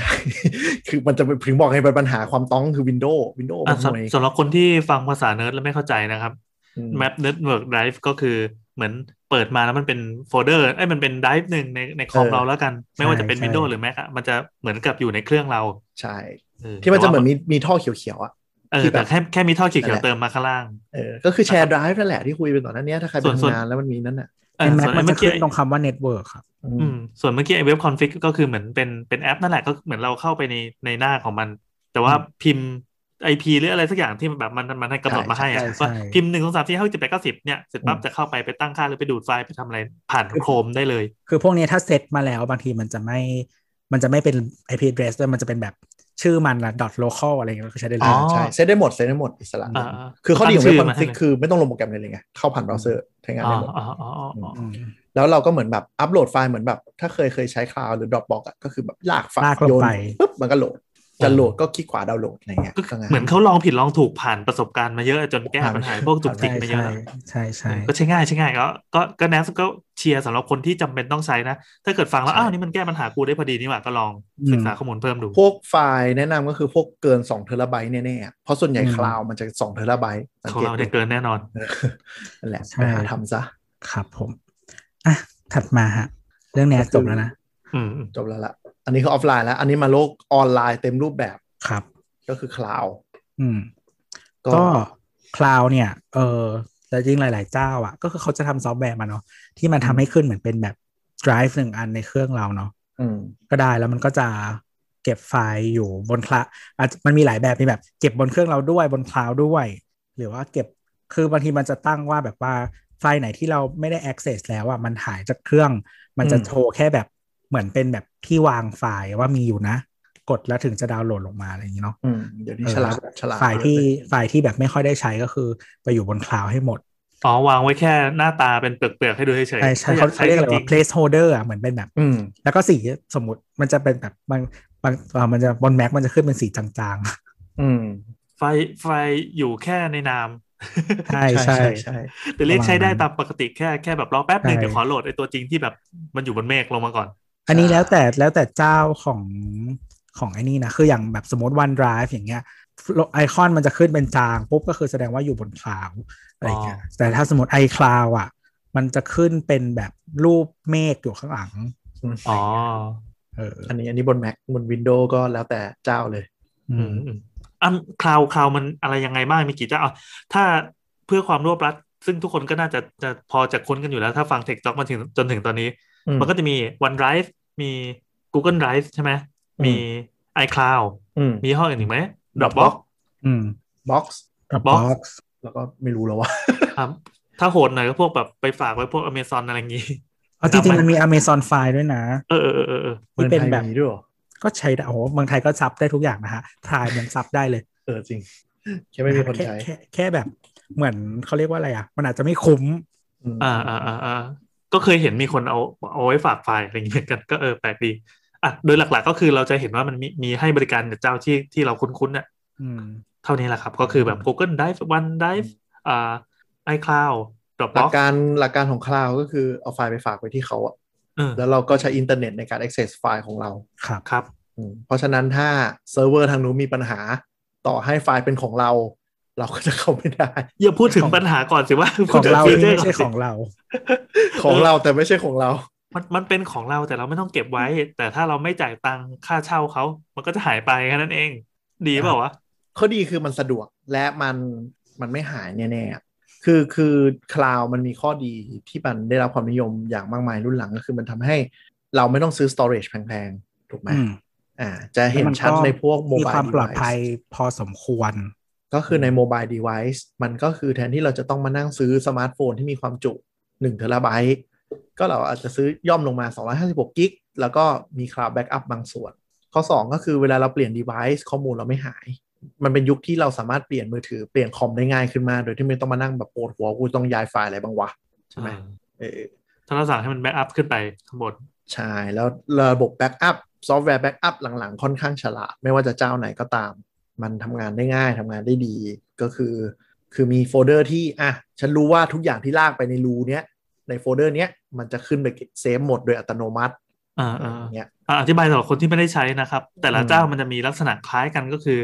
B: คือมันจะเป็นถึงบอกไงเป็นปัญหาความต้องคือ Windows Windows มั
D: อ่ะ
B: นห่วย
D: สำสำหรับคนที่ฟังภาษาเนิร์ดแล้วไม่เข้าใจนะครับ
B: อืม
D: Map Network Drive ก็คือเหมือนเปิดมาแล้วมันเป็นโฟลเดอร์ไอ้ยมันเป็นไดรฟ์หนึ่งในในคอม
B: เออ
D: เราแล้วกัน ไม่ว่าจะเป็น
C: ใช่
D: Windows หรือ Mac อะมันจะเหมือนกับอยู่ในเครื่องเรา
B: ใช่
D: เออ
B: ที่มันจะ
D: แต่
B: เห
D: ว่า
B: มือนมีมีท่อเขียวๆอ่ะ
D: เออ
B: ที่แบบ
D: แต่แค่แค่มีท่อเขี
B: นั่นแหละ
D: ยวๆเติมมาข้างล่าง
B: เออก็คือแชร์ drive นั่นแหละที่คุยไปก่อนหนั้นเนี้ยถ้าใครไป
D: ส่วนส่วน
B: ทำงานแล้วมันมีนั่นน่ะ
D: เอ
C: ไอ้
D: อ
C: แมป
D: ส่วน
C: มันจะ
D: ไอ้เมื่อ
C: ขึ้
D: กี้
C: นตรงคำว่าเน็ตเวิร์กครับ
B: อื
D: อื
B: ม
D: มส่วนเมื่อกี้ไอ้เว็บคอนฟิกก็คือเหมือนเป็นเป็นแอปนั่นแหละก็เหมือนเราเข้าไปในในหน้าของมัน แต่ว่าพิมพ์ IP หรืออะไรสักอย่างที่แบบมันมันให้กำหนดมาให้อะ
C: ใช่ใช่
D: ว่า
C: ใช่
D: พิมพ์หนึ่งสองสามสี่ห้าหกเจ็ดแปดเก้าสิบเนี่ยเสร็จปั๊บจะเข้าไปไปตั้งค่าหรือไปดูดไฟล์ไปทำอะไรผ่านโครมได้เลย
C: คือพวกนี้ถ้าเซตมาแล้วบางทีมันจะไม่ มันจะไม่เป็น IP address ด้วยมันจะเป็นแบบ ชื่อมันนะ dot local อะไรเงี้ยก็ใช้ได้เล
D: อ๋
C: ย
D: อ
B: ใช่เซตได้หมดเซตได้หมดอิสระ
D: อ่า
B: คือข้อดีของ
D: ตั้
B: เว็บค
D: ชื่
B: อน
D: มา
B: ฟิก
D: ให้
B: คือไม่ต้องลงโปรแกรมอะไรเลยไงเข้าผ่านเบราว์เซอร์ใช้งาน
D: อ๋อ
B: ได้หมด
D: อ๋ออ๋ออ๋ออ๋อ
C: อืม
B: แล้วเราก็เหมือนแบบอัปโหลดไฟล์เหมือนแบบ ถ้าเคยเคยใช้คลาวหรือ Dropbox อะก็คือแบบลากไฟล์
C: ลากลง
B: โยน
C: ไป
B: ปุ๊บมันก็โหลด จะโหลดก็คลิกขวาดาวน์โหลดอะไรเงี้ย
D: ก็
B: ก็ง่าย
D: เหมือนเขาลองผิดลองถูกผ่านประสบการณ์มาเยอะจนแก้
B: ผ่าน
D: ปัญหาพวกจุกจิก
C: ใช่
D: มาเยอะ
C: ใช่
D: แล้ว
C: ใช่ใช่
D: ก็ใช้ง่ายใช้ง่ายก็ก็ก็แนสก็เชียร์สำหรับคนที่จำเป็นต้องใช้นะ ถ้าเกิดฟังแล้ว
B: ใช่
D: อ้าวนี่มันแก้ปัญหากูได้พอดีนี่หว่าก็ลองศึกษาข้อมูลเพิ่มดู
B: พวกไฟล์แนะนำก็คือพวกเกิน2เทราไบต์แน่ๆอะเพราะส่วนใหญ่คลาวมันจะ2เทราไบต์สัง
D: ของ
B: เกต
D: เรา
B: ดู
D: ได้เกินแน่นอน
B: เออนั่นแหละไปหาทำซะ
C: ครับผมอ่ะถัดมาฮะ เรื่องเนี้ยจบแล้วนะ
D: อืมอืม
B: จบแล้วละอันนี้คือออฟไลน์แล้ว อันนี้มาโลกออนไลน์เต็มรูปแบบ
C: ครับ
B: ก็คือคลาว
C: อืม
B: ก็
C: ก็คลาวเนี่ย เออแต่จริงหลาย ๆ เจ้าอ่ะ ก็คือเขาจะทำซอฟต์แวร์มาเนาะที่มันทำให้ขึ้นเหมือนเป็นแบบ drive หนึ่งอันในเครื่องเราเนาะ
B: อืม
C: ก็ได้แล้วมันก็จะเก็บไฟล์อยู่บนคลาอาจมันมีหลายแบบมีแบบ เก็บบนเครื่องเราด้วยบนคลาวด้วย หรือว่าเก็บคือบางทีมันจะตั้งว่าแบบว่าไฟล์ไหนที่เราไม่ได้ access แล้วอ่ะมันหายจากเครื่อง มันจะโชว์แค่แบบเหมือนเป็นแบบที่วางไฟล์ว่ามีอยู่นะ กดแล้วถึงจะดาวน์โหลดลงมาอะไรอย่างนี้เนาะ
B: อืมเดี๋ยวนี้
C: เออ
B: ฉลาด
C: แล้ว
B: ฉลาด
C: ฝ่ายที่ฝ่ายที่แบบไม่ค่อยได้ใช้ก็คือไปอยู่บนคลาวให้หมด
D: อ๋อวางไว้แค่หน้าตาเป็นเปลือกๆให้ดูเฉยๆ
C: ใช่ใช่
D: ถ้อย
C: เขา
D: ก
C: เขาเรียกอะไร
D: จ
C: ว่า
D: ง
C: placeholder อ่ะเหมือนเป็นแบบ
B: อืม
C: แล้วก็สีสมมติมันจะเป็นแบบบางบางเอ่อมันจะบนแม็กมันจะขึ้นเป็นสีจาง
B: อืม
D: ๆไฟไฟอยู่แค่ในนาม
C: ๆ ใช่ใช่
B: ใช่
D: แต่เรียกใช้ได้
C: ประมาณนั้น
D: ตามปกติแค่แค่แบบรอแป๊บหนึ่ง
C: ใช่
D: เดี๋ยวขอโหลดไอตัวจริงที่แบบมันอยู่บนเมฆลงมาก่อน
C: อันนี้แล้วแต่แล้วแต่เจ้าของของไอ้นี่นะ คืออย่างแบบสมมติ OneDrive อย่างเงี้ยไอคอนมันจะขึ้นเป็นจางปุ๊บก็คือแสดงว่าอยู่บนคลาวอะไรอย่างเงี้ยแต่ถ้าสมมติ iCloud อ่ะ มันจะขึ้นเป็นแบบรูปเมฆอยู่ข้างหลัง
D: อ๋อ
C: เออ
B: อันนี้อันนี้บน Mac บน Windows ก็แล้วแต่เจ้าเลย
C: อื
D: อื
C: ม
D: มอืมอ่ะคลาวคลาวมันอะไรยังไงบ้างมีกี่เจ้าอ่ะถ้าเพื่อความรวบรัด ซึ่งทุกคนก็น่าจะจะพอจะค้นกันอยู่แล้ว ถ้าฟังเทคจ็อกมาถึงจนถึงตอนนี้
B: อืม
D: มันก็จะมี OneDrive มี Google Drive ใช่ไหมมี iCloud
B: อืม
D: มียี่ห้ออื่นอีกไหม
B: Dropbox
D: Dropbox
C: อืม
B: บ็อกซ์
C: Dropbox
B: แล้วก็ไม่รู้แล้วว่า
D: ครับถ้าโหดหน่อยก็พวกแบบไปฝากไว้พวก Amazon อะไรอย่างงี้
C: เอาจริง
D: จำไม่
C: ๆมันมี Amazon File ด้วยนะ
D: เออเออเออเออเออ
C: ที่เป็นแบบ
B: มือไทยมีด้วยเหรอ
C: ก็ใช้ได้โอ้โหเมืองไทยก็ซับได้ทุกอย่างนะฮะทรายมันซับได้เลย
B: เออจริง แค่ไม่มีคนใช้
C: แค่แค่แค่แบบเหมือนเขาเรียกว่าอะไรอ่ะ มันอาจจะไม่คุ้ม
B: อืม
D: อ่าอ่าอ่าอ่าก็เคยเห็นมีคนเอาเอาไว้ฝากไฟล์อะไรอย่างเงี้ยเหมือนกันก็เออแปลกดีอ่ะโดยหลักๆก็คือเราจะเห็นว่ามันมีมีให้บริการเจ้าที่ที่เราคุ้นๆเนี่ย
C: อืม
D: เท่านี้แหละครับ ก็คือแบบ Google Drive OneDrive อ่า iCloud
B: หลัก
D: Dropbox
B: การหลักการของคลาวก็คือเอาไฟล์ไปฝากไว้ที่เขาอะ
D: เออ
B: แล้วเราก็ใช้อินเทอร์เน็ตในการ access ไฟล์ของเรา
C: ครับ
D: ครับ
B: อืมเพราะฉะนั้นถ้าเซิร์ฟเวอร์ทางนู้นมีปัญหา ต่อให้ไฟล์เป็นของเรา เราก็จะเข้าไม่ได้
D: อย่าพูดถึง
C: ของ
D: ปัญหาก่อนสิว่า
C: ของเรา
D: พูดถึ
C: ที่ไม่ใช่
D: ฟีเจก่นสิ
C: ของเรา
B: ของเราแต่ไม่ใช่ของเรา
D: มันมันเป็นของเราแต่เราไม่ต้องเก็บไว้ แต่ถ้าเราไม่จ่ายตังค่าเช่าเขามันก็จะหายไปแค่นั้นเอง ดีเปล่าวะ
B: ข้อดีคือมันสะดวกและมันมันไม่หายแน่ๆอะคือคือคลาวมันมีข้อดีที่มันได้รับความนิยมอย่างมากมายรุ่นหลังก็คือมันทำให้เราไม่ต้องซื้อ storage แพงๆ ถูกไหม
C: อืม
B: อ่าจะเห็น
C: แล้วมั
B: ชัดในพวกโม
C: มี
B: บาย
C: ความ
B: ดี
C: ปล
B: ไว
C: อดภัย
B: ซ์
C: พอสมควร
B: ก็คือในโมบายดีไวซ์มันก็คือแทนที่เราจะต้องมานั่งซื้อสมาร์ทโฟนที่มีความจุ1เทราไบต์ก็เราอาจจะซื้อย่อมลงมา 256กิกแล้วก็มีคลาวด์แบ็กอัพบางส่วน ข้อ 2 ก็คือเวลาเราเปลี่ยน device ข้อมูลเราไม่หาย มันเป็นยุคที่เราสามารถเปลี่ยนมือถือเปลี่ยนคอมได้ง่ายขึ้นมากโดยที่ไม่ต้องมานั่งแบบปวดหัวกูต้องย้ายไฟล์อะไรบ้างวะ ใช่ไหม เออ
D: ถ้าเราสั่งให้มันแบ็กอัพขึ้นไปข้างบน
B: ใช่ แล้วระบบแบ็กอัพซอฟต์แวร์แบ็กอัพหลังๆ ค่อนข้างฉลาด ไม่ว่าจะเจ้าไหนก็ตาม มันทำงานได้ง่ายทำงานได้ดี ก็คือ คือมีโฟลเดอร์ที่ อ่ะ ฉันรู้ว่าทุกอย่างที่ลากไปในรูเนี้ยในโฟลเดอร์เนี้ยมันจะขึ้นไปเซฟหมดโดยอัตโนมัติ
D: อ่า
B: อะไร
D: อ่า
B: อย่างเงี้ย
D: อ่ะอธิบายสำหรับคนที่ไม่ได้ใช้นะครับ แต่ละ
B: อืม
D: เจ้ามันจะมีลักษณะคล้ายกันก็คือ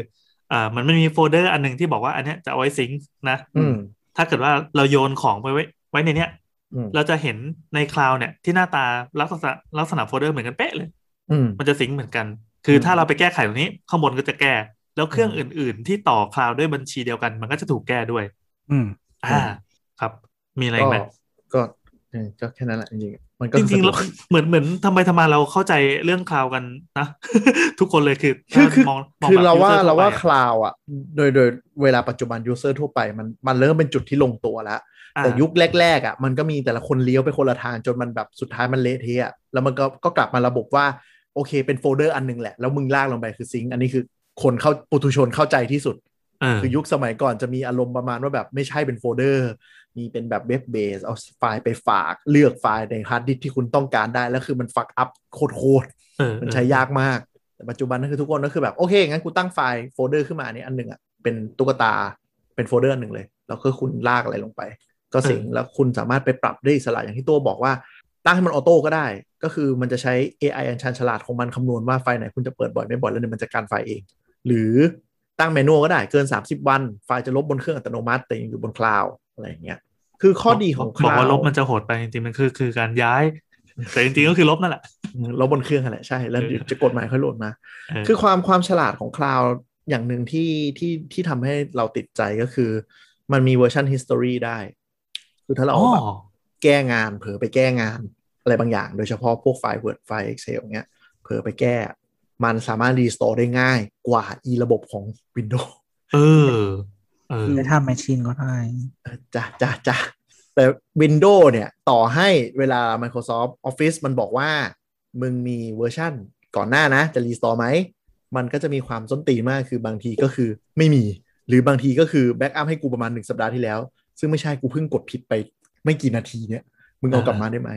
D: เอ่อมันไม่มีโฟลเดอร์อันหนึ่งที่บอกว่าอันเนี้ยจะเอาไว้ซิงค์นะ
B: อืม
D: ถ้าเกิดว่าเราโยนของไปไว้ไว้ในเนี้ย
B: อืม
D: เราจะเห็นในคลาวเนี่ยที่หน้าตาลักษณะลักษณะโฟลเดอร์เหมือนกันเป๊ะเลย
B: อืม
D: มันจะซิงค์เหมือนกัน คืออ
B: ม
D: ถ้าเราไปแก้ไขตรงนี้ข้างบนก็จะแก้ แล้วเครื่องอื่น ๆ ที่ต่อคลาวด้วยบัญชีเดียวกัน มันก็จะถูกแก้ด้วย
C: อืม
D: อ่าครับ มีอะไร
B: ก็
D: อีกไหม
B: ก็เออก็แค่นั้นแหละจริงๆมันก็
D: จริงๆแล้ว
B: สะดก
D: เหมือนเหมือนทำไมทำมาเราเข้าใจเรื่องคลาวกันนะ ทุกคนเลยคือ
B: คือคือ
D: มองมง
B: คือ
D: แบบ
B: เราว่า
D: user
B: เราว่า
D: ทั่
B: คลาวอ่ะโดยโดยเวลาปัจจุบันยูเซอร์ทั่วไปมันมันเริ่มเป็นจุดที่ลงตัวแล้ว
D: ไปอ่ะ
B: แต่ยุคแรกๆอ่ะมันก็มีแต่ละคนเลี้ยวไปคนละทางจนมันแบบสุดท้ายมันเละเทะอะแล้วมันก็ก็กลับมาระบบว่า โอเคเป็นโฟลเดอร์อันหนึงแหละ แล้วมึงลากลงไปคือซิงค์อันนี้คือ คนเข้าปุถุชนเข้าใจที่สุด
D: เออ
B: คือยุคสมัยก่อนจะมีอารมณ์ประมาณว่าแบบไม่ใช่เป็นโฟลเดอร์ มีเป็นแบบเว็บเบส เอาไฟล์ไปฝากเลือกไฟล์ในฮาร์ดดิสก์ที่คุณต้องการได้ แล้วคือมันฟักอัพโคตร
D: เออ
B: ๆมันใช้ยากมาก แต่ปัจจุบันก็คือทุกคนก็คือแบบ โอเค งั้นกูตั้งไฟล์โฟลเดอร์ขึ้นมาอันนี้อันหนึ่งอ่ะเป็นตุ๊กตาเป็นโฟลเดอร์อันหนึ่งเลย แล้วก็คุณลากอะไรลงไป ก็เสิงแล้วคุณสามารถไปปรับได้อิสระอย่างที่ตัวบอกว่า ตั้งให้มันออโต้ก็ได้ ก็คือมันจะใช้ AI อันชันฉลาดของมันคำนวณว่าไฟล์ไหนคุณจะเปิดบ่อยไม่บ่อยแล้วเดี๋ยวมันจะการไฟล์เอง หรือตั้งแมนนวลก็ได้เกิน 30 วัน ไฟล์จะลบบนเครื่องอัตโนมัติแต่ยังอยู่บนคลาวด์อะไรอย่างเงี้ยคือข้อดีของค
D: บอ
B: ลาก ว
D: ว่าลบ
B: ด์
D: มันจะโหดไปจริงๆมันคือคือการย้าย แต่จริงๆก็คือลบนั่นแหละ
B: ลบบนเครื่องนั่นแหละใช่แล้วเดี๋ยวจะกฎหมายค่อยโหลดมา
D: เออ
B: คือความความฉลาดของคลาวด์อย่างหนึ่งที่ที่ที่ทำให้เราติดใจก็คือ มันมีเวอร์ชัน history ได้ คือถ้าเรา
D: อ๋อ
B: เอาแบบ แก้งานเผลอไปแก้งานอะไรบางอย่าง โดยเฉพาะพวกไฟล์ Word ไฟล์ Excel เนี้ยเผลอไปแก้ มันสามารถรีสตอร์ได้ง่ายกว่าอีระบบของ Windows
D: เออ เออ
C: ไม่ทำแมชชีนก็ได้
B: เออจ้ะจ้ะจ้ะแต่ Windows เนี่ยต่อให้เวลา Microsoft Office มันบอกว่า มึงมีเวอร์ชั่นก่อนหน้านะ จะรีสตอร์ไหม มันก็จะมีความส้นตีนมากคือบางทีก็คือไม่มี หรือบางทีก็คือแบ็กอัพให้กูประมาณหนึ่งสัปดาห์ที่แล้ว ซึ่งไม่ใช่กูเพิ่งกดผิดไปไม่กี่นาทีเนี่ย มึงเอากลับมาได้ไหม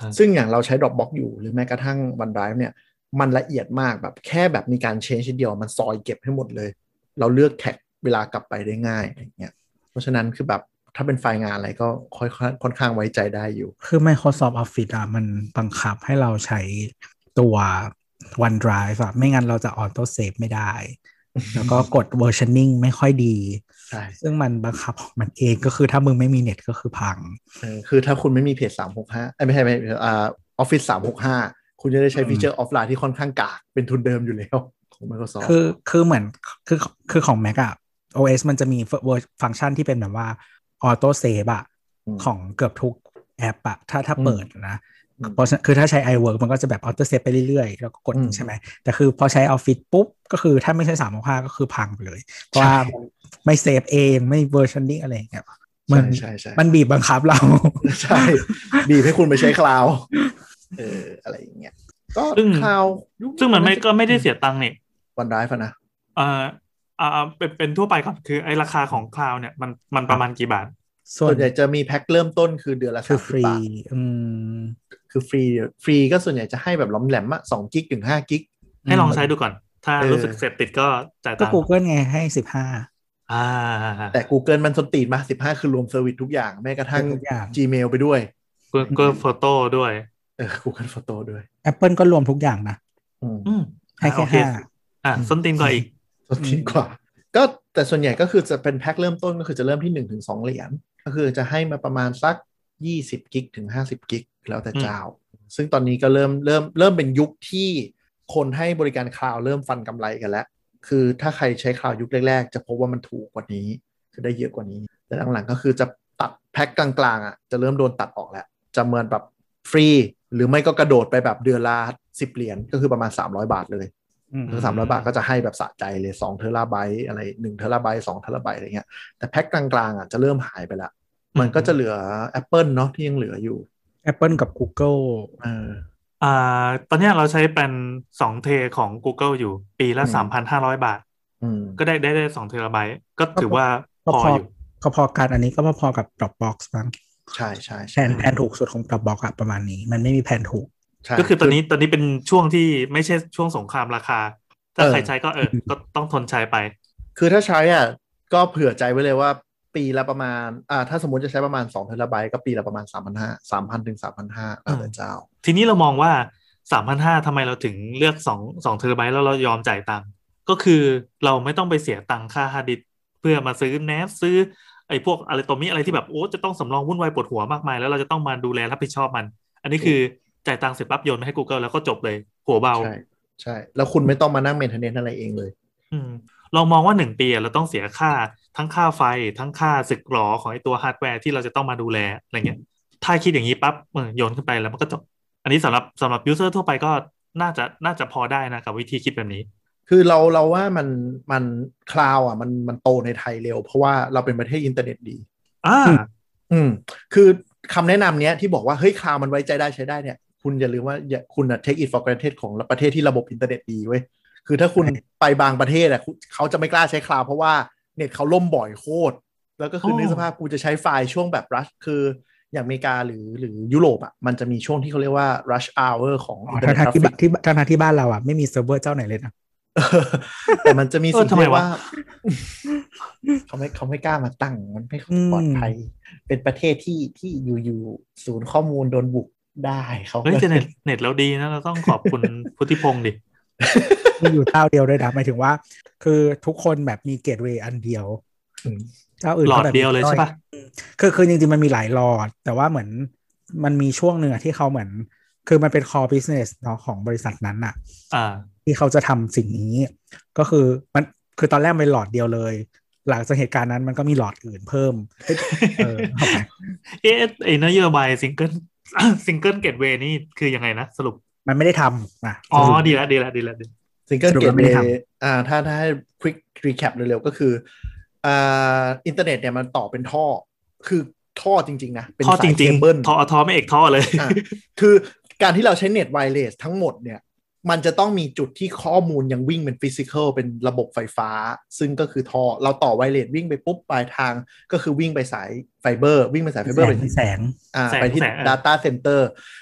D: อ่า
B: ซึ่งอย่างเราใช้ Dropbox อยู่หรือแม้กระทั่ง OneDrive เนี่ย มันละเอียดมากแบบแค่แบบมีการเชนชิ้นเดียวมันซอยเก็บให้หมดเลย เราเลือกแท็กเวลากลับไปได้ง่ายอะไรอย่างเงี้ย เพราะฉะนั้นคือแบบถ้าเป็นไฟล์งานอะไรก็ค่อยค่อนข้างไว้ใจได้อยู่
C: คือ Microsoft Office อ่ะ มันบังคับให้เราใช้ตัว OneDrive อ่ะ ไม่งั้นเราจะ Auto Save ไม่ได้ แล้วก็กด Versioning ไม่ค่อยดี
B: ใช่
C: ซึ่งมันบังคับของมันเองก็คือถ้ามึงไม่มีเน็ตก็คือพัง
B: เออคือถ้าคุณไม่มีเพจสามหกห้าไม่ใช่ไม่อ่าออฟฟิศสามหกห้าคุณจะได้ใช้ฟีเจอร์ออฟไลน์ที่ค่อนข้างกากเป็นทุนเดิมอยู่แล้วของ Microsoft
C: คือคือเหมือนคือคือของ Mac อ่ะ OS มันจะมีฟังก์ชันที่เป็นแบบว่า Auto Save อ่ะ
B: อืม
C: ของเกือบทุกแอปอะถ้าถ้า
B: อืม
C: เปิดนะ
B: อืม
C: เพราะฉะนั้นคือถ้าใช้ iWork มันก็จะแบบออโต้เซฟไปเรื่อยๆ แล้วก็กด
B: อืม
C: ใช่ไหม แต่คือพอใช้ Office ปุ๊บ ก็คือถ้าไม่ใช่3ามห้าก็คือพังไปเลย เพราะว่ามันไม่เซฟเองไม่เวอร์ชันนิ่งอะไรอย่างเงี้ยมัน
B: ใช่ใช่ใช่
C: มันบีบบังคับเรา
B: ใช่ บีบให้คุณไปใช้คลาวด์เอออะไรอย่างเงี้ยก็
D: ซึ่ง
B: คลาวด์ยุค
D: ซึ่งมันไม่ก็ไม่ได้เสียตังค์เนี่ย
B: วันร้ายฟะนะ
D: เอออ่าเป็นเป็นทั่วไปก่อนคือไอ้ราคาของคลาวเนี่ยมันมันประมาณกี่บาท
C: ส่ ว
B: ส่ว
C: น
B: นใหญ่จะมีแพ็คเริ่มต้นคือเดือนละ
C: คือ
B: สาม
C: ฟ
B: สิบ
C: รี
B: บาท
C: อืม
B: คือฟรีฟรีก็ส่วนใหญ่จะให้แบบล้อมแหลมอะสองกิกถึงห้ากิก
D: ให้ลองใช้ดูก่อน ถ้า
B: เออ
D: รู้สึกเสพติดก็จ่าย
C: ก็
D: ตังค์
C: Google ไงให้สิบห้า
D: อ่า
B: แต่ Google มันสนตีนมาสิบห้าคือรวมเซอร์วิสทุกอย่าง แม้กระทั่ง
C: ทุกอย่าง
B: Gmail ไปด้วย
D: กูก็โฟโต้ด้วย
B: เออ Google Photo ด้วย
C: แอปเปิลก็รวมทุกอย่างนะ
B: อืม
D: อืม
C: ให้
D: อ่ะโอ
C: แค่
D: เค
C: ห้า
D: อ่ะส้นตีนกว่าอีก
B: สนตีนกว่า ก็แต่ส่วนใหญ่ก็คือจะเป็นแพ็คเริ่มต้นก็คือจะเริ่มที่หนึ่งถึงสองเหรียญก็คือจะให้มาประมาณสักยี่สิบกิกถึงห้าสิบกิกแล้วแต่เจ้า ซึ่งตอนนี้ก็เริ่มเริ่มเริ่มเป็นยุคที่คนให้บริการคลาวด์เริ่มฟันกำไรกันแล้ว คือถ้าใครใช้คลาวด์ยุคแรกๆ จะพบว่ามันถูกกว่านี้ คือได้เยอะกว่านี้ แต่หลังๆก็คือจะตัดแพ็คกลางๆอ่ะจะเริ่มโดนตัดออกแล้ว จะเหมือนแบบฟรี หรือไม่ก็กระโดดไปแบบเดือนละสิบเหรียญก็คือประมาณ 300 บาทเลย
C: อืม
B: คือสามร้อยบาทก็จะให้แบบสะใจเลย2เทราไบต์อะไร1เทราไบต์สองเทราไบต์อะไรเงี้ยแต่แพ็คกลางๆอ่ะจะเริ่มหายไปละมันก็จะเหลือ Apple เนาะที่ยังเหลืออยู่
C: Apple กับ Google
B: เออ
D: อ่า ตอนเนี้ยเราใช้เป็นสองเทของ Google อยู่ปีละ
B: อืม
D: สามพันห้าร้อยบาท
B: อืม
D: ก็ได้ได้ได้สองเทราไบต์ก็ถือว่า
C: ก็พ
D: พอ
C: อ
D: อยู่
C: ก็พอกันอันนี้ก็พอๆกับ Dropbox มั้ง
B: ใช่ใช่
C: แผ
B: ใช่
C: นแผนถูกสุดของ Dropbox อะประมาณนี้ มันไม่มีแผนถูก
B: ใช่
D: ก็คือตอนนี้ตอนนี้เป็นช่วงที่ไม่ใช่ช่วงสงครามราคา ถ้า
B: เออ
D: ใครใช้ก็เออ ก็ต้องทนใช้ไป
B: คือถ้าใช้อ่ะก็เผื่อใจไว้เลยว่าปีละประมาณอ่าถ้าสมมติจะใช้ประมาณ2เทราไบต์ก็ปีละประมาณ 3 5 0 0 3,000 ถึง 3,500แล้วแต่เจ้า
D: ทีนี้เรามองว่าสามพันห้าทำไมเราถึงเลือกสองสองเทราไบต์แล้วเรายอมจ่ายตังค์ก็คือเราไม่ต้องไปเสียตังค่าฮาร์ดดิสก์เพื่อมาซื้อแนบซื้อไอ้พวกอะไรตัวนี้อะไรที่แบบโอ้จะต้องสำรองวุ่นวายปวดหัวมากมาย แล้วเราจะต้องมาดูแลรับผิดชอบมัน อันนี้คือจ่ายตังค์เสร็จปั๊บโยนมาให้ Google แล้วก็จบเลยหัวเบา
B: ใช่ ใช่ แล้วคุณไม่ต้องมานั่งเมนเทนเนนอะไรเองเลย
D: อืมเรามองว่าหนึ่งปีอะเราต้องเสียค่าทั้งค่าไฟทั้งค่าสึกหรอของไอตัวฮาร์ดแวร์ที่เราจะต้องมาดูแลอะไรเงี้ย ถ้าคิดอย่างนี้ปั๊บเออโยนขึ้นไปแล้วมันก็จบ อันนี้สำหรับสำหรับยูเซอร์ทั่วไปก็น่าจะน่าจะพอได้นะกับวิธีคิดแบบนี้
B: คือเราเราว่ามันมันคลาวอ่ะมันมันโตในไทยเร็ว เพราะว่าเราเป็นประเทศอินเทอร์เน็ตดี
D: อ่า
C: อืม
B: อืม คือคำแนะนำเนี้ยที่บอกว่า เฮ้ยคลาวมันไว้ใจได้ใช้ได้เนี่ย คุณอย่าลืมว่าอย่าคุณอะ take it for granted ของประเทศที่ระบบอินเทอร์เน็ตดีเว้ย คือถ้าคุณไปบางประเทศอะคุณเขาจะไม่กล้าใช้คลาวด์เพราะว่าเน็ตเขาล่มบ่อยโคตร แล้วก็คือ
D: โอ้
B: ในกสภาพกูจะใช้ไฟล์ช่วงแบบรัชคืออย่างอเมริกาหรือหรือยุโรปอะมันจะมีช่วงที่เขาเรียกว่า rush hour ของ internet
C: ทั้งๆที่
B: traffic
C: ที่ทั้งๆที่บ้านเราอ่ะไม่มีเซิร์ฟเวอร์เจ้าไหนเลยนะ
B: เออแต่มันจะมี
D: เออ
B: สิ่ง
D: ทำ
B: ที่
D: ไม
B: เรียก
D: วะ
B: ว่า เขาไม่เขาไม่กล้ามาตั้ง มันไม่ปลอดภัย เป็นประเทศที่ที่อยู่อยู่ศูนย์ข้อมูลโดนบุกได้เขา
D: เฮ้ย
B: ก็
D: แต่เน็ตเน็ตเราดีนะ เราต้องขอบคุณ พุทธิพงศ์ดิ
C: มีอยู่เจ้าเดียวด้วยนะหมายถึงว่า คือทุกคนแบบมีเกตเวย์อันเดียว
B: อืม
C: เจ้าอื่น
D: หลอด
C: ขาแบบ
D: เดียวเลย
C: น้
D: ใช่ปะ
C: คือคือจริงๆมันมีหลายหลอด แต่ว่าเหมือนมันมีช่วงหนึ่งอะที่เขาเหมือน คือมันเป็น core business เนาะของบริษัทนั้นอะ
D: อ่า
C: ที่เขาจะทำสิ่งนี้ ก็คือมันคือตอนแรกมันเป็นหลอดเดียวเลย หลังจากเหตุการณ์นั้นมันก็มีหลอดอื่นเพิ่มเออเข้าไป
D: เอ๊ะไอ้นโยบายซิ งเกิล ซิงเกิลเกตเวนี่คือยังไงนะ สรุป
C: มันไม่ได้ทำอ่ะ
D: อ๋อ ดีละดีละดีละดีละ
B: ซิงเกิล
C: สรุป
B: เก
C: แล้
B: ต
C: วไม่ได้
B: เ a
C: ทำ
B: y อ่าถ้าถ้าให้ quick recap เร็วๆ ก็คืออ่าอินเทอร์เน็ตเนี่ยมันต่อเป็นท่อ คือท่อจริง ๆ นะ เป็น
D: ท่อ
B: สา
D: จ
B: ย
D: ริง
B: เคเบิล
D: ๆท่อท่อไม่เอกท่อเลย
B: อ่ะ คือการที่เราใช้เน็ตไวเลสทั้งหมดเนี่ย มันจะต้องมีจุดที่ข้อมูลยังวิ่งเป็นฟิสิก a l เป็นระบบไฟฟ้า ซึ่งก็คือท่อ เราต่อไวเลสวิ่งไปปุ๊บ ปลายทางก็คือวิ่งไปสายไฟเบอร์ วิ่งไปสายไฟเบอร์ไปที่
C: แสง
B: อ่า
D: แสง
B: ไปที่
D: แสงอ่ะ
B: Data Center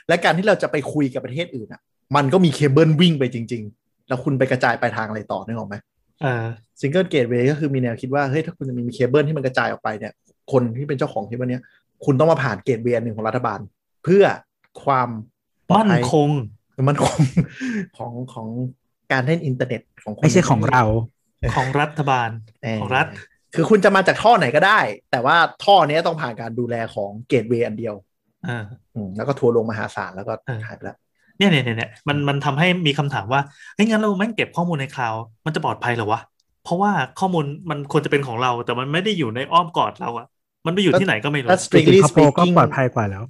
B: และการที่เราจะไปคุยกับประเทศอื่นอ่ะ มันก็มีเคเบิลวิ่งไปจริง ๆ แล้วคุณไปกระจายปลายทางอะไรต่อนึกออกไหม
D: เออ
B: ซิงเกิลเกตเวย์ก็คือมีแนวคิดว่า เฮ้ย ถ้าคุณจะมีเคเบิลที่มันกระจายออกไปเนี่ย คนที่เป็นเจ้าของเคเบิลเนี้ยคุณต้องมาผ่านเกตเวย์อันหนึ่งของรัฐบาล เพื่อความปลอด
D: มั่น
B: ภัย
D: คง
B: มันคง ของของการเล่นอินเทอร์เน็ตของคน
C: ไม่ใช่ของเรา
D: ของรัฐบาล
B: เออ
D: ของรัฐ
B: คือคุณจะมาจากท่อไหนก็ได้ แต่ว่าท่อเนี้ยต้องผ่านการดูแลของเกตเวย์อันเดียว
D: อ่า
B: อืมแล้วก็ทัวร์ลงมหาศาลแล้วก็
D: เออ
B: หายไปแล้ว
D: เนี่ยเนี่ยเนี่ยเนี่ยมันมันทำให้มีคำถามว่าเฮ้ยงั้นเราแม่งเก็บข้อมูลในคลาวด์มันจะปลอดภัยเหรอวะ เพราะว่าข้อมูลมันควรจะเป็นของเรา แต่มันไม่ได้อยู่ในอ้อมกอดเราอะมันไปอยู่ที่ไหนก็ไม่รู้
B: ถ้า strictly
C: สิงคโปร์ก็
B: speaking
C: ปลอดภัยกว่าแล้ว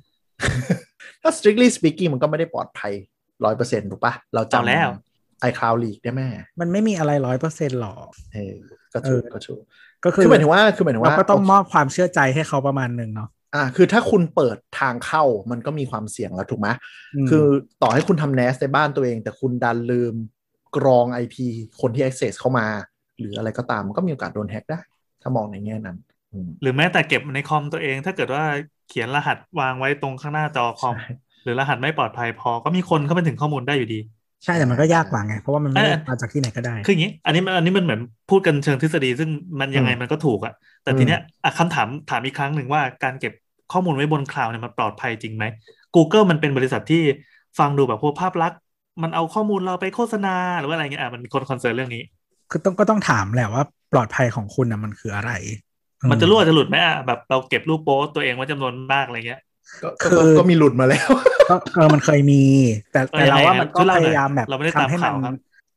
B: ถ้า strictly speaking มันก็ไม่ได้ปลอดภัยร้อยเปอร์เซ็นต์ถูกปะเรา
D: เอา
B: จำ
D: แล้ว
B: ไอคลาวลีกได้ไหม
C: มันไม่มีอะไรร้อยเปอร์เซ็นต์หรอก
B: เออก็ถูก
C: เออ
B: ก็ถูก
C: ก็คื
B: คือหมายถึงว่าคือหมายถึง
C: เรา
B: ว่า
C: ก็ต้อง
B: โเค
C: มอบความเชื่อใจให้เขาประมาณหนึ่งเนาะ
B: อ่าคือถ้าคุณเปิดทางเข้ามันก็มีความเสี่ยงแล้วถูกไหม
C: ม
B: คือต่อให้คุณทำ NAS ในบ้านตัวเอง แต่คุณดันลืมกรอง IP คนที่ access เข้ามา หรืออะไรก็ตามมันก็มีโอกาสโดนแฮ็กได้ ถ้ามองในแง่นั้นอืม
D: หรือแม้แต่เก็บในคอมตัวเอง ถ้าเกิดว่าเขียนรหัสวางไว้ตรงข้างหน้าจอคอม หรือรหัสไม่ปลอดภัยพอก็มีคนเข้าไปถึงข้อมูลได้อยู่ดี
C: ใช่แต่มันก็ยากกว่าไง เพราะว่ามันไม่ได้
D: เออ
C: มาจากที่ไหนก็ได้
D: คืออย่างนี้อันนี้มันอันนี้มันเหมือนพูดกันเชิงทฤษฎีซึ่งมันยังไงมันก็ถูกอะแต่ทีเนี้ยอ่ะคำถามถามอีกครั้งหนึ่งว่าการเก็บข้อมูลไว้บนคลาวด์เนี่ยมันปลอดภัยจริงไหม Google มันเป็นบริษัทที่ฟังดูแบบพวกภาพลักษณ์มันเอาข้อมูลเราไปโฆษณาหรือว่าอะไรเงี้ยอ่ะมันมีคนคอนเซิร์นเรื่องนี้
C: คือต้องก็ต้องถามแหละว่าปลอดภัยของคุณนะมันคืออะไรอื
D: มันจะรั่วจะหลุดไหมอ่ะแบบเราเก็บรูปโป๊ตัวเองไว้จำนวนมากอะไรเงี้ย
B: ก็
C: คื
B: ก็
C: อ
B: ก็มีหลุดมาแล้ว
C: ก็เออมันเคยมี แต่แต่
D: เออ
C: เราว่ามันก็
D: ช่วยเล่า
C: พ
D: หน่อย
C: ยายามแบบ
D: เราไม่ได้
C: ทำให้มัน
D: ตามข่าวครับ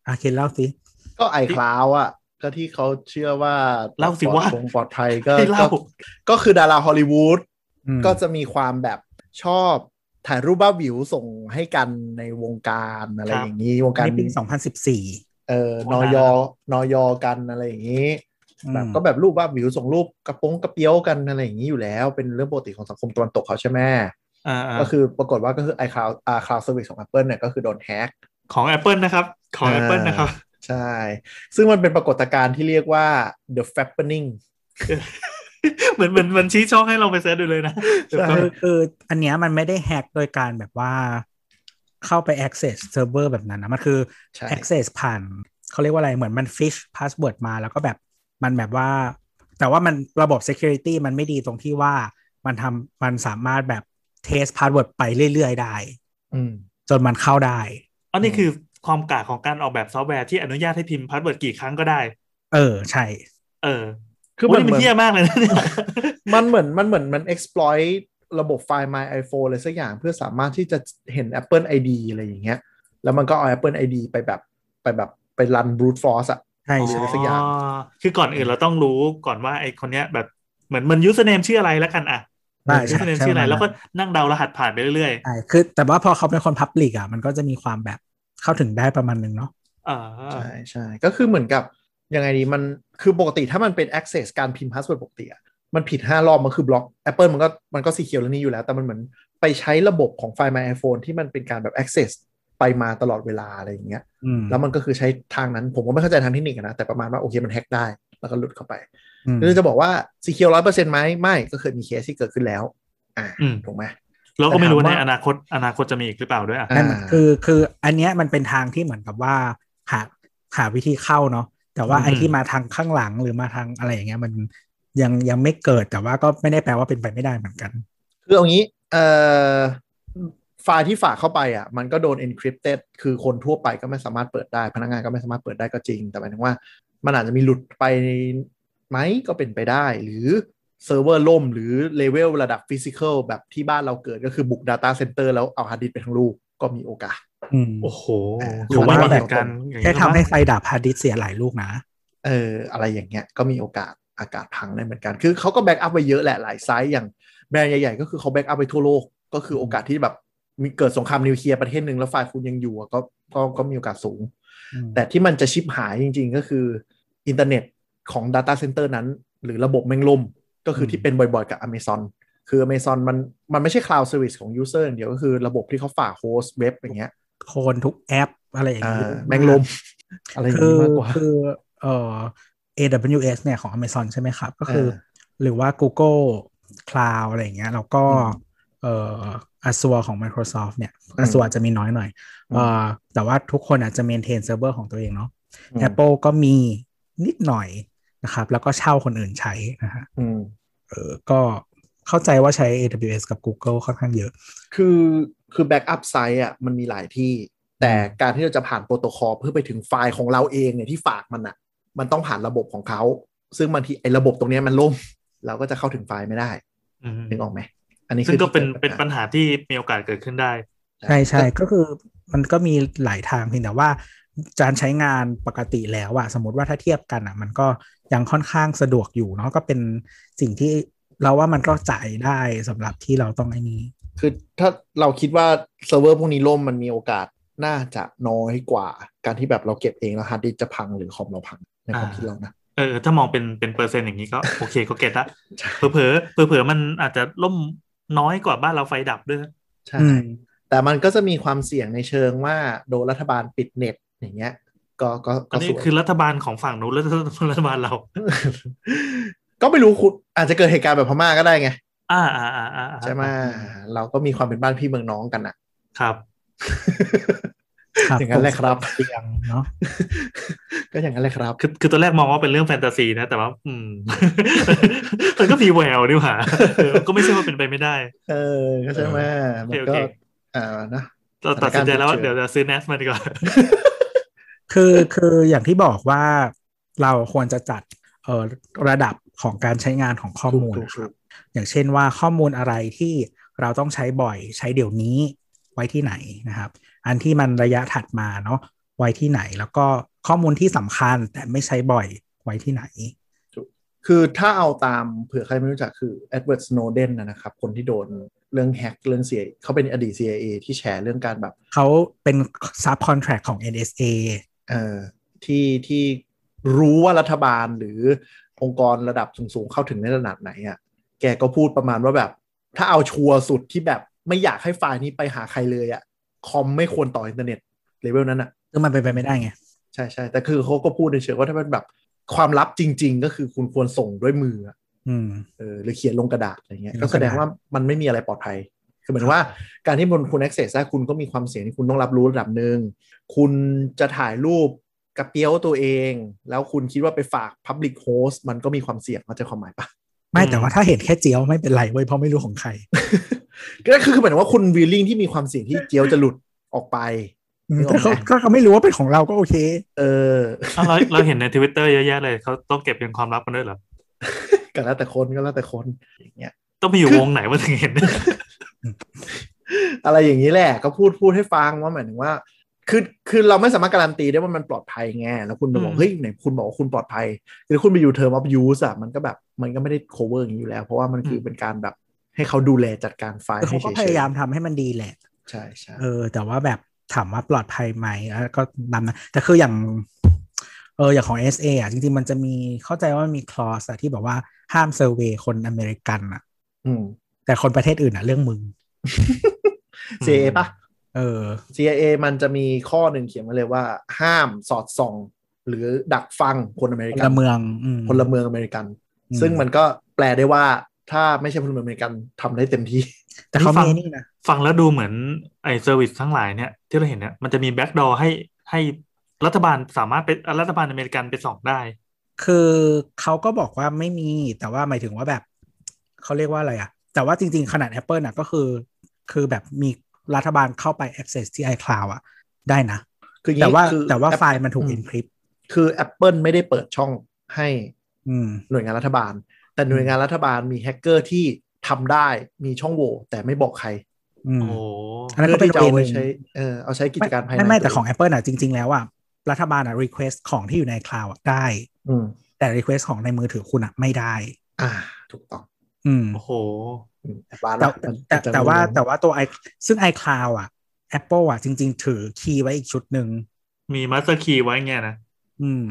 C: อาเคนเล่าสิ
B: ก็ไอคลาวอ่ะ ก็ที่เขาเชื่อว่า
D: เล่าสิว่า
B: ปลอดปลอดภัยก็
D: ให้เล่า
B: ก็ก็คือดาราฮอลลีวูด
C: อืม
B: ก็จะมีความแบบชอบถ่ายรูปบ้าวิวส่งให้กันในวงการอะไรอย่างนี้ วงการ
C: นี่ปีสองพันสิบสี่
B: เอ่อนอยนอยกันอะไรอย่างนี้ แบบก็แบบรูปบ้าวิวส่งรูปกระโปรงกระเปี้ยวกันอะไรอย่างนี้อยู่แล้ว เป็นเรื่องปกติของสังคมตะวันตกเขาใช่ไหม
D: อ่า
B: ก็คือปรากฏว่าก็คือ iCloud อ่า Cloud Service ของ Apple เนี่ยก็คือโดนแฮก
D: ๆของ Apple นะครับของ Apple
B: อ่า
D: นะครับ
B: ใช่ ซึ่งมันเป็นปรากฏการณ์ที่เรียกว่า the fappening
D: เหมือนเหมือนมันชี้ช่องให้เราไปเซิร์ชดูเลยนะเดี๋ยว
B: ใช่
D: ก่อน
C: คือคืออันเนี้ยมันไม่ได้แฮกโดยการแบบว่าเข้าไป access server แบบนั้นนะ มันคือ
B: ใช่
C: access ผ่านเขาเรียกว่าอะไรเหมือนมัน fish password มาแล้วก็แบบมันแบบว่า แต่ว่ามันระบบ security มันไม่ดีตรงที่ว่ามันทำมันสามารถแบบ test password ไปเรื่อย ๆ ได้
B: อืม
C: จนมันเข้าได้
D: อันนี้คือความกากของการออกแบบซอฟต์แวร์ที่อนุญาตให้พิมพ์พาสเวิร์ดกี่ครั้งก็ได้
C: เออใช่
D: เออ
B: คือ
D: โย
B: มัน
D: นี่
B: เห
D: มัน
B: มือน
D: เที่ยมากเลยนะเนี่ย
B: มันเหมือนมันเหมือนมัน exploit ระบบไฟล์ My iPhone เลยสักอย่างเพื่อสามารถที่จะเห็น Apple ID อะไรอย่างเงี้ย แล้วมันก็เอา Apple ID ไปแบบไปแบบไปรัน brute force อะ
C: ใช่
B: อ๋อ
C: ใช่
B: สักอย่าง
D: คือก่อนอื่นเราต้องรู้ก่อนว่าไอคนเนี้ยแบบเหมือนมันยูสเนมชื่ออะไรแล้วกันอ่ะ
C: ได้ใช่
D: ยูสเนม
C: ใช่
D: ชื่ออะไร
C: ประมาณนั้น
D: แล้วก็นั่งเดารหัสผ่านไปเรื่อย
C: ใช่คือแต่ว่าพอเขาเป็นคน public อ่ะมันก็จะมีความแบบเข้าถึงได้ประมาณนึงเนาะ
D: ๆอ่า
B: ใช่ใช่ก็คือเหมือนกับ ยังไงดีมันคือปกติถ้ามันเป็น access การพิมพ์ password ปกติอะมันผิด 5 รอบ มันคือบล็อก Apple มันก็มันก็สีเขียวเรื่องนี้อยู่แล้ว แต่มันเหมือนไปใช้ระบบของไฟล์ My iPhone ที่มันเป็นการแบบ access ไป ไปมาตลอดเวลาอะไรอย่างเงี้ย
C: อืม
B: แล้วมันก็คือใช้ทางนั้นผมก็ไม่เข้าใจทางเทคนิคอะนะ แต่ประมาณว่าโอเคมันแฮ็กได้ แล้วก็หลุดเข้าไป
C: อืม
B: หรือจะบอกว่าซีเคียวร้อยเปอร์เซ็นต์ไหมไม่ก็เคยมีเคสที่เกิดขึ้นแล้ว อ่า
D: อืม
B: ถูกไหม
D: เราก็ไม่รู้ว่า
B: แต่ถาม
D: ใน
B: ว่า
D: อนาคตอนาคตจะมีอีกหรือเปล่าด้วยอ่ะ
B: อ่า
C: นั่นน่ะคือคืออันเนี้ยมันเป็นทางที่เหมือนกับว่าหาหาวิธีเข้าเนาะแต่ว่า
D: อืม
C: ไอ้ที่มาทางข้างหลังหรือมาทางอะไรอย่างเงี้ยมันยังยังไม่เกิดแต่ว่าก็ไม่ได้แปลว่าเป็นไปไม่ได้เหมือนกัน
B: คือเอางี้เอ่อไฟล์ที่ฝากเข้าไปอ่ะ มันก็โดน encrypted คือคนทั่วไปก็ไม่สามารถเปิดได้ พนักงานก็ไม่สามารถเปิดได้ก็จริง แต่หมายถึงว่า มันอาจจะมีหลุดไปไหมก็เป็นไปได้ หรือเซิร์ฟเวอร์ล่ม หรือเลเวลระดับฟิสิก a l แบบที่บ้านเราเกิดก็คือบุก Data Center แล้วเอาฮาร์ดดิสก์ไปทั้งลูกก็มีโอกาส
C: อืม
D: โอ้โห
B: อ่า
D: ผมว่า
C: หรือ
D: มี
C: ว่า
D: เหตุการณ์อย่าง
C: แค่
D: นี้
C: ทำให้ไฟ
D: บ้าง
C: ดับฮาร์ดดิสก์เสียหลายลูกนะ
B: เอออะไรอย่างเงี้ยก็มีโอกาสอากาศพังได้เหมือนกัน คือเขาก็แบ็กอัพไว้เยอะแหละหลายไซส์อย่างแบรนด์ใหญ่ๆ ก็คือเขาแบ็กอัพไปทั่วโลก ก็คือโอกาสที่แบบมีเกิดสงครามนิวเคลียร์ประเทศหนึ่งแล้วฝ่ายคุณยังอยู่อะก็ก็ก็มีโอกาสสูง แต่ที่มันจะชิปหายจริงๆ ก็คืออินเทอร์เน็ตของ Data Center นั้น หรือระบบแม่งล่มก็คืออ
C: ม
B: ที่เป็นบ่อยๆ กับ Amazon คือ Amazon มันมันไม่ใช่ Cloud Service ของ User อย่างเดียวก็คือระบบที่เขาฝากโฮสต์เว็บอย่างเงี้ย
C: โคนทุกแอปอะไรอย่าง
B: อ่า
C: เงี้ย
B: แม่งล่มอะไรอย่าง
C: คื
B: งี้
C: อ
B: มากกว่า
C: คือเอ่อ AWS เนี่ยของ Amazon ใช่ไหมครับ ก็คือ
B: เออ
C: หรือว่า Google Cloud อะไรอย่างเงี้ยแล้วก็
B: อืม
C: เอ่อ Azure ของ Microsoft เนี่ย
B: อืม
C: Azure จะมีน้อยหน่อย
B: อืม
C: เอ่อแต่ว่าทุกคนอาจจะ maintain เซิร์ฟเวอร์ของตัวเองเนาะ
B: อืม
C: Apple ก็มีนิดหน่อยนะครับ แล้วก็เช่าคนอื่นใช้นะฮะ
B: อืม
C: เออก็เข้าใจว่าใช้ AWS กับ Google ค่อนข้างเยอะ
B: คือคือแบ็กอัพไซต์อ่ะมันมีหลายที่ แต่การที่เราจะผ่านโปรโตคอลเพื่อไปถึงไฟล์ของเราเองเนี่ยที่ฝากมันอ่ะ มันต้องผ่านระบบของเขา ซึ่งบางทีไอ้ระบบตรงเนี้ยมันล่ม เราก็จะเข้าถึงไฟล์ไม่ได้
D: อืม
B: นึกออกไหมอันนี้
D: ซึ่งก็เป็น
B: ที่
D: เป็นปัญหาที่มีโอกาสเกิดขึ้นได้
C: ใช่ใช่ก็คือมันก็มีหลายทางเพียงแต่ว่าการใช้งานปกติแล้วอะสมมติว่าถ้าเทียบกันอะมันก็ยังค่อนข้างสะดวกอยู่เนาะก็เป็นสิ่งที่เราว่ามันก็จ่ายได้สำหรับที่เราต้องไอ้นี้
B: คือถ้าเราคิดว่าเซิร์ฟเวอร์พวกนี้ล่มมันมีโอกาสน่าจะน้อยกว่า การที่แบบเราเก็บเองแล้วฮาร์ดดิสก์จะพังหรือคอมเราพังในความ
D: อ่า
B: คิดเรานะ
D: เออถ้ามองเป็นเป็นเปอร์เซ็นต์อย่างนี้ก็ โอเคก็เก็ตละ
B: ใช่
D: เผลอเผลอๆเผลอๆมันอาจจะล่มน้อยกว่าบ้านเราไฟดับด้วยนะ
B: ใช่ แต่มันก็จะมีความเสี่ยงในเชิงว่าโดนรัฐบาลปิดเน็ตอย่างเงี้ย ก็ก็
D: อั
B: ก็
D: นนี้
B: สวย
D: คือรัฐบาลของฝั่งนู้น แล้วรัฐบาลเรา
B: ก็ไม่รู้คุณอาจจะเกิดเหตุการณ์แบบพม่าก็ได้ไง
D: อ่าอ่าอ่าอ่า
B: ใช่ไหมเราก็มีความเป็นบ้านพี่เมืองน้องกันอะ
D: ครับ
C: ครับ
B: อย่างนั้นแหละครับ
C: เตียงเนาะ
B: ก็อย่างนั้นแหละครับ
D: คือคือตอนแรกมองว่าเป็นเรื่องแฟนตาซีนะ แต่ว่า อืม มันก็มีแววนี่หว่า เออก็ไม่ใช่ว่าเป็นไปไม่ได้
B: เออก็ใช่ไหมมันก็
D: โอเค
B: อ่านะ
D: เราตัดสินใจแล้วว่า
B: สถานการณ์ฉุกเฉิน
D: เดี๋ยวจะซื้อ NAS มาดีกว่า
C: คือคืออย่างที่บอกว่าเราควรจะจัดเอ่อระดับของการใช้งานของข้อมูล
B: ถูก
C: นะค
B: ถู
C: รับ
B: ก
C: อย่างเช่นว่าข้อมูลอะไรที่เราต้องใช้บ่อยใช้เดี๋ยวนี้ไว้ที่ไหนนะครับ อันที่มันระยะถัดมาเนาะไว้ที่ไหน แล้วก็ข้อมูลที่สำคัญแต่ไม่ใช้บ่อยไว้ที่ไหน
B: คือถ้าเอาตามเผื่อใครไม่รู้จักคือ Edward Snowden นะนะครับ คนที่โดนเรื่องแฮกเรื่อง CIA เขาเป็นอดีต CIA ที่แชร์เรื่องการแบบ
C: เขาเป็นซับคอนแท c t ของ NSA
B: เอ่อที่ที่รู้ว่ารัฐบาลหรือองค์กรระดับสูงๆ เข้าถึงในระดับไหนอะ่ะ แกก็พูดประมาณว่าแบบ ถ้าเอาชัวร์สุดที่แบบไม่อยากให้ไฟล์นี้ไปหาใครเลยอะ่ะ คอมไม่ควรต่ออินเทอร์เน็ตเลเวลนั้นอ่ะ
C: ซึ่งมันเป็นไปไม่ได้ไง
B: ใช่ใช่แต่คือเขาก็พูดในเชิงว่าถ้ามันแบบความลับจริง ๆ ก็คือคุณควรส่งด้วยมืออะ
C: อืม
B: เออหรือเขียนลงกระดาษอะไรเงี้ย
C: เขียนล
B: ก็
C: งกระดาษ
B: แสดงว่ามันไม่มีอะไรปลอดภัยคือเหมือนว่าการที่คุณ access ได้คุณก็มีความเสี่ยงที่คุณต้องรับรู้ระดับหนึ่ง คุณจะถ่ายรูปกระเปี้ยวตัวเอง แล้วคุณคิดว่าไปฝาก Public Host มันก็มีความเสี่ยงเข้าใจความหมายปะ
C: ไม่
D: อืม
C: แต่ว่าถ้าเห็นแค่เจียวไม่เป็นไรเว้ยเพราะไม่รู้ของใคร
B: ก็คือคือหมายถึงว่าคุณ willing ที่มีความเสี่ยงที่เจียวจะหลุดออกไป
C: อืม
B: นึกอ
C: แต่
B: อกไหม
C: เขาก็เขาไม่รู้ว่าเป็นของเราก็โอเค
B: เออ
D: อ้าวเราเราเห็นในทวิตเตอร์เยอะแยะเลยเขาต้องเก็บเป็นความลับกันด้วยเหรอ
B: ก็แล้วแต่คนก็แล้วแต่คนอย่างเงี้ย
D: ต้องไปอยู่วงไหนมาถึงเห็น
B: อะไรอย่างนี้แหละก็พูดพูดให้ฟังว่าหมายถึงว่า คือคือเราไม่สามารถการันตีได้ว่ามันปลอดภัยไงแล้วคุณไปบอก
D: อืม
B: เฮ้ยไหนคุณบอกว่าคุณปลอดภัยหรือคุณไปอยู่เทอร์มอฟยูสอะมันก็แบบมันก็ไม่ได้ cover อย่างนี้อยู่แล้ว เพราะว่ามันคือเป็นการแบบให้เขาดูแลจัดการไฟล์
C: เขา
B: ให้
C: ก็
B: เฉย
C: พยายามทำให้มันดีแหละ
B: ๆใช่ใช่
C: เออแต่ว่าแบบถามว่าปลอดภัยไหมอ่ะก็นำนะแต่คืออย่างเอออย่างของ SA อ่ะจริงๆ มันจะมีเข้าใจว่ามีคลอสอะที่บอกว่าห้ามเซอร์เวยคนอเมริกันอะ
B: อืม
C: แต่คนประเทศอื่นอะเรื่องมึง
B: CA ปะ
C: เออ
B: CIA มันจะมีข้อหนึ่งเขียนไว้เลยว่า ห้ามสอดส่อง หรือดักฟังคนอเม
C: พ
B: ริกั
C: ล
B: น
C: เมืองอืม
B: พลเมืองอเมริกัน
C: อืม
B: ซึ่งมันก็แปลได้ว่าถ้าไม่ใช่พลเมืองอเมริกันทำได้เต็มที่
C: แต่เขา
D: ฟั
C: มี
D: ง
C: ไอ้นี่นะ
D: ฟังแล้วดูเหมือนไอ้เซอร์วิสทั้งหลายเนี่ยที่เราเห็นเนี่ยมันจะมีแบ็กดอร์ให้ให้รัฐบาลสามารถเป็นรัฐบาลอเมริกันไปส่องได้
C: คือเขาก็บอกว่าไม่มีแต่ว่าหมายถึงว่าแบบ เขาเรียกว่าอะไรอ่ะ แต่ว่าจริง ๆ ขนาด Apple น่ะก็คือ คือแบบมีรัฐบาลเข้าไป access ที่ iCloud อ่ะ ได้นะ
B: คืออย่ง
C: แต่
B: นี้
C: ว่า
B: คือ
C: แต่ว่าไฟล์มันถูก
B: อืม
C: encrypt
B: คือ Apple ไม่ได้เปิดช่องให้
C: อืม
B: หน่วยงานรัฐบาล แต่หน่วยงานรัฐบาลมีแฮกเกอร์ที่ทำได้มีช่องโหว่ แต่ไม่บอกใคร
C: อืม
D: โอ้โห
C: อันนั้นก็เป็น
B: ที่จะเอาไว้
C: หง
B: ใช้เออเอาใช้กิจการภายใน
C: ไม่ไม่แต่ของ Apple น่ะจริง ๆ แล้วอ่ะรัฐบาลอ่ะ request ของที่อยู่ใน cloud อะได้
B: อืม
C: แต่ request ของในมือถือคุณอ่ะไม่ได้
B: อ่า ถูกต้อง
C: อืม
D: โอ้โห
B: อืม Advanced
C: แต่
B: นะมัน
C: แต่
B: จะ
C: แต่ว่า
B: ไม่รู้
C: แต่ว่าตัว i ซึ่ง iCloud อ่ะ Apple อ่ะจริง ๆ ถือคีย์ไว้อีกชุดหนึ่ง
D: มีมาสเตอร์คีย์ไว้เงี้ยนะ
C: อืม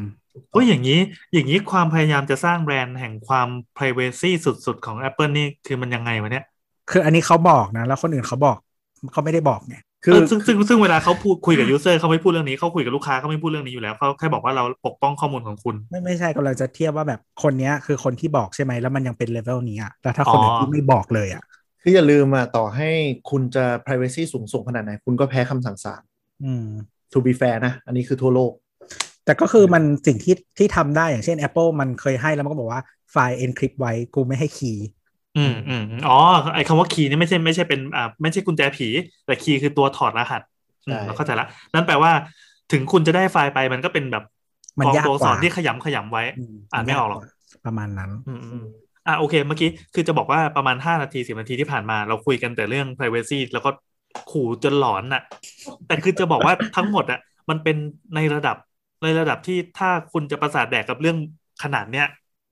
D: โอ้ยอย่างนี้อย่างนี้ความพยายามจะสร้างแบรนด์แห่งความ p r i เวซีสุดๆ ของ Apple นี่คือมันยังไงวะเนี่ย
C: คืออันนี้เขาบอกนะ แล้วคนอื่นเขาบอกเขาไม่ได้บอกไง
B: คื
D: เอ
B: อ
D: อซึ่งซึ่งซึ่งเวลาเขาพูดคุยกับยูเซอร์เขาไม่พูดเรื่องนี้เขาคุยกับลูกค้าเขาไม่พูดเรื่องนี้อยู่แล้วเขาแค่บอกว่าเราปกป้องข้อมูลของคุณ
C: ไม่ไม่ใช่กำลังจะเทียบว่าแบบคนเนี้ย คือคนที่บอกใช่ไหมแล้วมันยังเป็นเลเวลนี้อ่ะแล้วถ้าคนไหนที่ไม่บอกเลยอ่ะ
B: คืออย่าลืมอ่ะต่อให้คุณจะ privacy สูงส่งขนาดไหน คุณก็แพ้คำสั่งศาล
C: อืม
B: to be fair นะ อันนี้คือทั่วโลก
C: แต่ก็คือมันสิ่งที่ที่ทำได้อย่างเช่น Apple มันเคยให้แล้วมันก็บอกว่าไฟล์ encrypt ไว้กูไม่ให้คีย์
D: อืมอืมอืมอ๋อไอคำว่าคีย์นี่ไม่ใช่ไม่ใช่เป็นอ่าไม่ใช่กุญแจผี แต่คีย์คือตัวถอดรหัสอืม
B: ใช่
D: เราเข้าใจละ นั่นแปลว่าถึงคุณจะได้ไฟล์ไปมันก็เป็นแบบ
C: มัน
D: กอง
C: ยาก
D: ตัวอัก
C: ก
D: ษ
C: ว่า
D: รที่ขยำขยำไว้ อ่านไม่ออกหรอก
C: ประมาณนั้น
D: อืมอืมอ่ะโอเคเมื่อกี้คือจะบอกว่าประมาณ 5 นาที 10 นาทีที่ผ่านมาเราคุยกันแต่เรื่อง p r i เวซีแล้วก็ขู่จนหลอนน่ะ แต่คือจะบอกว่า ทั้งหมดอ่ะมันเป็นในระดับในระดับที่ถ้าคุณจะประสาทแดกกับเรื่องขนาดเนี้ย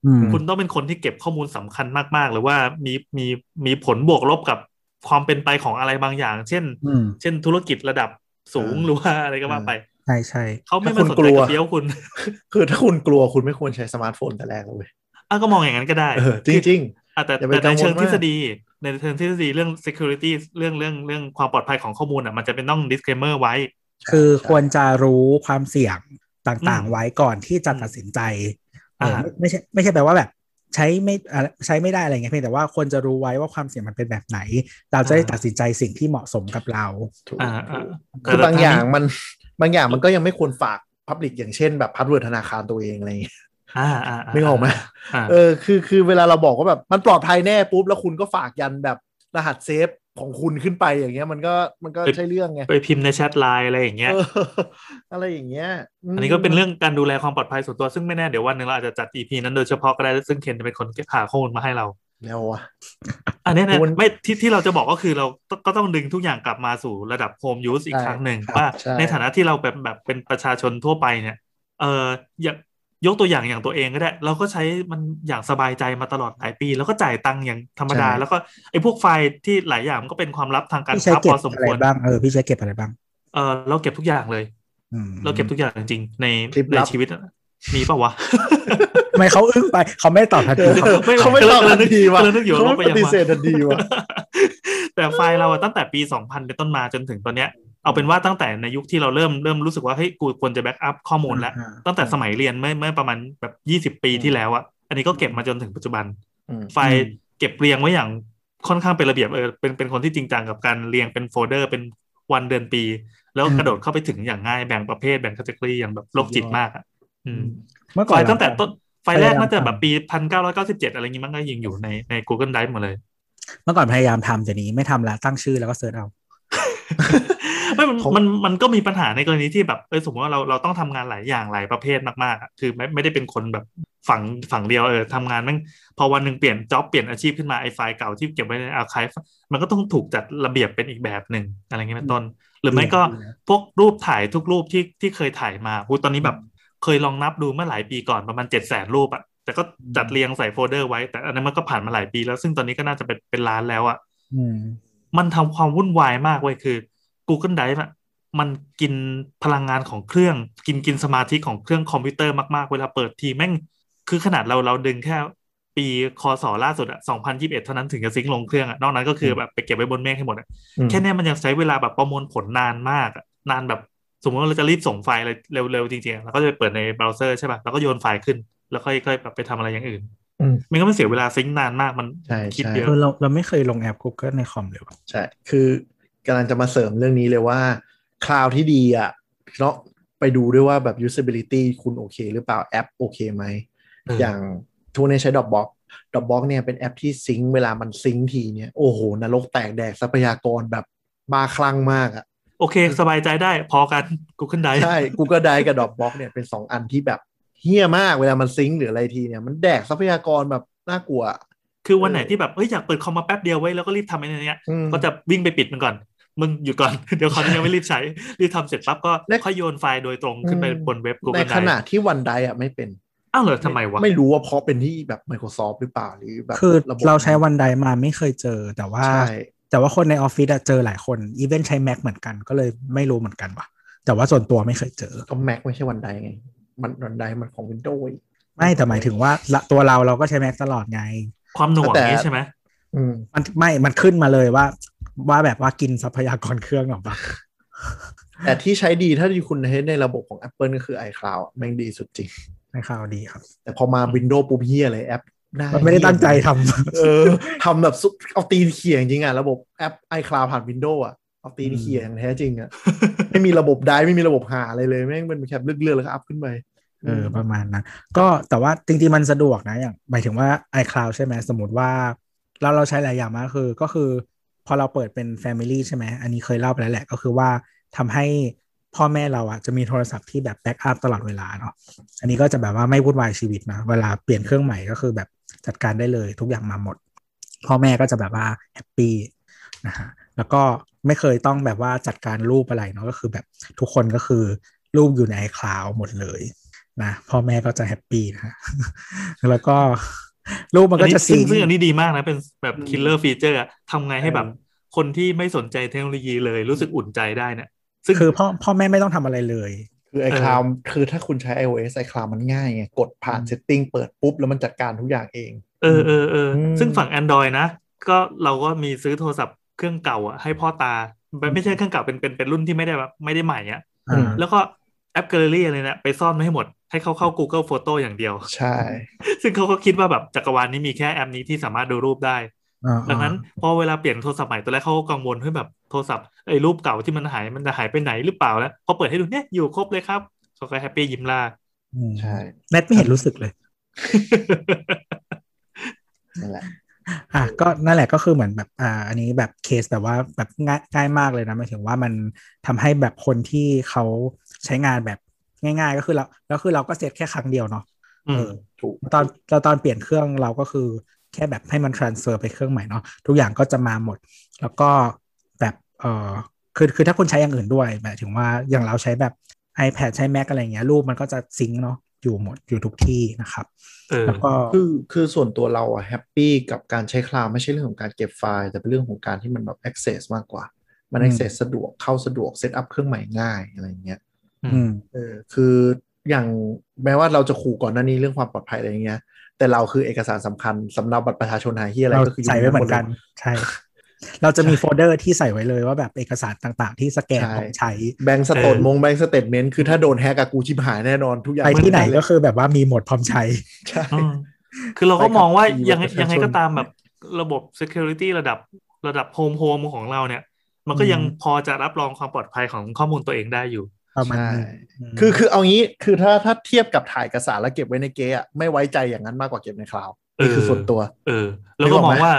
C: อืม
D: คุณต้องเป็นคนที่เก็บข้อมูลสำคัญมาก ๆ หรือว่ามีมีมีผลบวกลบกับความเป็นไปของอะไรบางอย่าง เช่น
C: อืม
D: เช่นธุรกิจระดับสูง
B: เออ
D: หรือว่าอะไรก็ว่าไป
C: ใช่ใช่
D: เขาไม่มาสนใจกับเบี้ยวคุณ
B: คือถ้าคุณกลัวคุณไม่ควรใช้สมาร์ทโฟนแต่แรกเลยเว้ย
D: อ่ะก็มองอย่างนั้นก็ได้
B: เออจริงจริง
D: อ่ะแต่
B: อย่าไป
D: แต่
B: กั
D: ใน
B: งวล
D: เชิงทฤษ
B: มาก
D: ฎีในเชิงทฤษฎีเรื่อง security เรื่องเรื่องเรื่องความปลอดภัยของข้อมูลอ่ะมันจะเป็นต้อง disclaimer ไว้
B: ๆ
C: คือ
B: ใช่
C: ควรจะรู้ความเสี่ยงต่าง
D: อื
C: ๆ
D: ม
C: ไว้ก่อนที่จะตัดสินใจเออ
D: อ่า
C: ไม่ไม่ใช่ไม่ใช่แปลว่าแบบ ใช้ไม่อะไรใช้ไม่ได้อะไรเงี้ยเพียงแต่ว่าควรจะรู้ไว้ว่าความเสี่ยงมันเป็นแบบไหน เราจะได้ตัดสินใจสิ่งที่เหมาะสมกับเรา
B: ถูก
D: อ่าอ่า
B: คือบางอย่างมันบางอย่างมันก็ยังไม่ควรฝากพับลิกอย่างเช่นแบบพาสเวิร์ดธนาคารตัวเองอะไรอย่างเงี้ย
D: อ่าอ่าา
B: นึกออกไหม
D: อ่า
B: เออคือคือเวลาเราบอกว่าแบบมันปลอดภัยแน่ปุ๊บแล้วคุณก็ฝากยันแบบรหัสเซฟของคุณขึ้นไปอย่างเงี้ยมันก็มันก็
D: ไป
B: ใช่เรื่องไง
D: ไปพิมพ์ในแชทไลน์อะไรอย่างเงี้ย
B: เอ ออะไรอย่างเงี้ยม
D: อันนี้ก็เป็นเรื่องการดูแลความปลอดภัยส่วนตัวซึ่งไม่แน่เดี๋ยววันหนึ่งเราอาจจะจัด EP นั้นโดยเฉพาะก็ได้ ซึ่งเคนจะเป็นคนหาข้อมูลมาให้เรา
B: แล้ววะ
D: อันเนี้ยนะ
B: ควร
D: ไม่ที่ที่เราจะบอกก็คือเราก็ก็ต้องดึงทุกอย่างกลับมาสู่ระดับโฮมยูสอีก
B: ใช่
D: ครั้งหนึ่ง
B: ครับ
D: ว่า
B: ใช่
D: ในฐานะที่เราแบบแบบเป็นประชาชนทั่วไปเนี่ยเอออย่างยกตัวอย่างอย่างตัวเองก็ได้ เราก็ใช้มันอย่างสบายใจมาตลอดหลายปี แล้วก็จ่ายตังค์อย่างธรรมดา แล้วก็ไอ้พวกไฟล์ที่หลายอย่างมันก็เป็นความลับทางการ
C: พี่ใช้
D: ค้า
C: เก็
D: พ
C: บ
D: อสม
C: อะ
D: ค
C: ไร
D: วร
C: บ้างเออพี่ใช้เก็บอะไรบ้าง
D: เออเราเก็บทุกอย่างเลย
C: อืม
D: เราเก็บทุกอย่างจริงๆใน
B: คลิป
D: ใน
B: ลับ
D: ชีวิตอะมีปะวะ
C: ทำไมเขาอึ้งไปเขาไม่ตอบทันที
D: เดี๋ยว
C: เขา
D: ไม่
B: เขาไม่ตอบทันทีว่ะ
D: กำลังนึกอยู่
B: เขาไม่
D: ว่าไป
B: ป
D: ยังวะ
B: ฏิเสธทันทีว่ะ
D: แต่ไฟล์เราอะตั้งแต่ปี 2000 เป็นต้นมาจนถึงตอนเนี้ยเอาเป็นว่าตั้งแต่ในยุคที่เราเริ่มเริ่มรู้สึกว่าเฮ้ยกูควรจะแบ็กอัพข้อมูลแล้ว
C: อ่า
D: ตั้งแต่สมัยเรียนเมื่อเมื่อประมาณแบบ 20 ปีที่แล้วอะอันนี้ก็เก็บมาจนถึงปัจจุบัน ไฟล์เก็บเรียงไว้อย่างค่อนข้างเป็นระเบียบเออเป็นเป็นคนที่จริงจังกับการเรียงเป็นโฟลเดอร์เป็นวันเดือนปี แล้วกระโดดเข้าไปถึงอย่างง่ายแบ่งประเภทแบ่งคัตเกอรีอย่างแบบโรคจิตมากอะอืม
C: เมื่อ
D: ไฟ
C: ก่อน
D: ล์ตั้งแต่ต้นไฟล์แรก
C: พยายาม
D: น่าจะแบบปี 1997 อะไรอย่างงี้มั้งก็ยังอยู่ในใน Google Drive หมดเลย
C: เมื่อก่อนพยายามทำเดี๋ยวนี้ไม่ทำละตั้งชื่อแล้วก็เสิร์ชเอา
D: ไม่มัน
B: ของ
D: มันมันก็มีปัญหาในกรณีที่แบบเออสมมติว่าเราเราต้องทำงานหลายอย่างหลายประเภทมากๆอะคือไม่ไม่ได้เป็นคนแบบฝั่งฝั่งเดียวเออทำงานแม่งพอวันหนึ่งเปลี่ยนจ็อบเปลี่ยนอาชีพขึ้นมาไอ้ไฟล์เก่าที่เก็บไว้ในอาร์คายมันก็ต้องถูกจัดระเบียบเป็นอีกแบบหนึ่งอะไรเงี้ยเป็นต้น หรือไม่ก็พวกรูปถ่ายทุกรูปที่ที่เคยถ่ายมาหูตอนนี้แบบเคยลองนับดูเมื่อหลายปีก่อนประมาณเจ็ดแสนรูปอะแต่ก็จัดเรียงใส่โฟลเดอร์ไว้แต่อันนั้นมันก็ผ่านมาหลายปีแล้วซึ่งตอนนี้ก็น่าจะเป็นเป็นล้านแล้วอะ
C: อืม
D: มันทำความวุ่นวายมากเว้ยคือ Google Drive อะมันกินพลังงานของเครื่อง กินกินสมาธิของเครื่องคอมพิวเตอร์มากๆ เวลาเปิดทีแม่ง คือขนาดเราเราดึงแค่ ปีคศล่าสุดอ่ะ2021 เท่านั้นถึงจะซิงค์ลงเครื่องอ่ะนอกนั้นก็คือแบบไปเก็บไว้บนเมฆให้หมดอ่ะ
B: อืม
D: แค่เนี้ยมันยังใช้เวลาแบบประมวลผลนานมากอะนานแบบสมมติว่าเราจะรีบส่งไฟล์อะไรเร็วๆจริงๆอะเราก็จะไปเปิดในเบราว์เซอร์ใช่ป่ะแล้วก็โยนไฟล์ขึ้น แล้วค่อยๆแบบไปทำอะไรอย่างอื่น
B: อืม
D: ไม่งั้นมันเสียเวลาซิงค์นานมากมัน
B: ใช่
D: คิด
B: ใช่
D: เยอะ
C: เออเราเราไม่เคยลงแอป Google ในคอมเลยว่ะ
B: ใช่ คือกำลังจะมาเสริมเรื่องนี้เลยว่า คลาวที่ดีอ่ะเนาะไปดูด้วยว่าแบบ usability คุณโอเคหรือเปล่าแอปโอเคไหม
D: เออ
B: อย่างทุกวันนี้ใช้ Dropbox Dropbox เนี่ยเป็นแอปที่ซิงค์เวลามันซิงค์ทีเนี่ย โอ้โหนรกแตกแดกทรัพยากรแบบบ้าคลั่งมากอ่ะ
D: โอเค สบายใจได้พอกัน Google Drive
B: ใช่ Google Drive กับ Dropbox เนี่ยเป็น 2 อันที่แบบเฮี้ยมากเวลามันซิงค์หรืออะไรทีเนี่ย มันแดกทรัพยากรแบบน่ากลัวอะ
D: คือวันไหนที่แบบเอ้ยอยากเปิดคอมมาแป๊บเดียวไว้ยแล้วก็รีบทำไอ้เนี้ย
B: อืม
D: ก็จะวิ่งไปปิดมันก่อน มึงหยุดก่อน เดี๋ยวคอนยังไม่รีบใช้ รีบทำเสร็จปั๊บก็
B: ใน
D: ค่อยโยนไฟล์โดยตรงขึ้นไป
B: อืม
D: บนเว็บ
B: ใน
D: Google
B: ขณะ
D: Drive
B: ที่วันไดอ่ะไม่เป็น
D: อ้าวเหรอทำไมวะ
B: ไม่รู้ว่าเพราะเป็นที่แบบ Microsoft หรือเปล่าหรือแบบ
C: คือ
B: ระบบ
C: เราใช้วันใดมาไม่เคยเจอ แต่ว่า
B: ใช่
C: แต่ว่าคนในออฟฟิศอะเจอหลายคน อีเวนใช้ Mac เหมือนกันก็เลยไม่รู้เหมือนกันว่ะ แต่ว่าส่วนตัวไม่เคยเจอ
B: ก็ Mac ไม่ใช่วันไดไง มันวันไดมันของ Windows
C: ไม่แต่หมายถึงว่าละตัวเราเราก็ใช้ Mac ตลอดไง
D: ความหน่วง
B: แต่
D: นี้ใช่ไหม
B: อืม
C: มันไม่มันขึ้นมาเลยว่า ว่าแบบว่ากินทรัพยากรเครื่องหรอปะ
B: แต่ที่ใช้ดีถ้าที่คุณใช้ในระบบของ Apple ก็คือ iCloud แม่งดีสุดจริง
C: ในข่าวดีครับ
B: แต่พอมา Windows ปุ๊บเฮียเลยแอปหา
C: มันไม่ได้ตั้งใจทำ
B: เออทำแบบซุกเอาตีนเขี่ยจริงๆอ่ะ ระบบแอป iCloud ผ่าน Windows อ่ะ เอาตีนเขี่ยอย่างแท้จริงอ่ะ ไม่มีระบบได้ไม่มีระบบหาอะไรเลย แม่งเป็นแคปเลือกๆแล้วก็อัพขึ้นไป
C: เออประมาณนั้นก็แต่ว่าจริงๆมันสะดวกนะอย่างหมายถึงว่า iCloud ใช่ไหมสมมติว่าเราเราใช้หลายอย่างมากคือก็คือ พอเราเปิดเป็น Family ใช่ไหมอันนี้เคยเล่าไปแล้วแหละก็คือว่าทำให้พ่อแม่เราอะจะมีโทรศัพท์ที่แบบแบ็กอัพตลอดเวลาเนาะอันนี้ก็จะแบบว่าไม่วุ่นวายชีวิตนะเวลาเปลี่ยนเครื่องใหม่ก็คือแบบจัดการได้เลยทุกอย่างมาหมด พ่อแม่ก็จะแบบว่าแฮปปี้นะฮะแล้วก็ไม่เคยต้องแบบว่าจัดการรูปอะไรเนาะก็คือแบบทุกคนก็คือรูปอยู่ใน iCloud หมดเลย นะพ่อแม่ก็จะแฮปปี้นะฮะ แล้วก็รูปมัน
D: อั
C: ก็
D: นนี้
C: จะ
D: ซึ่
C: สี
D: งซึ่งอันนี้ดีมากนะ เป็นแบบคิลเลอร์ฟีเจอร์ทำไงให้แบบคนที่ไม่สนใจเทคโนโลยีเลยรู้สึกอุ่นใจได้เนี่ย ซึ่ง
C: คือพ่อพ่อแม่ไม่ต้องทำอะไรเลย
B: คือ iCloud คือถ้าคุณใช้ iOS iCloud มันง่ายไงกดผ่าน
C: อืม
B: setting เปิดปุ๊บ แล้วมันจัดการทุกอย่างเอง
D: เออเออเอออ
B: ม
D: ซึ่งฝั่ง Android นะ ก็เราก็มีซื้อโทรศัพท์เครื่องเก่าอ่ะให้พ่อตามันไม่ใช่เครื่องเก่าเป็นเป็นเป็นรุ่นที่ไม่ได้แบบไม่ได้ใหม่อ่ะ
B: อืม
C: อ่า
D: แล้วก็แอปแกลเลอรี่อะไรเนี่ยไปซ่อนไม่ให้หมด ให้เขาเข้า Google Photo อย่างเดียว
B: ใช่
D: ซึ่งเขาก็คิดว่าแบบจักรวาลนี้มีแค่แอปนี้ที่สามารถดูรูปได้
C: อ่า
D: ดังนั้นพอเวลาเปลี่ยนโทรศัพท์ใหม่ตอนแรกเขาก็กังวลเฮ้ยแบบโทรศัพท์ไอ้รูปเก่าที่มันหายมันจะหายไปไหนหรือเปล่าแล้วพอเปิดให้ดูเนี่ยอยู่ครบเลยครับเขาก็แฮปปี้ยิ้มล่า
C: อืม
B: ใช่
C: แนทไม่เห็นรู้สึกเลย
B: นั่นแหละ
C: อ่ะก็นั่นแหละก็คือเหมือนแบบอ่าอันนี้แบบเคสแบบว่าแบบง่ายง่ายมากเลยนะหมายถึงว่ามันทำให้แบบคนที่เขาใช้งานแบบง่าย ๆ ก็คือเราแล้วคือเราก็เซตแค่ครั้งเดียวเนาะ
D: อื
C: เอ
D: ม
C: อ
B: ถูก
C: ตอนเราตอนเปลี่ยนเครื่องเราก็คือแค่แบบให้มัน transfer ไปเครื่องใหม่เนาะทุกอย่างก็จะมาหมด แล้วก็แบบเออคือคือถ้าคุณใช้อย่างอื่นด้วยหมายถึงว่าอย่างเราใช้แบบ iPad ใช้ Mac อะไรอย่างเงี้ยรูปมันก็จะซิงค์เนาะอยู่หมดอยู่ทุกที่นะครับ
D: เออ
C: แล้วก็
B: คือคือส่วนตัวเราอะแฮปปี้กับการใช้คลาวไม่ใช่เรื่องของการเก็บไฟล์ แต่เป็นเรื่องของการที่มันแบบ access มากกว่า มัน
C: อืม
B: access สะดวกเข้าสะดวกเซตอัพเครื่องใหม่ง่ายอะไรอย่างเงี้ย
C: อืม
B: เออคืออย่างแม้ว่าเราจะขู่ก่อนหน้านี้เรื่องความปลอดภัยอะไรอย่างเงี้ย แต่เราคือเอกสารสำคัญสำเนาบัตรประชาชนหายที่อะไร
C: เรา
B: ก็คืออยู่
C: ใส่ไว้เหมือนกัน
B: ใดลย
C: ใช่ เราจะมีโฟลเดอร์ที่ใส่ไว้เลยว่าแบบเอกสารต่างๆ ที่สแกน
B: ใช่
C: ของใช้
B: แบงก์สโตนมงแบงก์สเตทเมนต์คือถ้าโดนแฮกอะกูชิบหายแน่นอนทุกอย่าง
C: ไปที่ไหน
B: มั
C: ก็คือแบบว่ามีโหมดพร้อมใช้
B: ใช่
D: อืมคือเราก็มองว่ายังไง
B: ไปกับ
D: ยังไง
B: ประชาชน
D: ก็ตามแบบระบบ security ระดับระดับโฮมโฮมของเราเนี่ย มันก็ยัง
C: อืม
D: พอจะรับรองความปลอดภัยของข้อมูลตัวเองได้อยู่
C: ประมาณนี้
B: ใช่ คือ อคือเอางี้คือถ้าถ้าเทียบกับถ่ายเอกสารแล้วเก็บไว้ในเก๊อะไม่ไว้ใจอย่างนั้นมากกว่าเก็บในคลาวนี่คือส่วนตัว
D: เออ แล้วก็มองว่า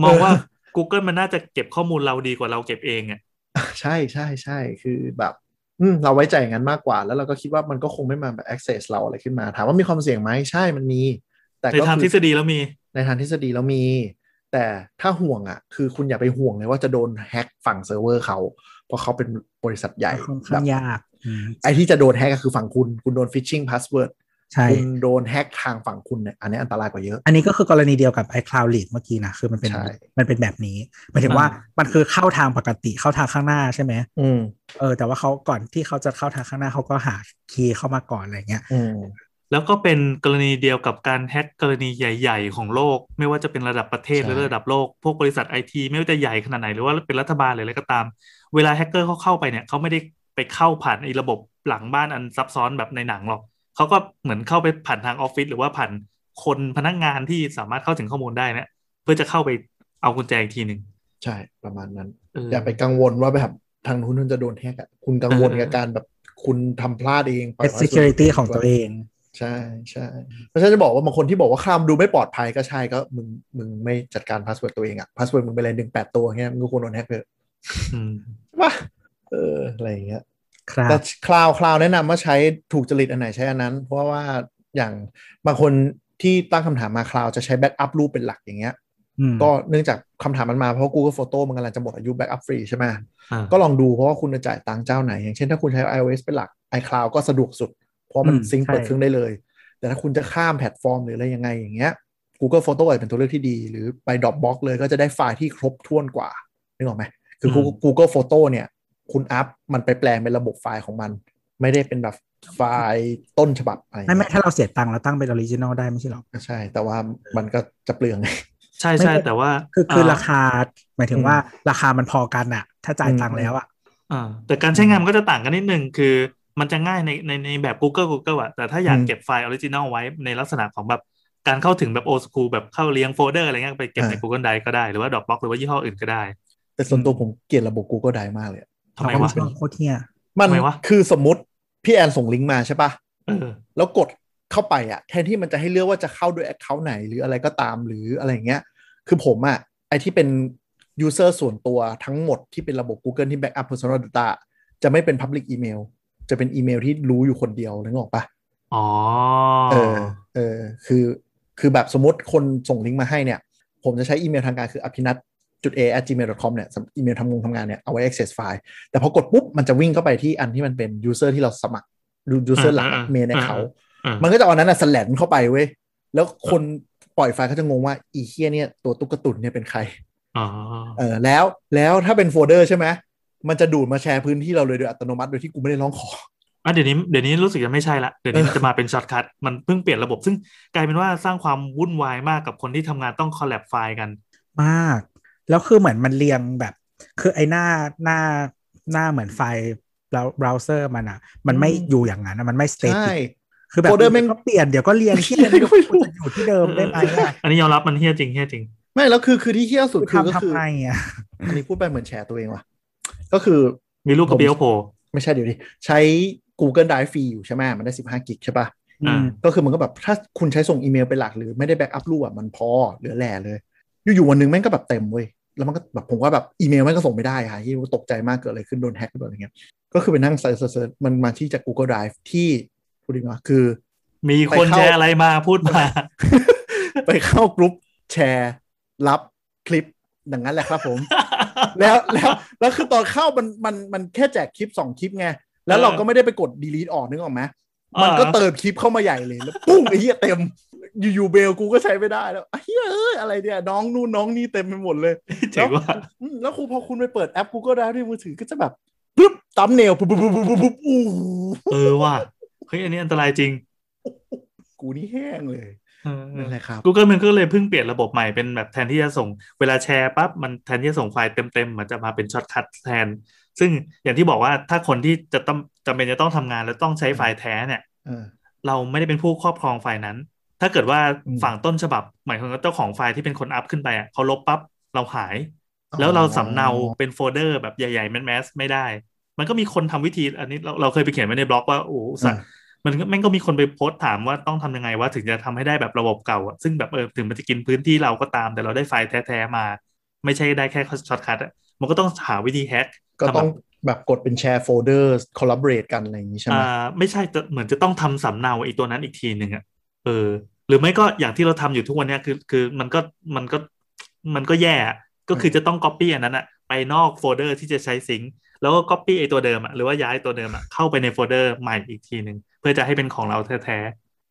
B: นึ
D: ม
B: กออกไหม
D: องว่า
B: เออ
D: Google มันน่าจะเก็บข้อมูลเราดีกว่าเราเก็บเองอ่ะ
B: ใช่ใช่ใช่คือแบบอืมเราไว้ใจอย่างนั้นมากกว่า แล้วเราก็คิดว่ามันก็คงไม่มาแบบ access เราอะไรขึ้นมาถามว่ามีความเสี่ยงไหมใช่มันมี แต่
D: ใน
B: ก็
D: ทาง
B: คื
D: ทฤ
B: อ
D: ษฎีแล้วมี
B: ในทางทฤษฎีแล้วมี แต่ถ้าห่วงอ่ะ คือคุณอย่าไปห่วงเลยว่าจะโดนแฮ็กฝั่งเซิร์ฟเวอร์เขา เพราะเขาเป็นบริษัทใหญ่
C: ค่อน
B: แบ
C: ข้าง
B: บ
C: ยากอืม
B: ไอ้ที่จะโดนแฮ็กก็คือฝั่งคุณ คุณโดนฟิชชิงพาสเวิร์ด
C: ใช่
B: คุณโดนแฮ็กทางฝั่งคุณเนี่ยอันนี้อันตรายกว่าเยอะ
C: อันนี้ก็คือกรณีเดียวกับ iCloud Lead เมื่อกี้นะ คือมันเป็น
B: ใช่
C: มันเป็นแบบนี้หมายถึงว่ามันคือเข้าทางปกติเข้าทางข้างหน้าใช่ไหม
B: อืม
C: เออแต่ว่าเขาก่อนที่เขาจะเข้าทางข้างหน้าเขาก็หาคีย์เข้ามาก่อนอะไรเงี้ย
B: อืม
D: แล้วก็เป็นกรณีเดียวกับการแฮ็กกรณีใหญ่ ๆ ของโลก ไม่ว่าจะเป็นระดับประเทศ
B: ใช่
D: หรือระดับโลก พวกบริษัทไอทีไม่ว่าจะใหญ่ขนาดไหน หรือว่าเป็นรัฐบาลหรืออะไรก็ตาม เวลาแฮกเกอร์เขาเข้าไปเนี่ยเขาไม่ได้ไปเข้าผ่านไอ้ระบบหลังบ้านอันซับซ้อนแบบในหนังหรอกเขาก็เหมือนเข้าไปผ่านทางออฟฟิศหรือว่าผ่านคนพนักงานที่สามารถเข้าถึงข้อมูลได้เนี่ยเพื่อจะเข้าไปเอากุญแจอีกทีหนึ่ง
B: ใช่ประมาณนั้น
D: เออ
B: อย่าไปกังวลว่าแบบทางนู้นจะโดนแฮกอ่ะคุณกังวลกับการแบบคุณทำพลาดเองปล่อย
C: เป็น
B: ให้ส่วน
C: security ของตัวเอง
B: ใช่ใช่เพราะฉะนั้นจะบอกว่าบางคนที่บอกว่าคลามดูไม่ปลอดภัยก็ใช่ก็มึงมึงไม่จัดการพาสเวิร์ดตัวเองอะพาสเวิร์ดมึงเป็นอะไรหนึ่งแปดตัวเงี้ยมึงก็ควรโดนแฮกเถอะ
D: อืม
B: ว่าเอออะไรอย่างเงี้ย
C: ครับ
B: แต่คลาวคลาวแนะนำว่าใช้ถูกจริตอันไหนใช้อันนั้น เพราะว่าอย่างบางคนที่ตั้งคำถามมาคลาวจะใช้แบ็กอัพรูปเป็นหลักอย่างเงี้ย
C: อืม
B: ก็เนื่องจากคำถามมันมาเพราะ Google Photo มันกำลังจะหมดอายุแบ็กอัพฟรีใช่ไหม
D: อ่า
B: ก็ลองดูเพราะว่าคุณจะจ่ายตังค์เจ้าไหน อย่างเช่นถ้าคุณใช้ iOS เป็นหลัก iCloud ก็สะดวกสุด เพราะมัน
C: อืม
B: ซิงค์
C: ใช่
B: เปิดเครื่องได้เลย แต่ถ้าคุณจะข้ามแพลตฟอร์มหรืออะไรยังไงอย่างเงี้ย Google Photo อาจจะเป็นตัวเลือกที่ดี หรือไป Dropbox เลยก็จะได้ไฟล์ที่ครบถ้วนกว่านึกออกไหมคือ
D: อืม
B: Google- Google Photo เนี่ย คุณอัพมันไปแปลงเป็นระบบไฟล์ของมัน ไม่ได้เป็นแบบไฟล์ต้นฉบับอะไร
C: ไม่ไม่ถ้าเราเสียตังค์เราตั้งเป็นออริจินอลได้ไม่ใช่หรอ
B: ใช่ แต่ว่ามันก็จะเปลือง
D: ใช่ใช่
C: ไม่
D: แต่ว่า
C: คือคืออา ราคาหมายถึงว่าราคามันพอกันอะถ้าจ่าย
B: อืม
C: ตังค์แล้วอะ
D: อ่าแต่การใช้งานมันก็จะต่างกันนิดนึง คือมันจะง่ายในในในแบบ Google Google อะแต่ถ้าอยาก
B: อืม
D: เก็บไฟล์ออริจินอลไว้ในลักษณะของแบบการเข้าถึงแบบโอ h o ู l แบบเข้าเลี้ยงโฟลเดอร์อะไรเงี้ยไปเก็บใน
B: อ่า
D: Google Drive ก็ได้ หรือว่า Dropbox หรือว่ายี่ห้ออื่นก็ได้
B: แต่ส่วนตัวผมเกลียดระบบ Google Drive มากเลย
D: ทำไม
C: เรา
D: วะ
C: ชอบโคตรเที่ย
B: มัน
D: ทำไมวะ
B: คือสมมติพี่แอนส่งลิงก์มาใช่ปะ
D: เออ
B: แล้วกดเข้าไปอะแทนที่มันจะให้เลือกว่าจะเข้าด้วยแอคเคาท์ไหนหรืออะไรก็ตามหรืออะไรอย่างเงี้ย คือผมอะไอที่เป็นยูเซอร์ส่วนตัวทั้งหมดที่เป็นระบบ Google ที่ Backup Personal Data จะไม่เป็น Public Email จะเป็นอีเมลที่รู้อยู่คนเดียวนึกออกปะ
D: อ๋อ
B: เออเออคือคือแบบสมมติคนส่งลิงก์มาให้เนี่ย ผมจะใช้อีเมลทางการคืออภินัทจุด a gmail com เนี่ยสำหรับอีเมลทำงงทำงานเนี่ยเอาไว้ access file แต่พอกดปุ๊บมันจะวิ่งเข้าไปที่อันที่มันเป็น user ที่เราสมัคร user หลักเมลในเขา
D: อ่า
B: มันก็จะเอาอันนั้นอะสแลนเข้าไปเว้ย แล้วคนปล่อยไฟล์เขาจะงงว่า อีเคียเนี่ยตัวตุ๊กตุนเนี่ยเป็นใคร
D: อ๋อ
B: เออแล้วแล้วถ้าเป็นโฟลเดอร์ใช่ไหม มันจะดูดมาแชร์พื้นที่เราเลยโดยอัตโนมัติโดยที่กูไม่ได้ร้องขอ
D: อ่ะเดี๋ยวนี้เดี๋ยวนี้รู้สึกจะไม่ใช่ละ เดี๋ยวนี้
B: เออ
D: มันจะมาเป็นช็อตคัทมันเพิ่งเปลี่ยนระบบ ซึ่งกลายเป็นว่าสร้างความวุ่นวายมากกับคนที่ทำงานต้องคอลแลบไฟล์กัน
C: มาก แล้วคือเหมือนมันเรียงแบบ คือไอ้หน้าหน้าหน้าเหมือนไฟล์เบราว์เซอร์มันอะมันไม่
B: อืม
C: อยู่อย่างนั้นอะมันไม่สเต
B: ใช่
C: ติกคือแบบ
B: โฟลเดอร์แม่ง
C: ดี๋ยวก็เปลี่ยนเดี๋ยวก็เรียงที่
B: เรียงไม่รู้
C: จะอยู่ที่เดิมได้ไหมอะ
D: อันนี้ยอมรับมันเฮี้ยจริงเฮี้ยจริง
B: ไม่แล้วคือคือที่เที่ยวสุดคือก็
C: ทำ
B: คือ
C: ทำไมอะ
B: อันนี้พูดไปเหมือนแชร์ตัวเองว่ะ ก็คือ
D: มีลูกกระเบียวโผล่
B: ไม่ใช่เดี๋ยวดิใช้ Google Drive ฟรีอยู่ใช่ไหมมันได้ 15 กิกใช่ปะ
D: อ่า
C: อืม
B: ก็คือมันก็แบบถ้าคุณใช้ส่งอีเมลเป็นหลักหรือไม่ได้แบ็กอัพรูปอะมันพอเหลือแหล่เลย อยู่ๆวันหนึงแม่งก็แบบเต็มเว้ยแล้วมันก็แบบผมว่าแบบอีเมลแม่งก็ส่งไม่ได้ค่ะที่ตกใจมากเกิดอะไรขึ้นโดนแฮ็กโดนอะไรเงี้ยก็คือไปนั่งเซิร์ชๆมันมาที่จาก Google Drive ที่พูดดีว่าคือ
D: มีคน
B: ไปเข้า
D: แชร์อะไรมาพูดมา
B: ไปเข้ากรุ๊ปแชร์รับคลิปดังนั้นแหละครับผม แล้วแล้วแล้วคือตอนเข้ามันมันมันแค่แจกคลิป 2 คลิปไง แล้วเราก็ไม่ได้ไปกด delete ออกนึกออกไหมมันก็เติมคลิปเข้ามาใหญ่เลยแล้วปุ้งไอ้เหี้ยเต็ม อยู่ๆเบลกูก็ใช้ไม่ได้แล้วไอ้เหี้ยเอ้ยอะไรเนี่ยน้องนู่นน้องนี่เต็มไปหมดเลย
D: เจ๋งว่ะ
B: อืมแล้วครูพอคุณไปเปิดแอป Google Drive ที่มือถือก็จะแบบปึ๊บตัมเนลปุ๊บปุ๊บปุ๊บปุ๊บปุ๊บอู้หู
D: เออว่ะเฮ้ยอันนี้อันตรายจริง
B: กูนี่แห้งเลย
D: เออ
B: นั่นแหละครับ
D: Google มันก็เลยเพิ่งเปลี่ยนระบบใหม่เป็นแบบแทนที่จะส่งเวลาแชร์ปั๊บมันแทนที่จะส่งไฟล์เต็มๆมันจะมาเป็นช็อตคัทแทน ซึ่งอย่างที่บอกว่าถ้าคนที่จะต้องจำเป็นจะต้องทำงานแล้วต้องใช้ไฟล์แท้เนี่ย
B: เออ
D: เราไม่ได้เป็นผู้ครอบครองไฟล์นั้น ถ้าเกิดว่า
B: อืม
D: ฝั่งต้นฉบับ หมายถึงว่าเจ้าของไฟล์ที่เป็นคนอัพขึ้นไปอ่ะเขาลบปั๊บเราหาย แล้วเราสำเนาเป็นโฟลเดอร์แบบใหญ่ๆแมสๆไม่ได้ มันก็มีคนทำวิธีอันนี้เราเราเคยไปเขียนไว้ในบล็อกว่าโอ้โหสัตว์มันก็แม่งก็มีคนไปโพสต์ถามว่าต้องทำยังไงว่าถึงจะทำให้ได้แบบระบบเก่าอะซึ่งแบบเออถึงมันจะกินพื้นที่เราก็ตาม แต่เราได้ไฟล์แท้ๆมา ไม่ใช่ได้แค่ช็อตคัทอะมันก็ต้องหาวิธีแฮ็ก
B: ก็ต้อง
D: ทำแบบ
B: แบบกดเป็นแชร์โฟลเดอร์คอลลาบเรตกันอะไรอย่างนี้ใช่ไหม
D: อ่าไม่ใช่แต่เหมือนจะต้องทำสำเนาไอ้ตัวนั้นอีกทีหนึ่งอะเออ หรือไม่ก็อย่างที่เราทำอยู่ทุกวันเนี้ยคือคือมันก็มันก็มันก็แย่อะก็คือจะต้องก๊อปปี้อันนั้นอะไปนอกโฟลเดอร์ที่จะใช้ซิงค์แล้วก็ก๊อปปี้ไอ้ตัวเดิมอะหรือว่าย้ายตัวเดิมอะเข้าไปในโฟลเดอร์ใหม่อีกทีหนึ่งเพื่อจะให้เป็นของเราแท้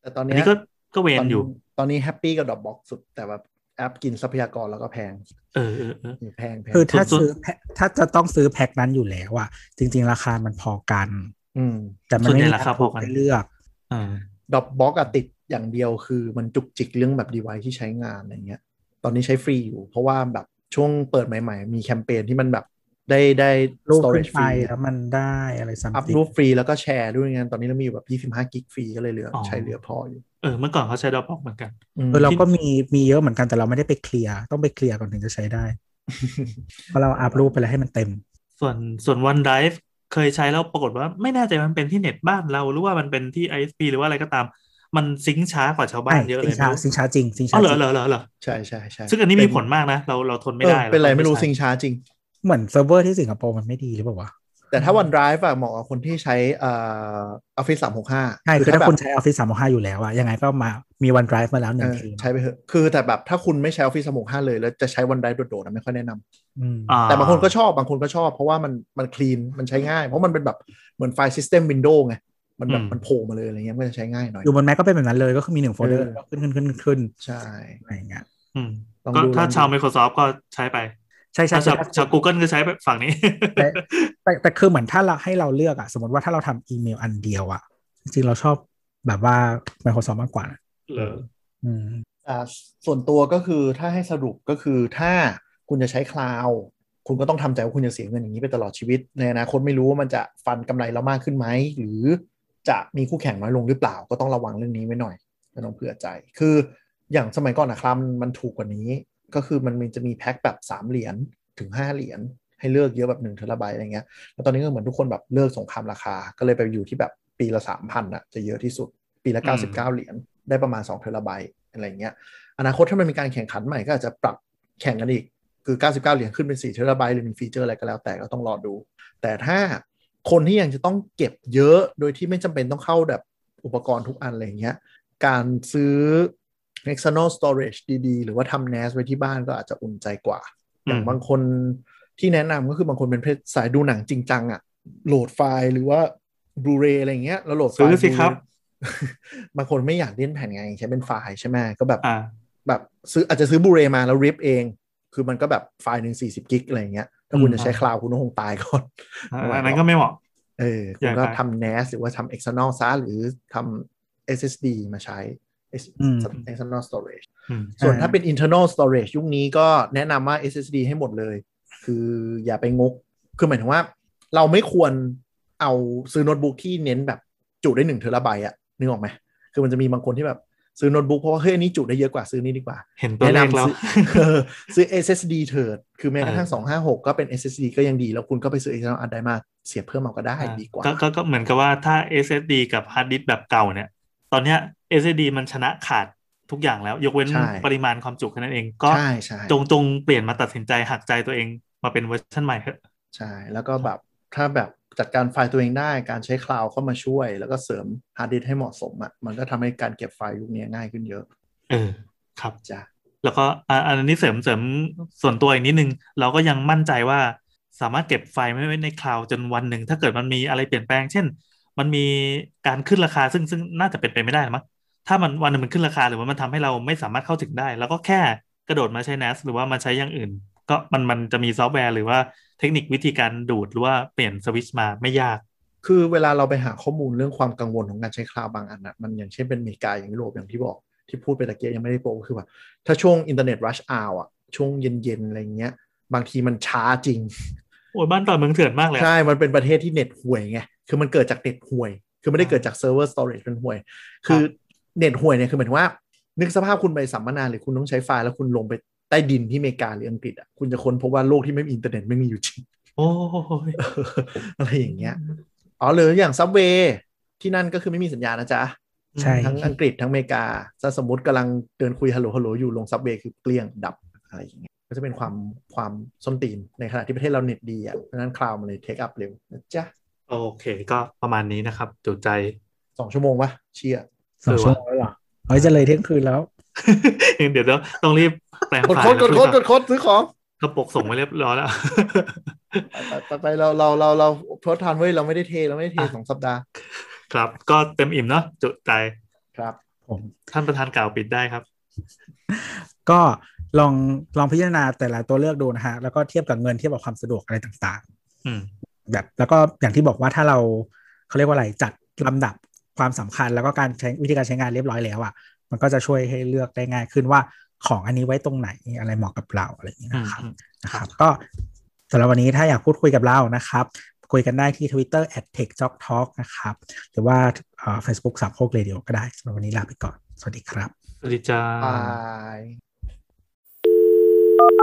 B: แต่ตอน
D: ๆอั
B: เนี้ย
D: นนี้ก็ก็เวรอยู่
B: ตตอนนี้แฮปปี้กับดอกบ็อกสุด แต่แบบแอปกินทรัพยากรแล้วก็แพง
D: เออเออเออ
B: แพงแพง
C: คือถ้า
D: สุดๆ
C: ซื้อแพ็คถ้าจะต้องซื้อแพ็คนั้นอยู่แล้วอะจริง ๆ ราคามันพอกัน
B: อืม
C: แต่มัน
D: ส่วน
C: ไม่
D: ใหญ่
C: มี
D: ราคาพอกัน
C: ให้เลือก
D: อ่า
B: ดอกบ็อกอะติดอย่างเดียวคือมันจุกจิกเรื่องแบบดีไวที่ใช้งานอะไรเงี้ย ตอนนี้ใช้ฟรีอยู่ เพราะว่าแบบช่วงเปิดใหม่ ๆ มีแคมเปญที่มันแบบได้ได้
C: รูป
B: storage
C: ขึ้นไปแล้วมันได้อะไรสัม
B: อัพ
C: ติ
B: รูปฟรีแล้วก็แชร์ด้วยงานตอนนี้เรามีอยู่แบบ25กิกฟรีก็เลยเหลืออ
D: อ
B: ใช้เหลือพออยู่
D: เออเมื่อก่อนเขาใช้ดอปบ็อกเหมือนกัน
B: อืม
C: เออเราก็มีมีเยอะเหมือนกันแต่เราไม่ได้ไปเคลียร์ต้องไปเคลียร์ก่อนถึงจะใช้ได้ เพราะเราอัพรูปไปแล้วให้มันเต็ม
D: ส่วนส่วน OneDrive เคยใช้แล้วปรากฏว่าไม่แน่ใจมันเป็นที่เน็ตบ้านเราหรือว่ามันเป็นที่ ISP หรือว่าอะไรก็ตาม มันซิงค์ช้ากว่าชาวบ้านเยอะเล
C: สิ
D: ย
C: งช้า
D: ไม่รู้
C: สิงช้าจริงสิง
D: อ๋
C: ช้า
D: อเหร
C: จ
D: อ
C: ริง
D: เหรอเหรอเหรอ
B: ใช่ใช่ใช่
D: ซึ่งอันนี้มีผล
B: เป็
D: มากนะ เราเราทน
B: เออ
D: ไม่ได้
B: เป็นไรไม่รู้
D: ใช้
B: ซิงช้าจริง
C: เหมือนเซิร์ฟเวอร์ที่สิงคโปร์มันไม่ดีหรือเปล่าวะ
B: แต่ถ้าวัน Drive อะเหมาะกับคนที่ใช้เอ่อ Office 365
C: ใช่คือ
B: ถ้า
C: ถ้า
B: แบบ
C: คุณใช้ Office 365อยู่แล้วอะยังไงก็มามี OneDrive มาแล้วห
B: เอ
C: นึ่ง
B: อ
C: ที
B: ใช้ไปเถอะคือแต่แบบถ้าคุณไม่ใช้ Office 365เลยแล้วจะใช้วัน Drive โดดๆนะไม่ค่อยแนะนำ
C: อืม
D: อ่
B: แต่บางคนก็ชอบบางคนก็ชอบ เพราะว่ามันมันคลีนมันใช้ง่าย เพราะมันเป็นแบบเหมือนไฟล์ System Windows ไง มันแบบมันโผล่มาเลยอะไรเงี้ยมันก็จะใช้ง่ายหน่อย
C: อยู่บนแม็กก็เป็นแบบนั้นเลยก็คือมีหนึ่งโฟลเดอร์
B: เออ
C: แล้วขึ้นขึ้นขึ้นขึ้นขึ้น
B: ใช่
C: อะไรอย่างเงี้ย
D: อืม
B: ลอง
D: ก็
B: ดู
D: ถ้า
B: ลองดู
D: ชาว Microsoft ก็ใช้ไป
C: ใช่ใช่
D: ถ้า
C: ใช่
D: ชาวชาว Google ก็ใช้ไปฝั่งนี้
C: แต่แต่แต่คือเหมือนถ้าเราให้เราเลือกอะสมมติว่าถ้าเราทำอีเมลอันเดียวอะจริงๆเราชอบแบบว่า Microsoft มากกว่านะ
D: เหรอ
C: อืม
B: อ่าส่วนตัวก็คือถ้าให้สรุปก็คือถ้าคุณจะใช้คลาวคุณก็ต้องทำใจว่าคุณจะเสียเงินอย่างนี้ไปตลอดชีวิต ในอนาคตไม่รู้ว่ามันจะฟันกำไรเรามากขึ้นไหม หรือจะมีคู่แข่งน้อยลงหรือเปล่า ก็ต้องระวังเรื่องนี้ไว้หน่อยไม่ต้องเผื่อใจ คืออย่างสมัยก่อนอะครับมันถูกกว่านี้ ก็คือมันมีจะมีแพ็คแบบ 3 เหรียญถึง 5 เหรียญให้เลือกเยอะแบบ1เทราไบต์อะไรเงี้ย แล้วตอนนี้ก็เหมือนทุกคนแบบเลิกสงครามราคา ก็เลยไปอยู่ที่แบบปีละ 3,000น่ะจะเยอะที่สุด ปีละ 99 เหรียญได้ประมาณ2เทราไบต์อะไรเงี้ย อนาคตถ้ามันมีการแข่งขันใหม่ก็อาจจะปรับแข่งกันอีก คือ 99 เหรียญขึ้นเป็น 4 เทราไบต์หรือมีฟีเจอร์อะไรก็แล้วแต่ก็ต้องรอดู แต่ถ้าคนที่ยังจะต้องเก็บเยอะโดยที่ไม่จำเป็นต้องเข้าแบบอุปกรณ์ทุกอันอะไรเงี้ย การซื้อ external storage ดีๆ หรือว่าทำ NAS ไว้ที่บ้านก็อาจจะอุ่นใจกว่า อย่างบางคนที่แนะนำก็คือบางคนเป็นเพศสายดูหนังจริงจังอะโหลดไฟล์หรือว่าบลูเรย์อะไรอย่างเงี้ย แล้วโหลดไฟล์
D: ซื้อสิครับ
B: Blu-ray บางคนไม่อยากเล่นแผ่นไงใช้เป็นไฟล์ใช่ไหมก็แบบ
D: อ่า
B: แบบซื้ออาจจะซื้อบลูเรย์มาแล้วริปเอง คือมันก็แบบไฟล์หนึ่งสี่สิบกิกอะไรอย่างเงี้ย ถ้าคุณ
D: อืม
B: จะใช้คลาวด์คุณก็คงตายก่อน
D: อันนั้นก็ไม่เหมาะ
B: เออ
D: อ
B: คุณ
D: ยาก
B: ก็
D: ตาย
B: ทำ NAS หรือว่าทำ external ซะหรือทำ SSD มาใช้ S-
C: อืม
B: external storage
D: อืม
B: ส่วน
C: อ่า
B: ถ้าเป็น internal storage ยุคนี้ก็แนะนำว่า SSD ให้หมดเลย คืออย่าไปงก คือหมายถึงว่า เราไม่ควรเอาซื้อโน้ตบุ๊กที่เน้นแบบจุได้หนึ่งเทราไบต์อะนึกออกไหมคือมันจะมีบางคนที่แบบซื้อโน้ตบุ๊กเพราะว่าเฮ้ยอันนี้จุได้เยอะกว่าซื้อนี่ดีกว่า
D: เห็นตัวเลขแล้
B: นะนำ
D: ว
B: ซื้อ เออซื้อ SSD เถิด คือแม้กระทั่ง
D: เออ
B: 256 ก็เป็น SSD ก็ยังดี แล้วคุณก็ไปซื้อ external hard drive มาเสียบเพิ่มเอาก็ได้
D: อ่า
B: ดีกว่า
D: ก็ก็ก็เหมือนกับว่าถ้า SSD กับฮาร์ดดิสก์แบบเก่าเนี่ย ตอนเนี้ย SSD มันชนะขาดทุกอย่างแล้ว ยกเว้น
B: ใช่
D: ปริมาณความจุแค่นั้นเอง ก็
B: ใช่ใช่
D: จงจงเปลี่ยนมาตัดสินใจหักใจตัวเองมาเป็นเวอร์ชันใหม่เถอะ
B: ใช่แล้วก็แบบถ้าแบบจัดการไฟล์ตัวเองได้การใช้คลาวด์เข้ามาช่วย แล้วก็เสริมฮาร์ดดิสก์ให้เหมาะสมอ่ะมันก็ทำให้การเก็บไฟล์ยุคนี้ง่ายขึ้นเยอะ
D: เออ ครับ
B: จ้ะ
D: แล้วก็อ่าอันนี้เสริมเสริมส่วนตัวอีกนิดนึง เราก็ยังมั่นใจว่าสามารถเก็บไฟล์ไว้ในคลาวด์จนวันหนึ่ง ถ้าเกิดมันมีอะไรเปลี่ยนแปลง เช่น มันมีการขึ้นราคาซึ่งซึ่งน่าจะเป็นไปไม่ได้มั้งถ้ามันวันหนึงมันขึ้นราคาหรือว่ามันทำให้เราไม่สามารถเข้าถึงได้ แล้วก็แค่กระโดดมาใช้ NAS หรือว่ามาใช้อย่างอื่น ก็มันมันจะมีซอฟต์แวร์หรือว่าเทคนิควิธีการดูดหรือว่าเปลี่ยนสวิตช์มาไม่ยาก
B: คือเวลาเราไปหาข้อมูลเรื่องความกังวลของการใช้คลาวด์บางอันอ่ะมันอย่างเช่นเป็นอเมริกาอย่างยุโรปอย่างที่บอกที่พูดไปตะเกียบยังไม่ได้โปรก็คือว่าถ้าช่วงอินเทอร์เน็ตรัชอาวอ่ะช่วงเย็นๆอะไรเงี้ยบางทีมันช้าจริง
D: โอ้ยบ้านต่อเมืองเถื่อนมากเลยอะ
B: ใช่ มันเป็นประเทศที่เน็ตห่วยไง คือมันเกิดจากเน็ตห่วย คือไม่ได้เกิดจากเซิร์ฟเวอร์สตอเรจมันห่วย คือเน็ตห่วยเนี่ย คือหมายถึงว่า นึกสภาพคุณไปสัมมนาหรือคุณต้องใช้ไฟล์แล้วคุณลงไปใต้ดินที่อเมริกาหรืออังกฤษอ่ะ คุณจะค้นพบว่าโลกที่ไม่มีอินเทอร์เน็ตไม่มีอยู่จริง
D: โอ้ย
B: อะไรอย่างเงี้ย อ๋อหรืออย่างซับเวย์ที่นั่นก็คือไม่มีสัญญาณนะจ๊ะ
C: ใช่
B: ทั้งอังกฤษทั้งอเมริกา ถ้าสมมติกำลังเดินคุยฮัลโหลฮัลโหลอยู่ลงซับเวย์คือเกลี้ยงดับอะไรอย่างเงี้ย ก็จะเป็นความความส้นตีนในขณะที่ประเทศเราเน็ตดีอ่ะเพราะฉะนั้นคลาวมันเลยเทคอัพเร็วนะจ๊ะ
D: โอเค ก็ประมาณนี้นะครับจุใจ
B: สองชั่วโมงวะเชีย
C: สองชั่วโมงแล้วเหรอเฮ้ยจะเลยเที่ยงคืนแล้ว
D: เดี๋ยวเดี๋ยวต้องรีบแปลง
B: กด
D: ฟัน
B: โค้ดกดโค้ดกดโค้ดซื้อของ
D: กระปกส่งมาเรียบร้อยแล้ว
B: ไปไปไปเราเราเราเราโพสทานเว้ยเราไม่ได้เทเราไม่ได้เท
D: อ่ะ
B: สองสัปดาห์
D: ครับ ก็เต็มอิ่มเนาะจุใจ
B: ครับ
C: ผม
D: ท่านประธานกล่าวปิดได้ครับ
C: ก็ลองลองพิจารณาแต่ละตัวเลือกดูนะฮะ แล้วก็เทียบกับเงินเทียบกับความสะดวกอะไรต่าง
D: อืม
C: ๆ แบบแล้วก็อย่างที่บอกว่าถ้าเราเขาเรียกว่าอะไรจัดลำดับ ความสำคัญแล้วก็การใช้วิธีการใช้งานเรียบร้อยแล้วอะ่ะ มันก็จะช่วยให้เลือกได้ง่ายขึ้นว่าของอันนี้ไว้ตรงไหนอะไรเหมาะกับเราอะไรอย่างนี้
D: อืม
C: นะครับ
D: อืม
C: นะครับก็สำหรับวันนี้ถ้าอยากพูดคุยกับเรานะครับ คุยกันได้ที่ Twitter @techjocktalk นะครับ หรือว่าเอ่อ Facebook สามโคกเรดิโอก็ได้สำหรับวันนี้ลาไปก่อน สวัสดีครับ
D: สวัสดีจ้า
B: บาย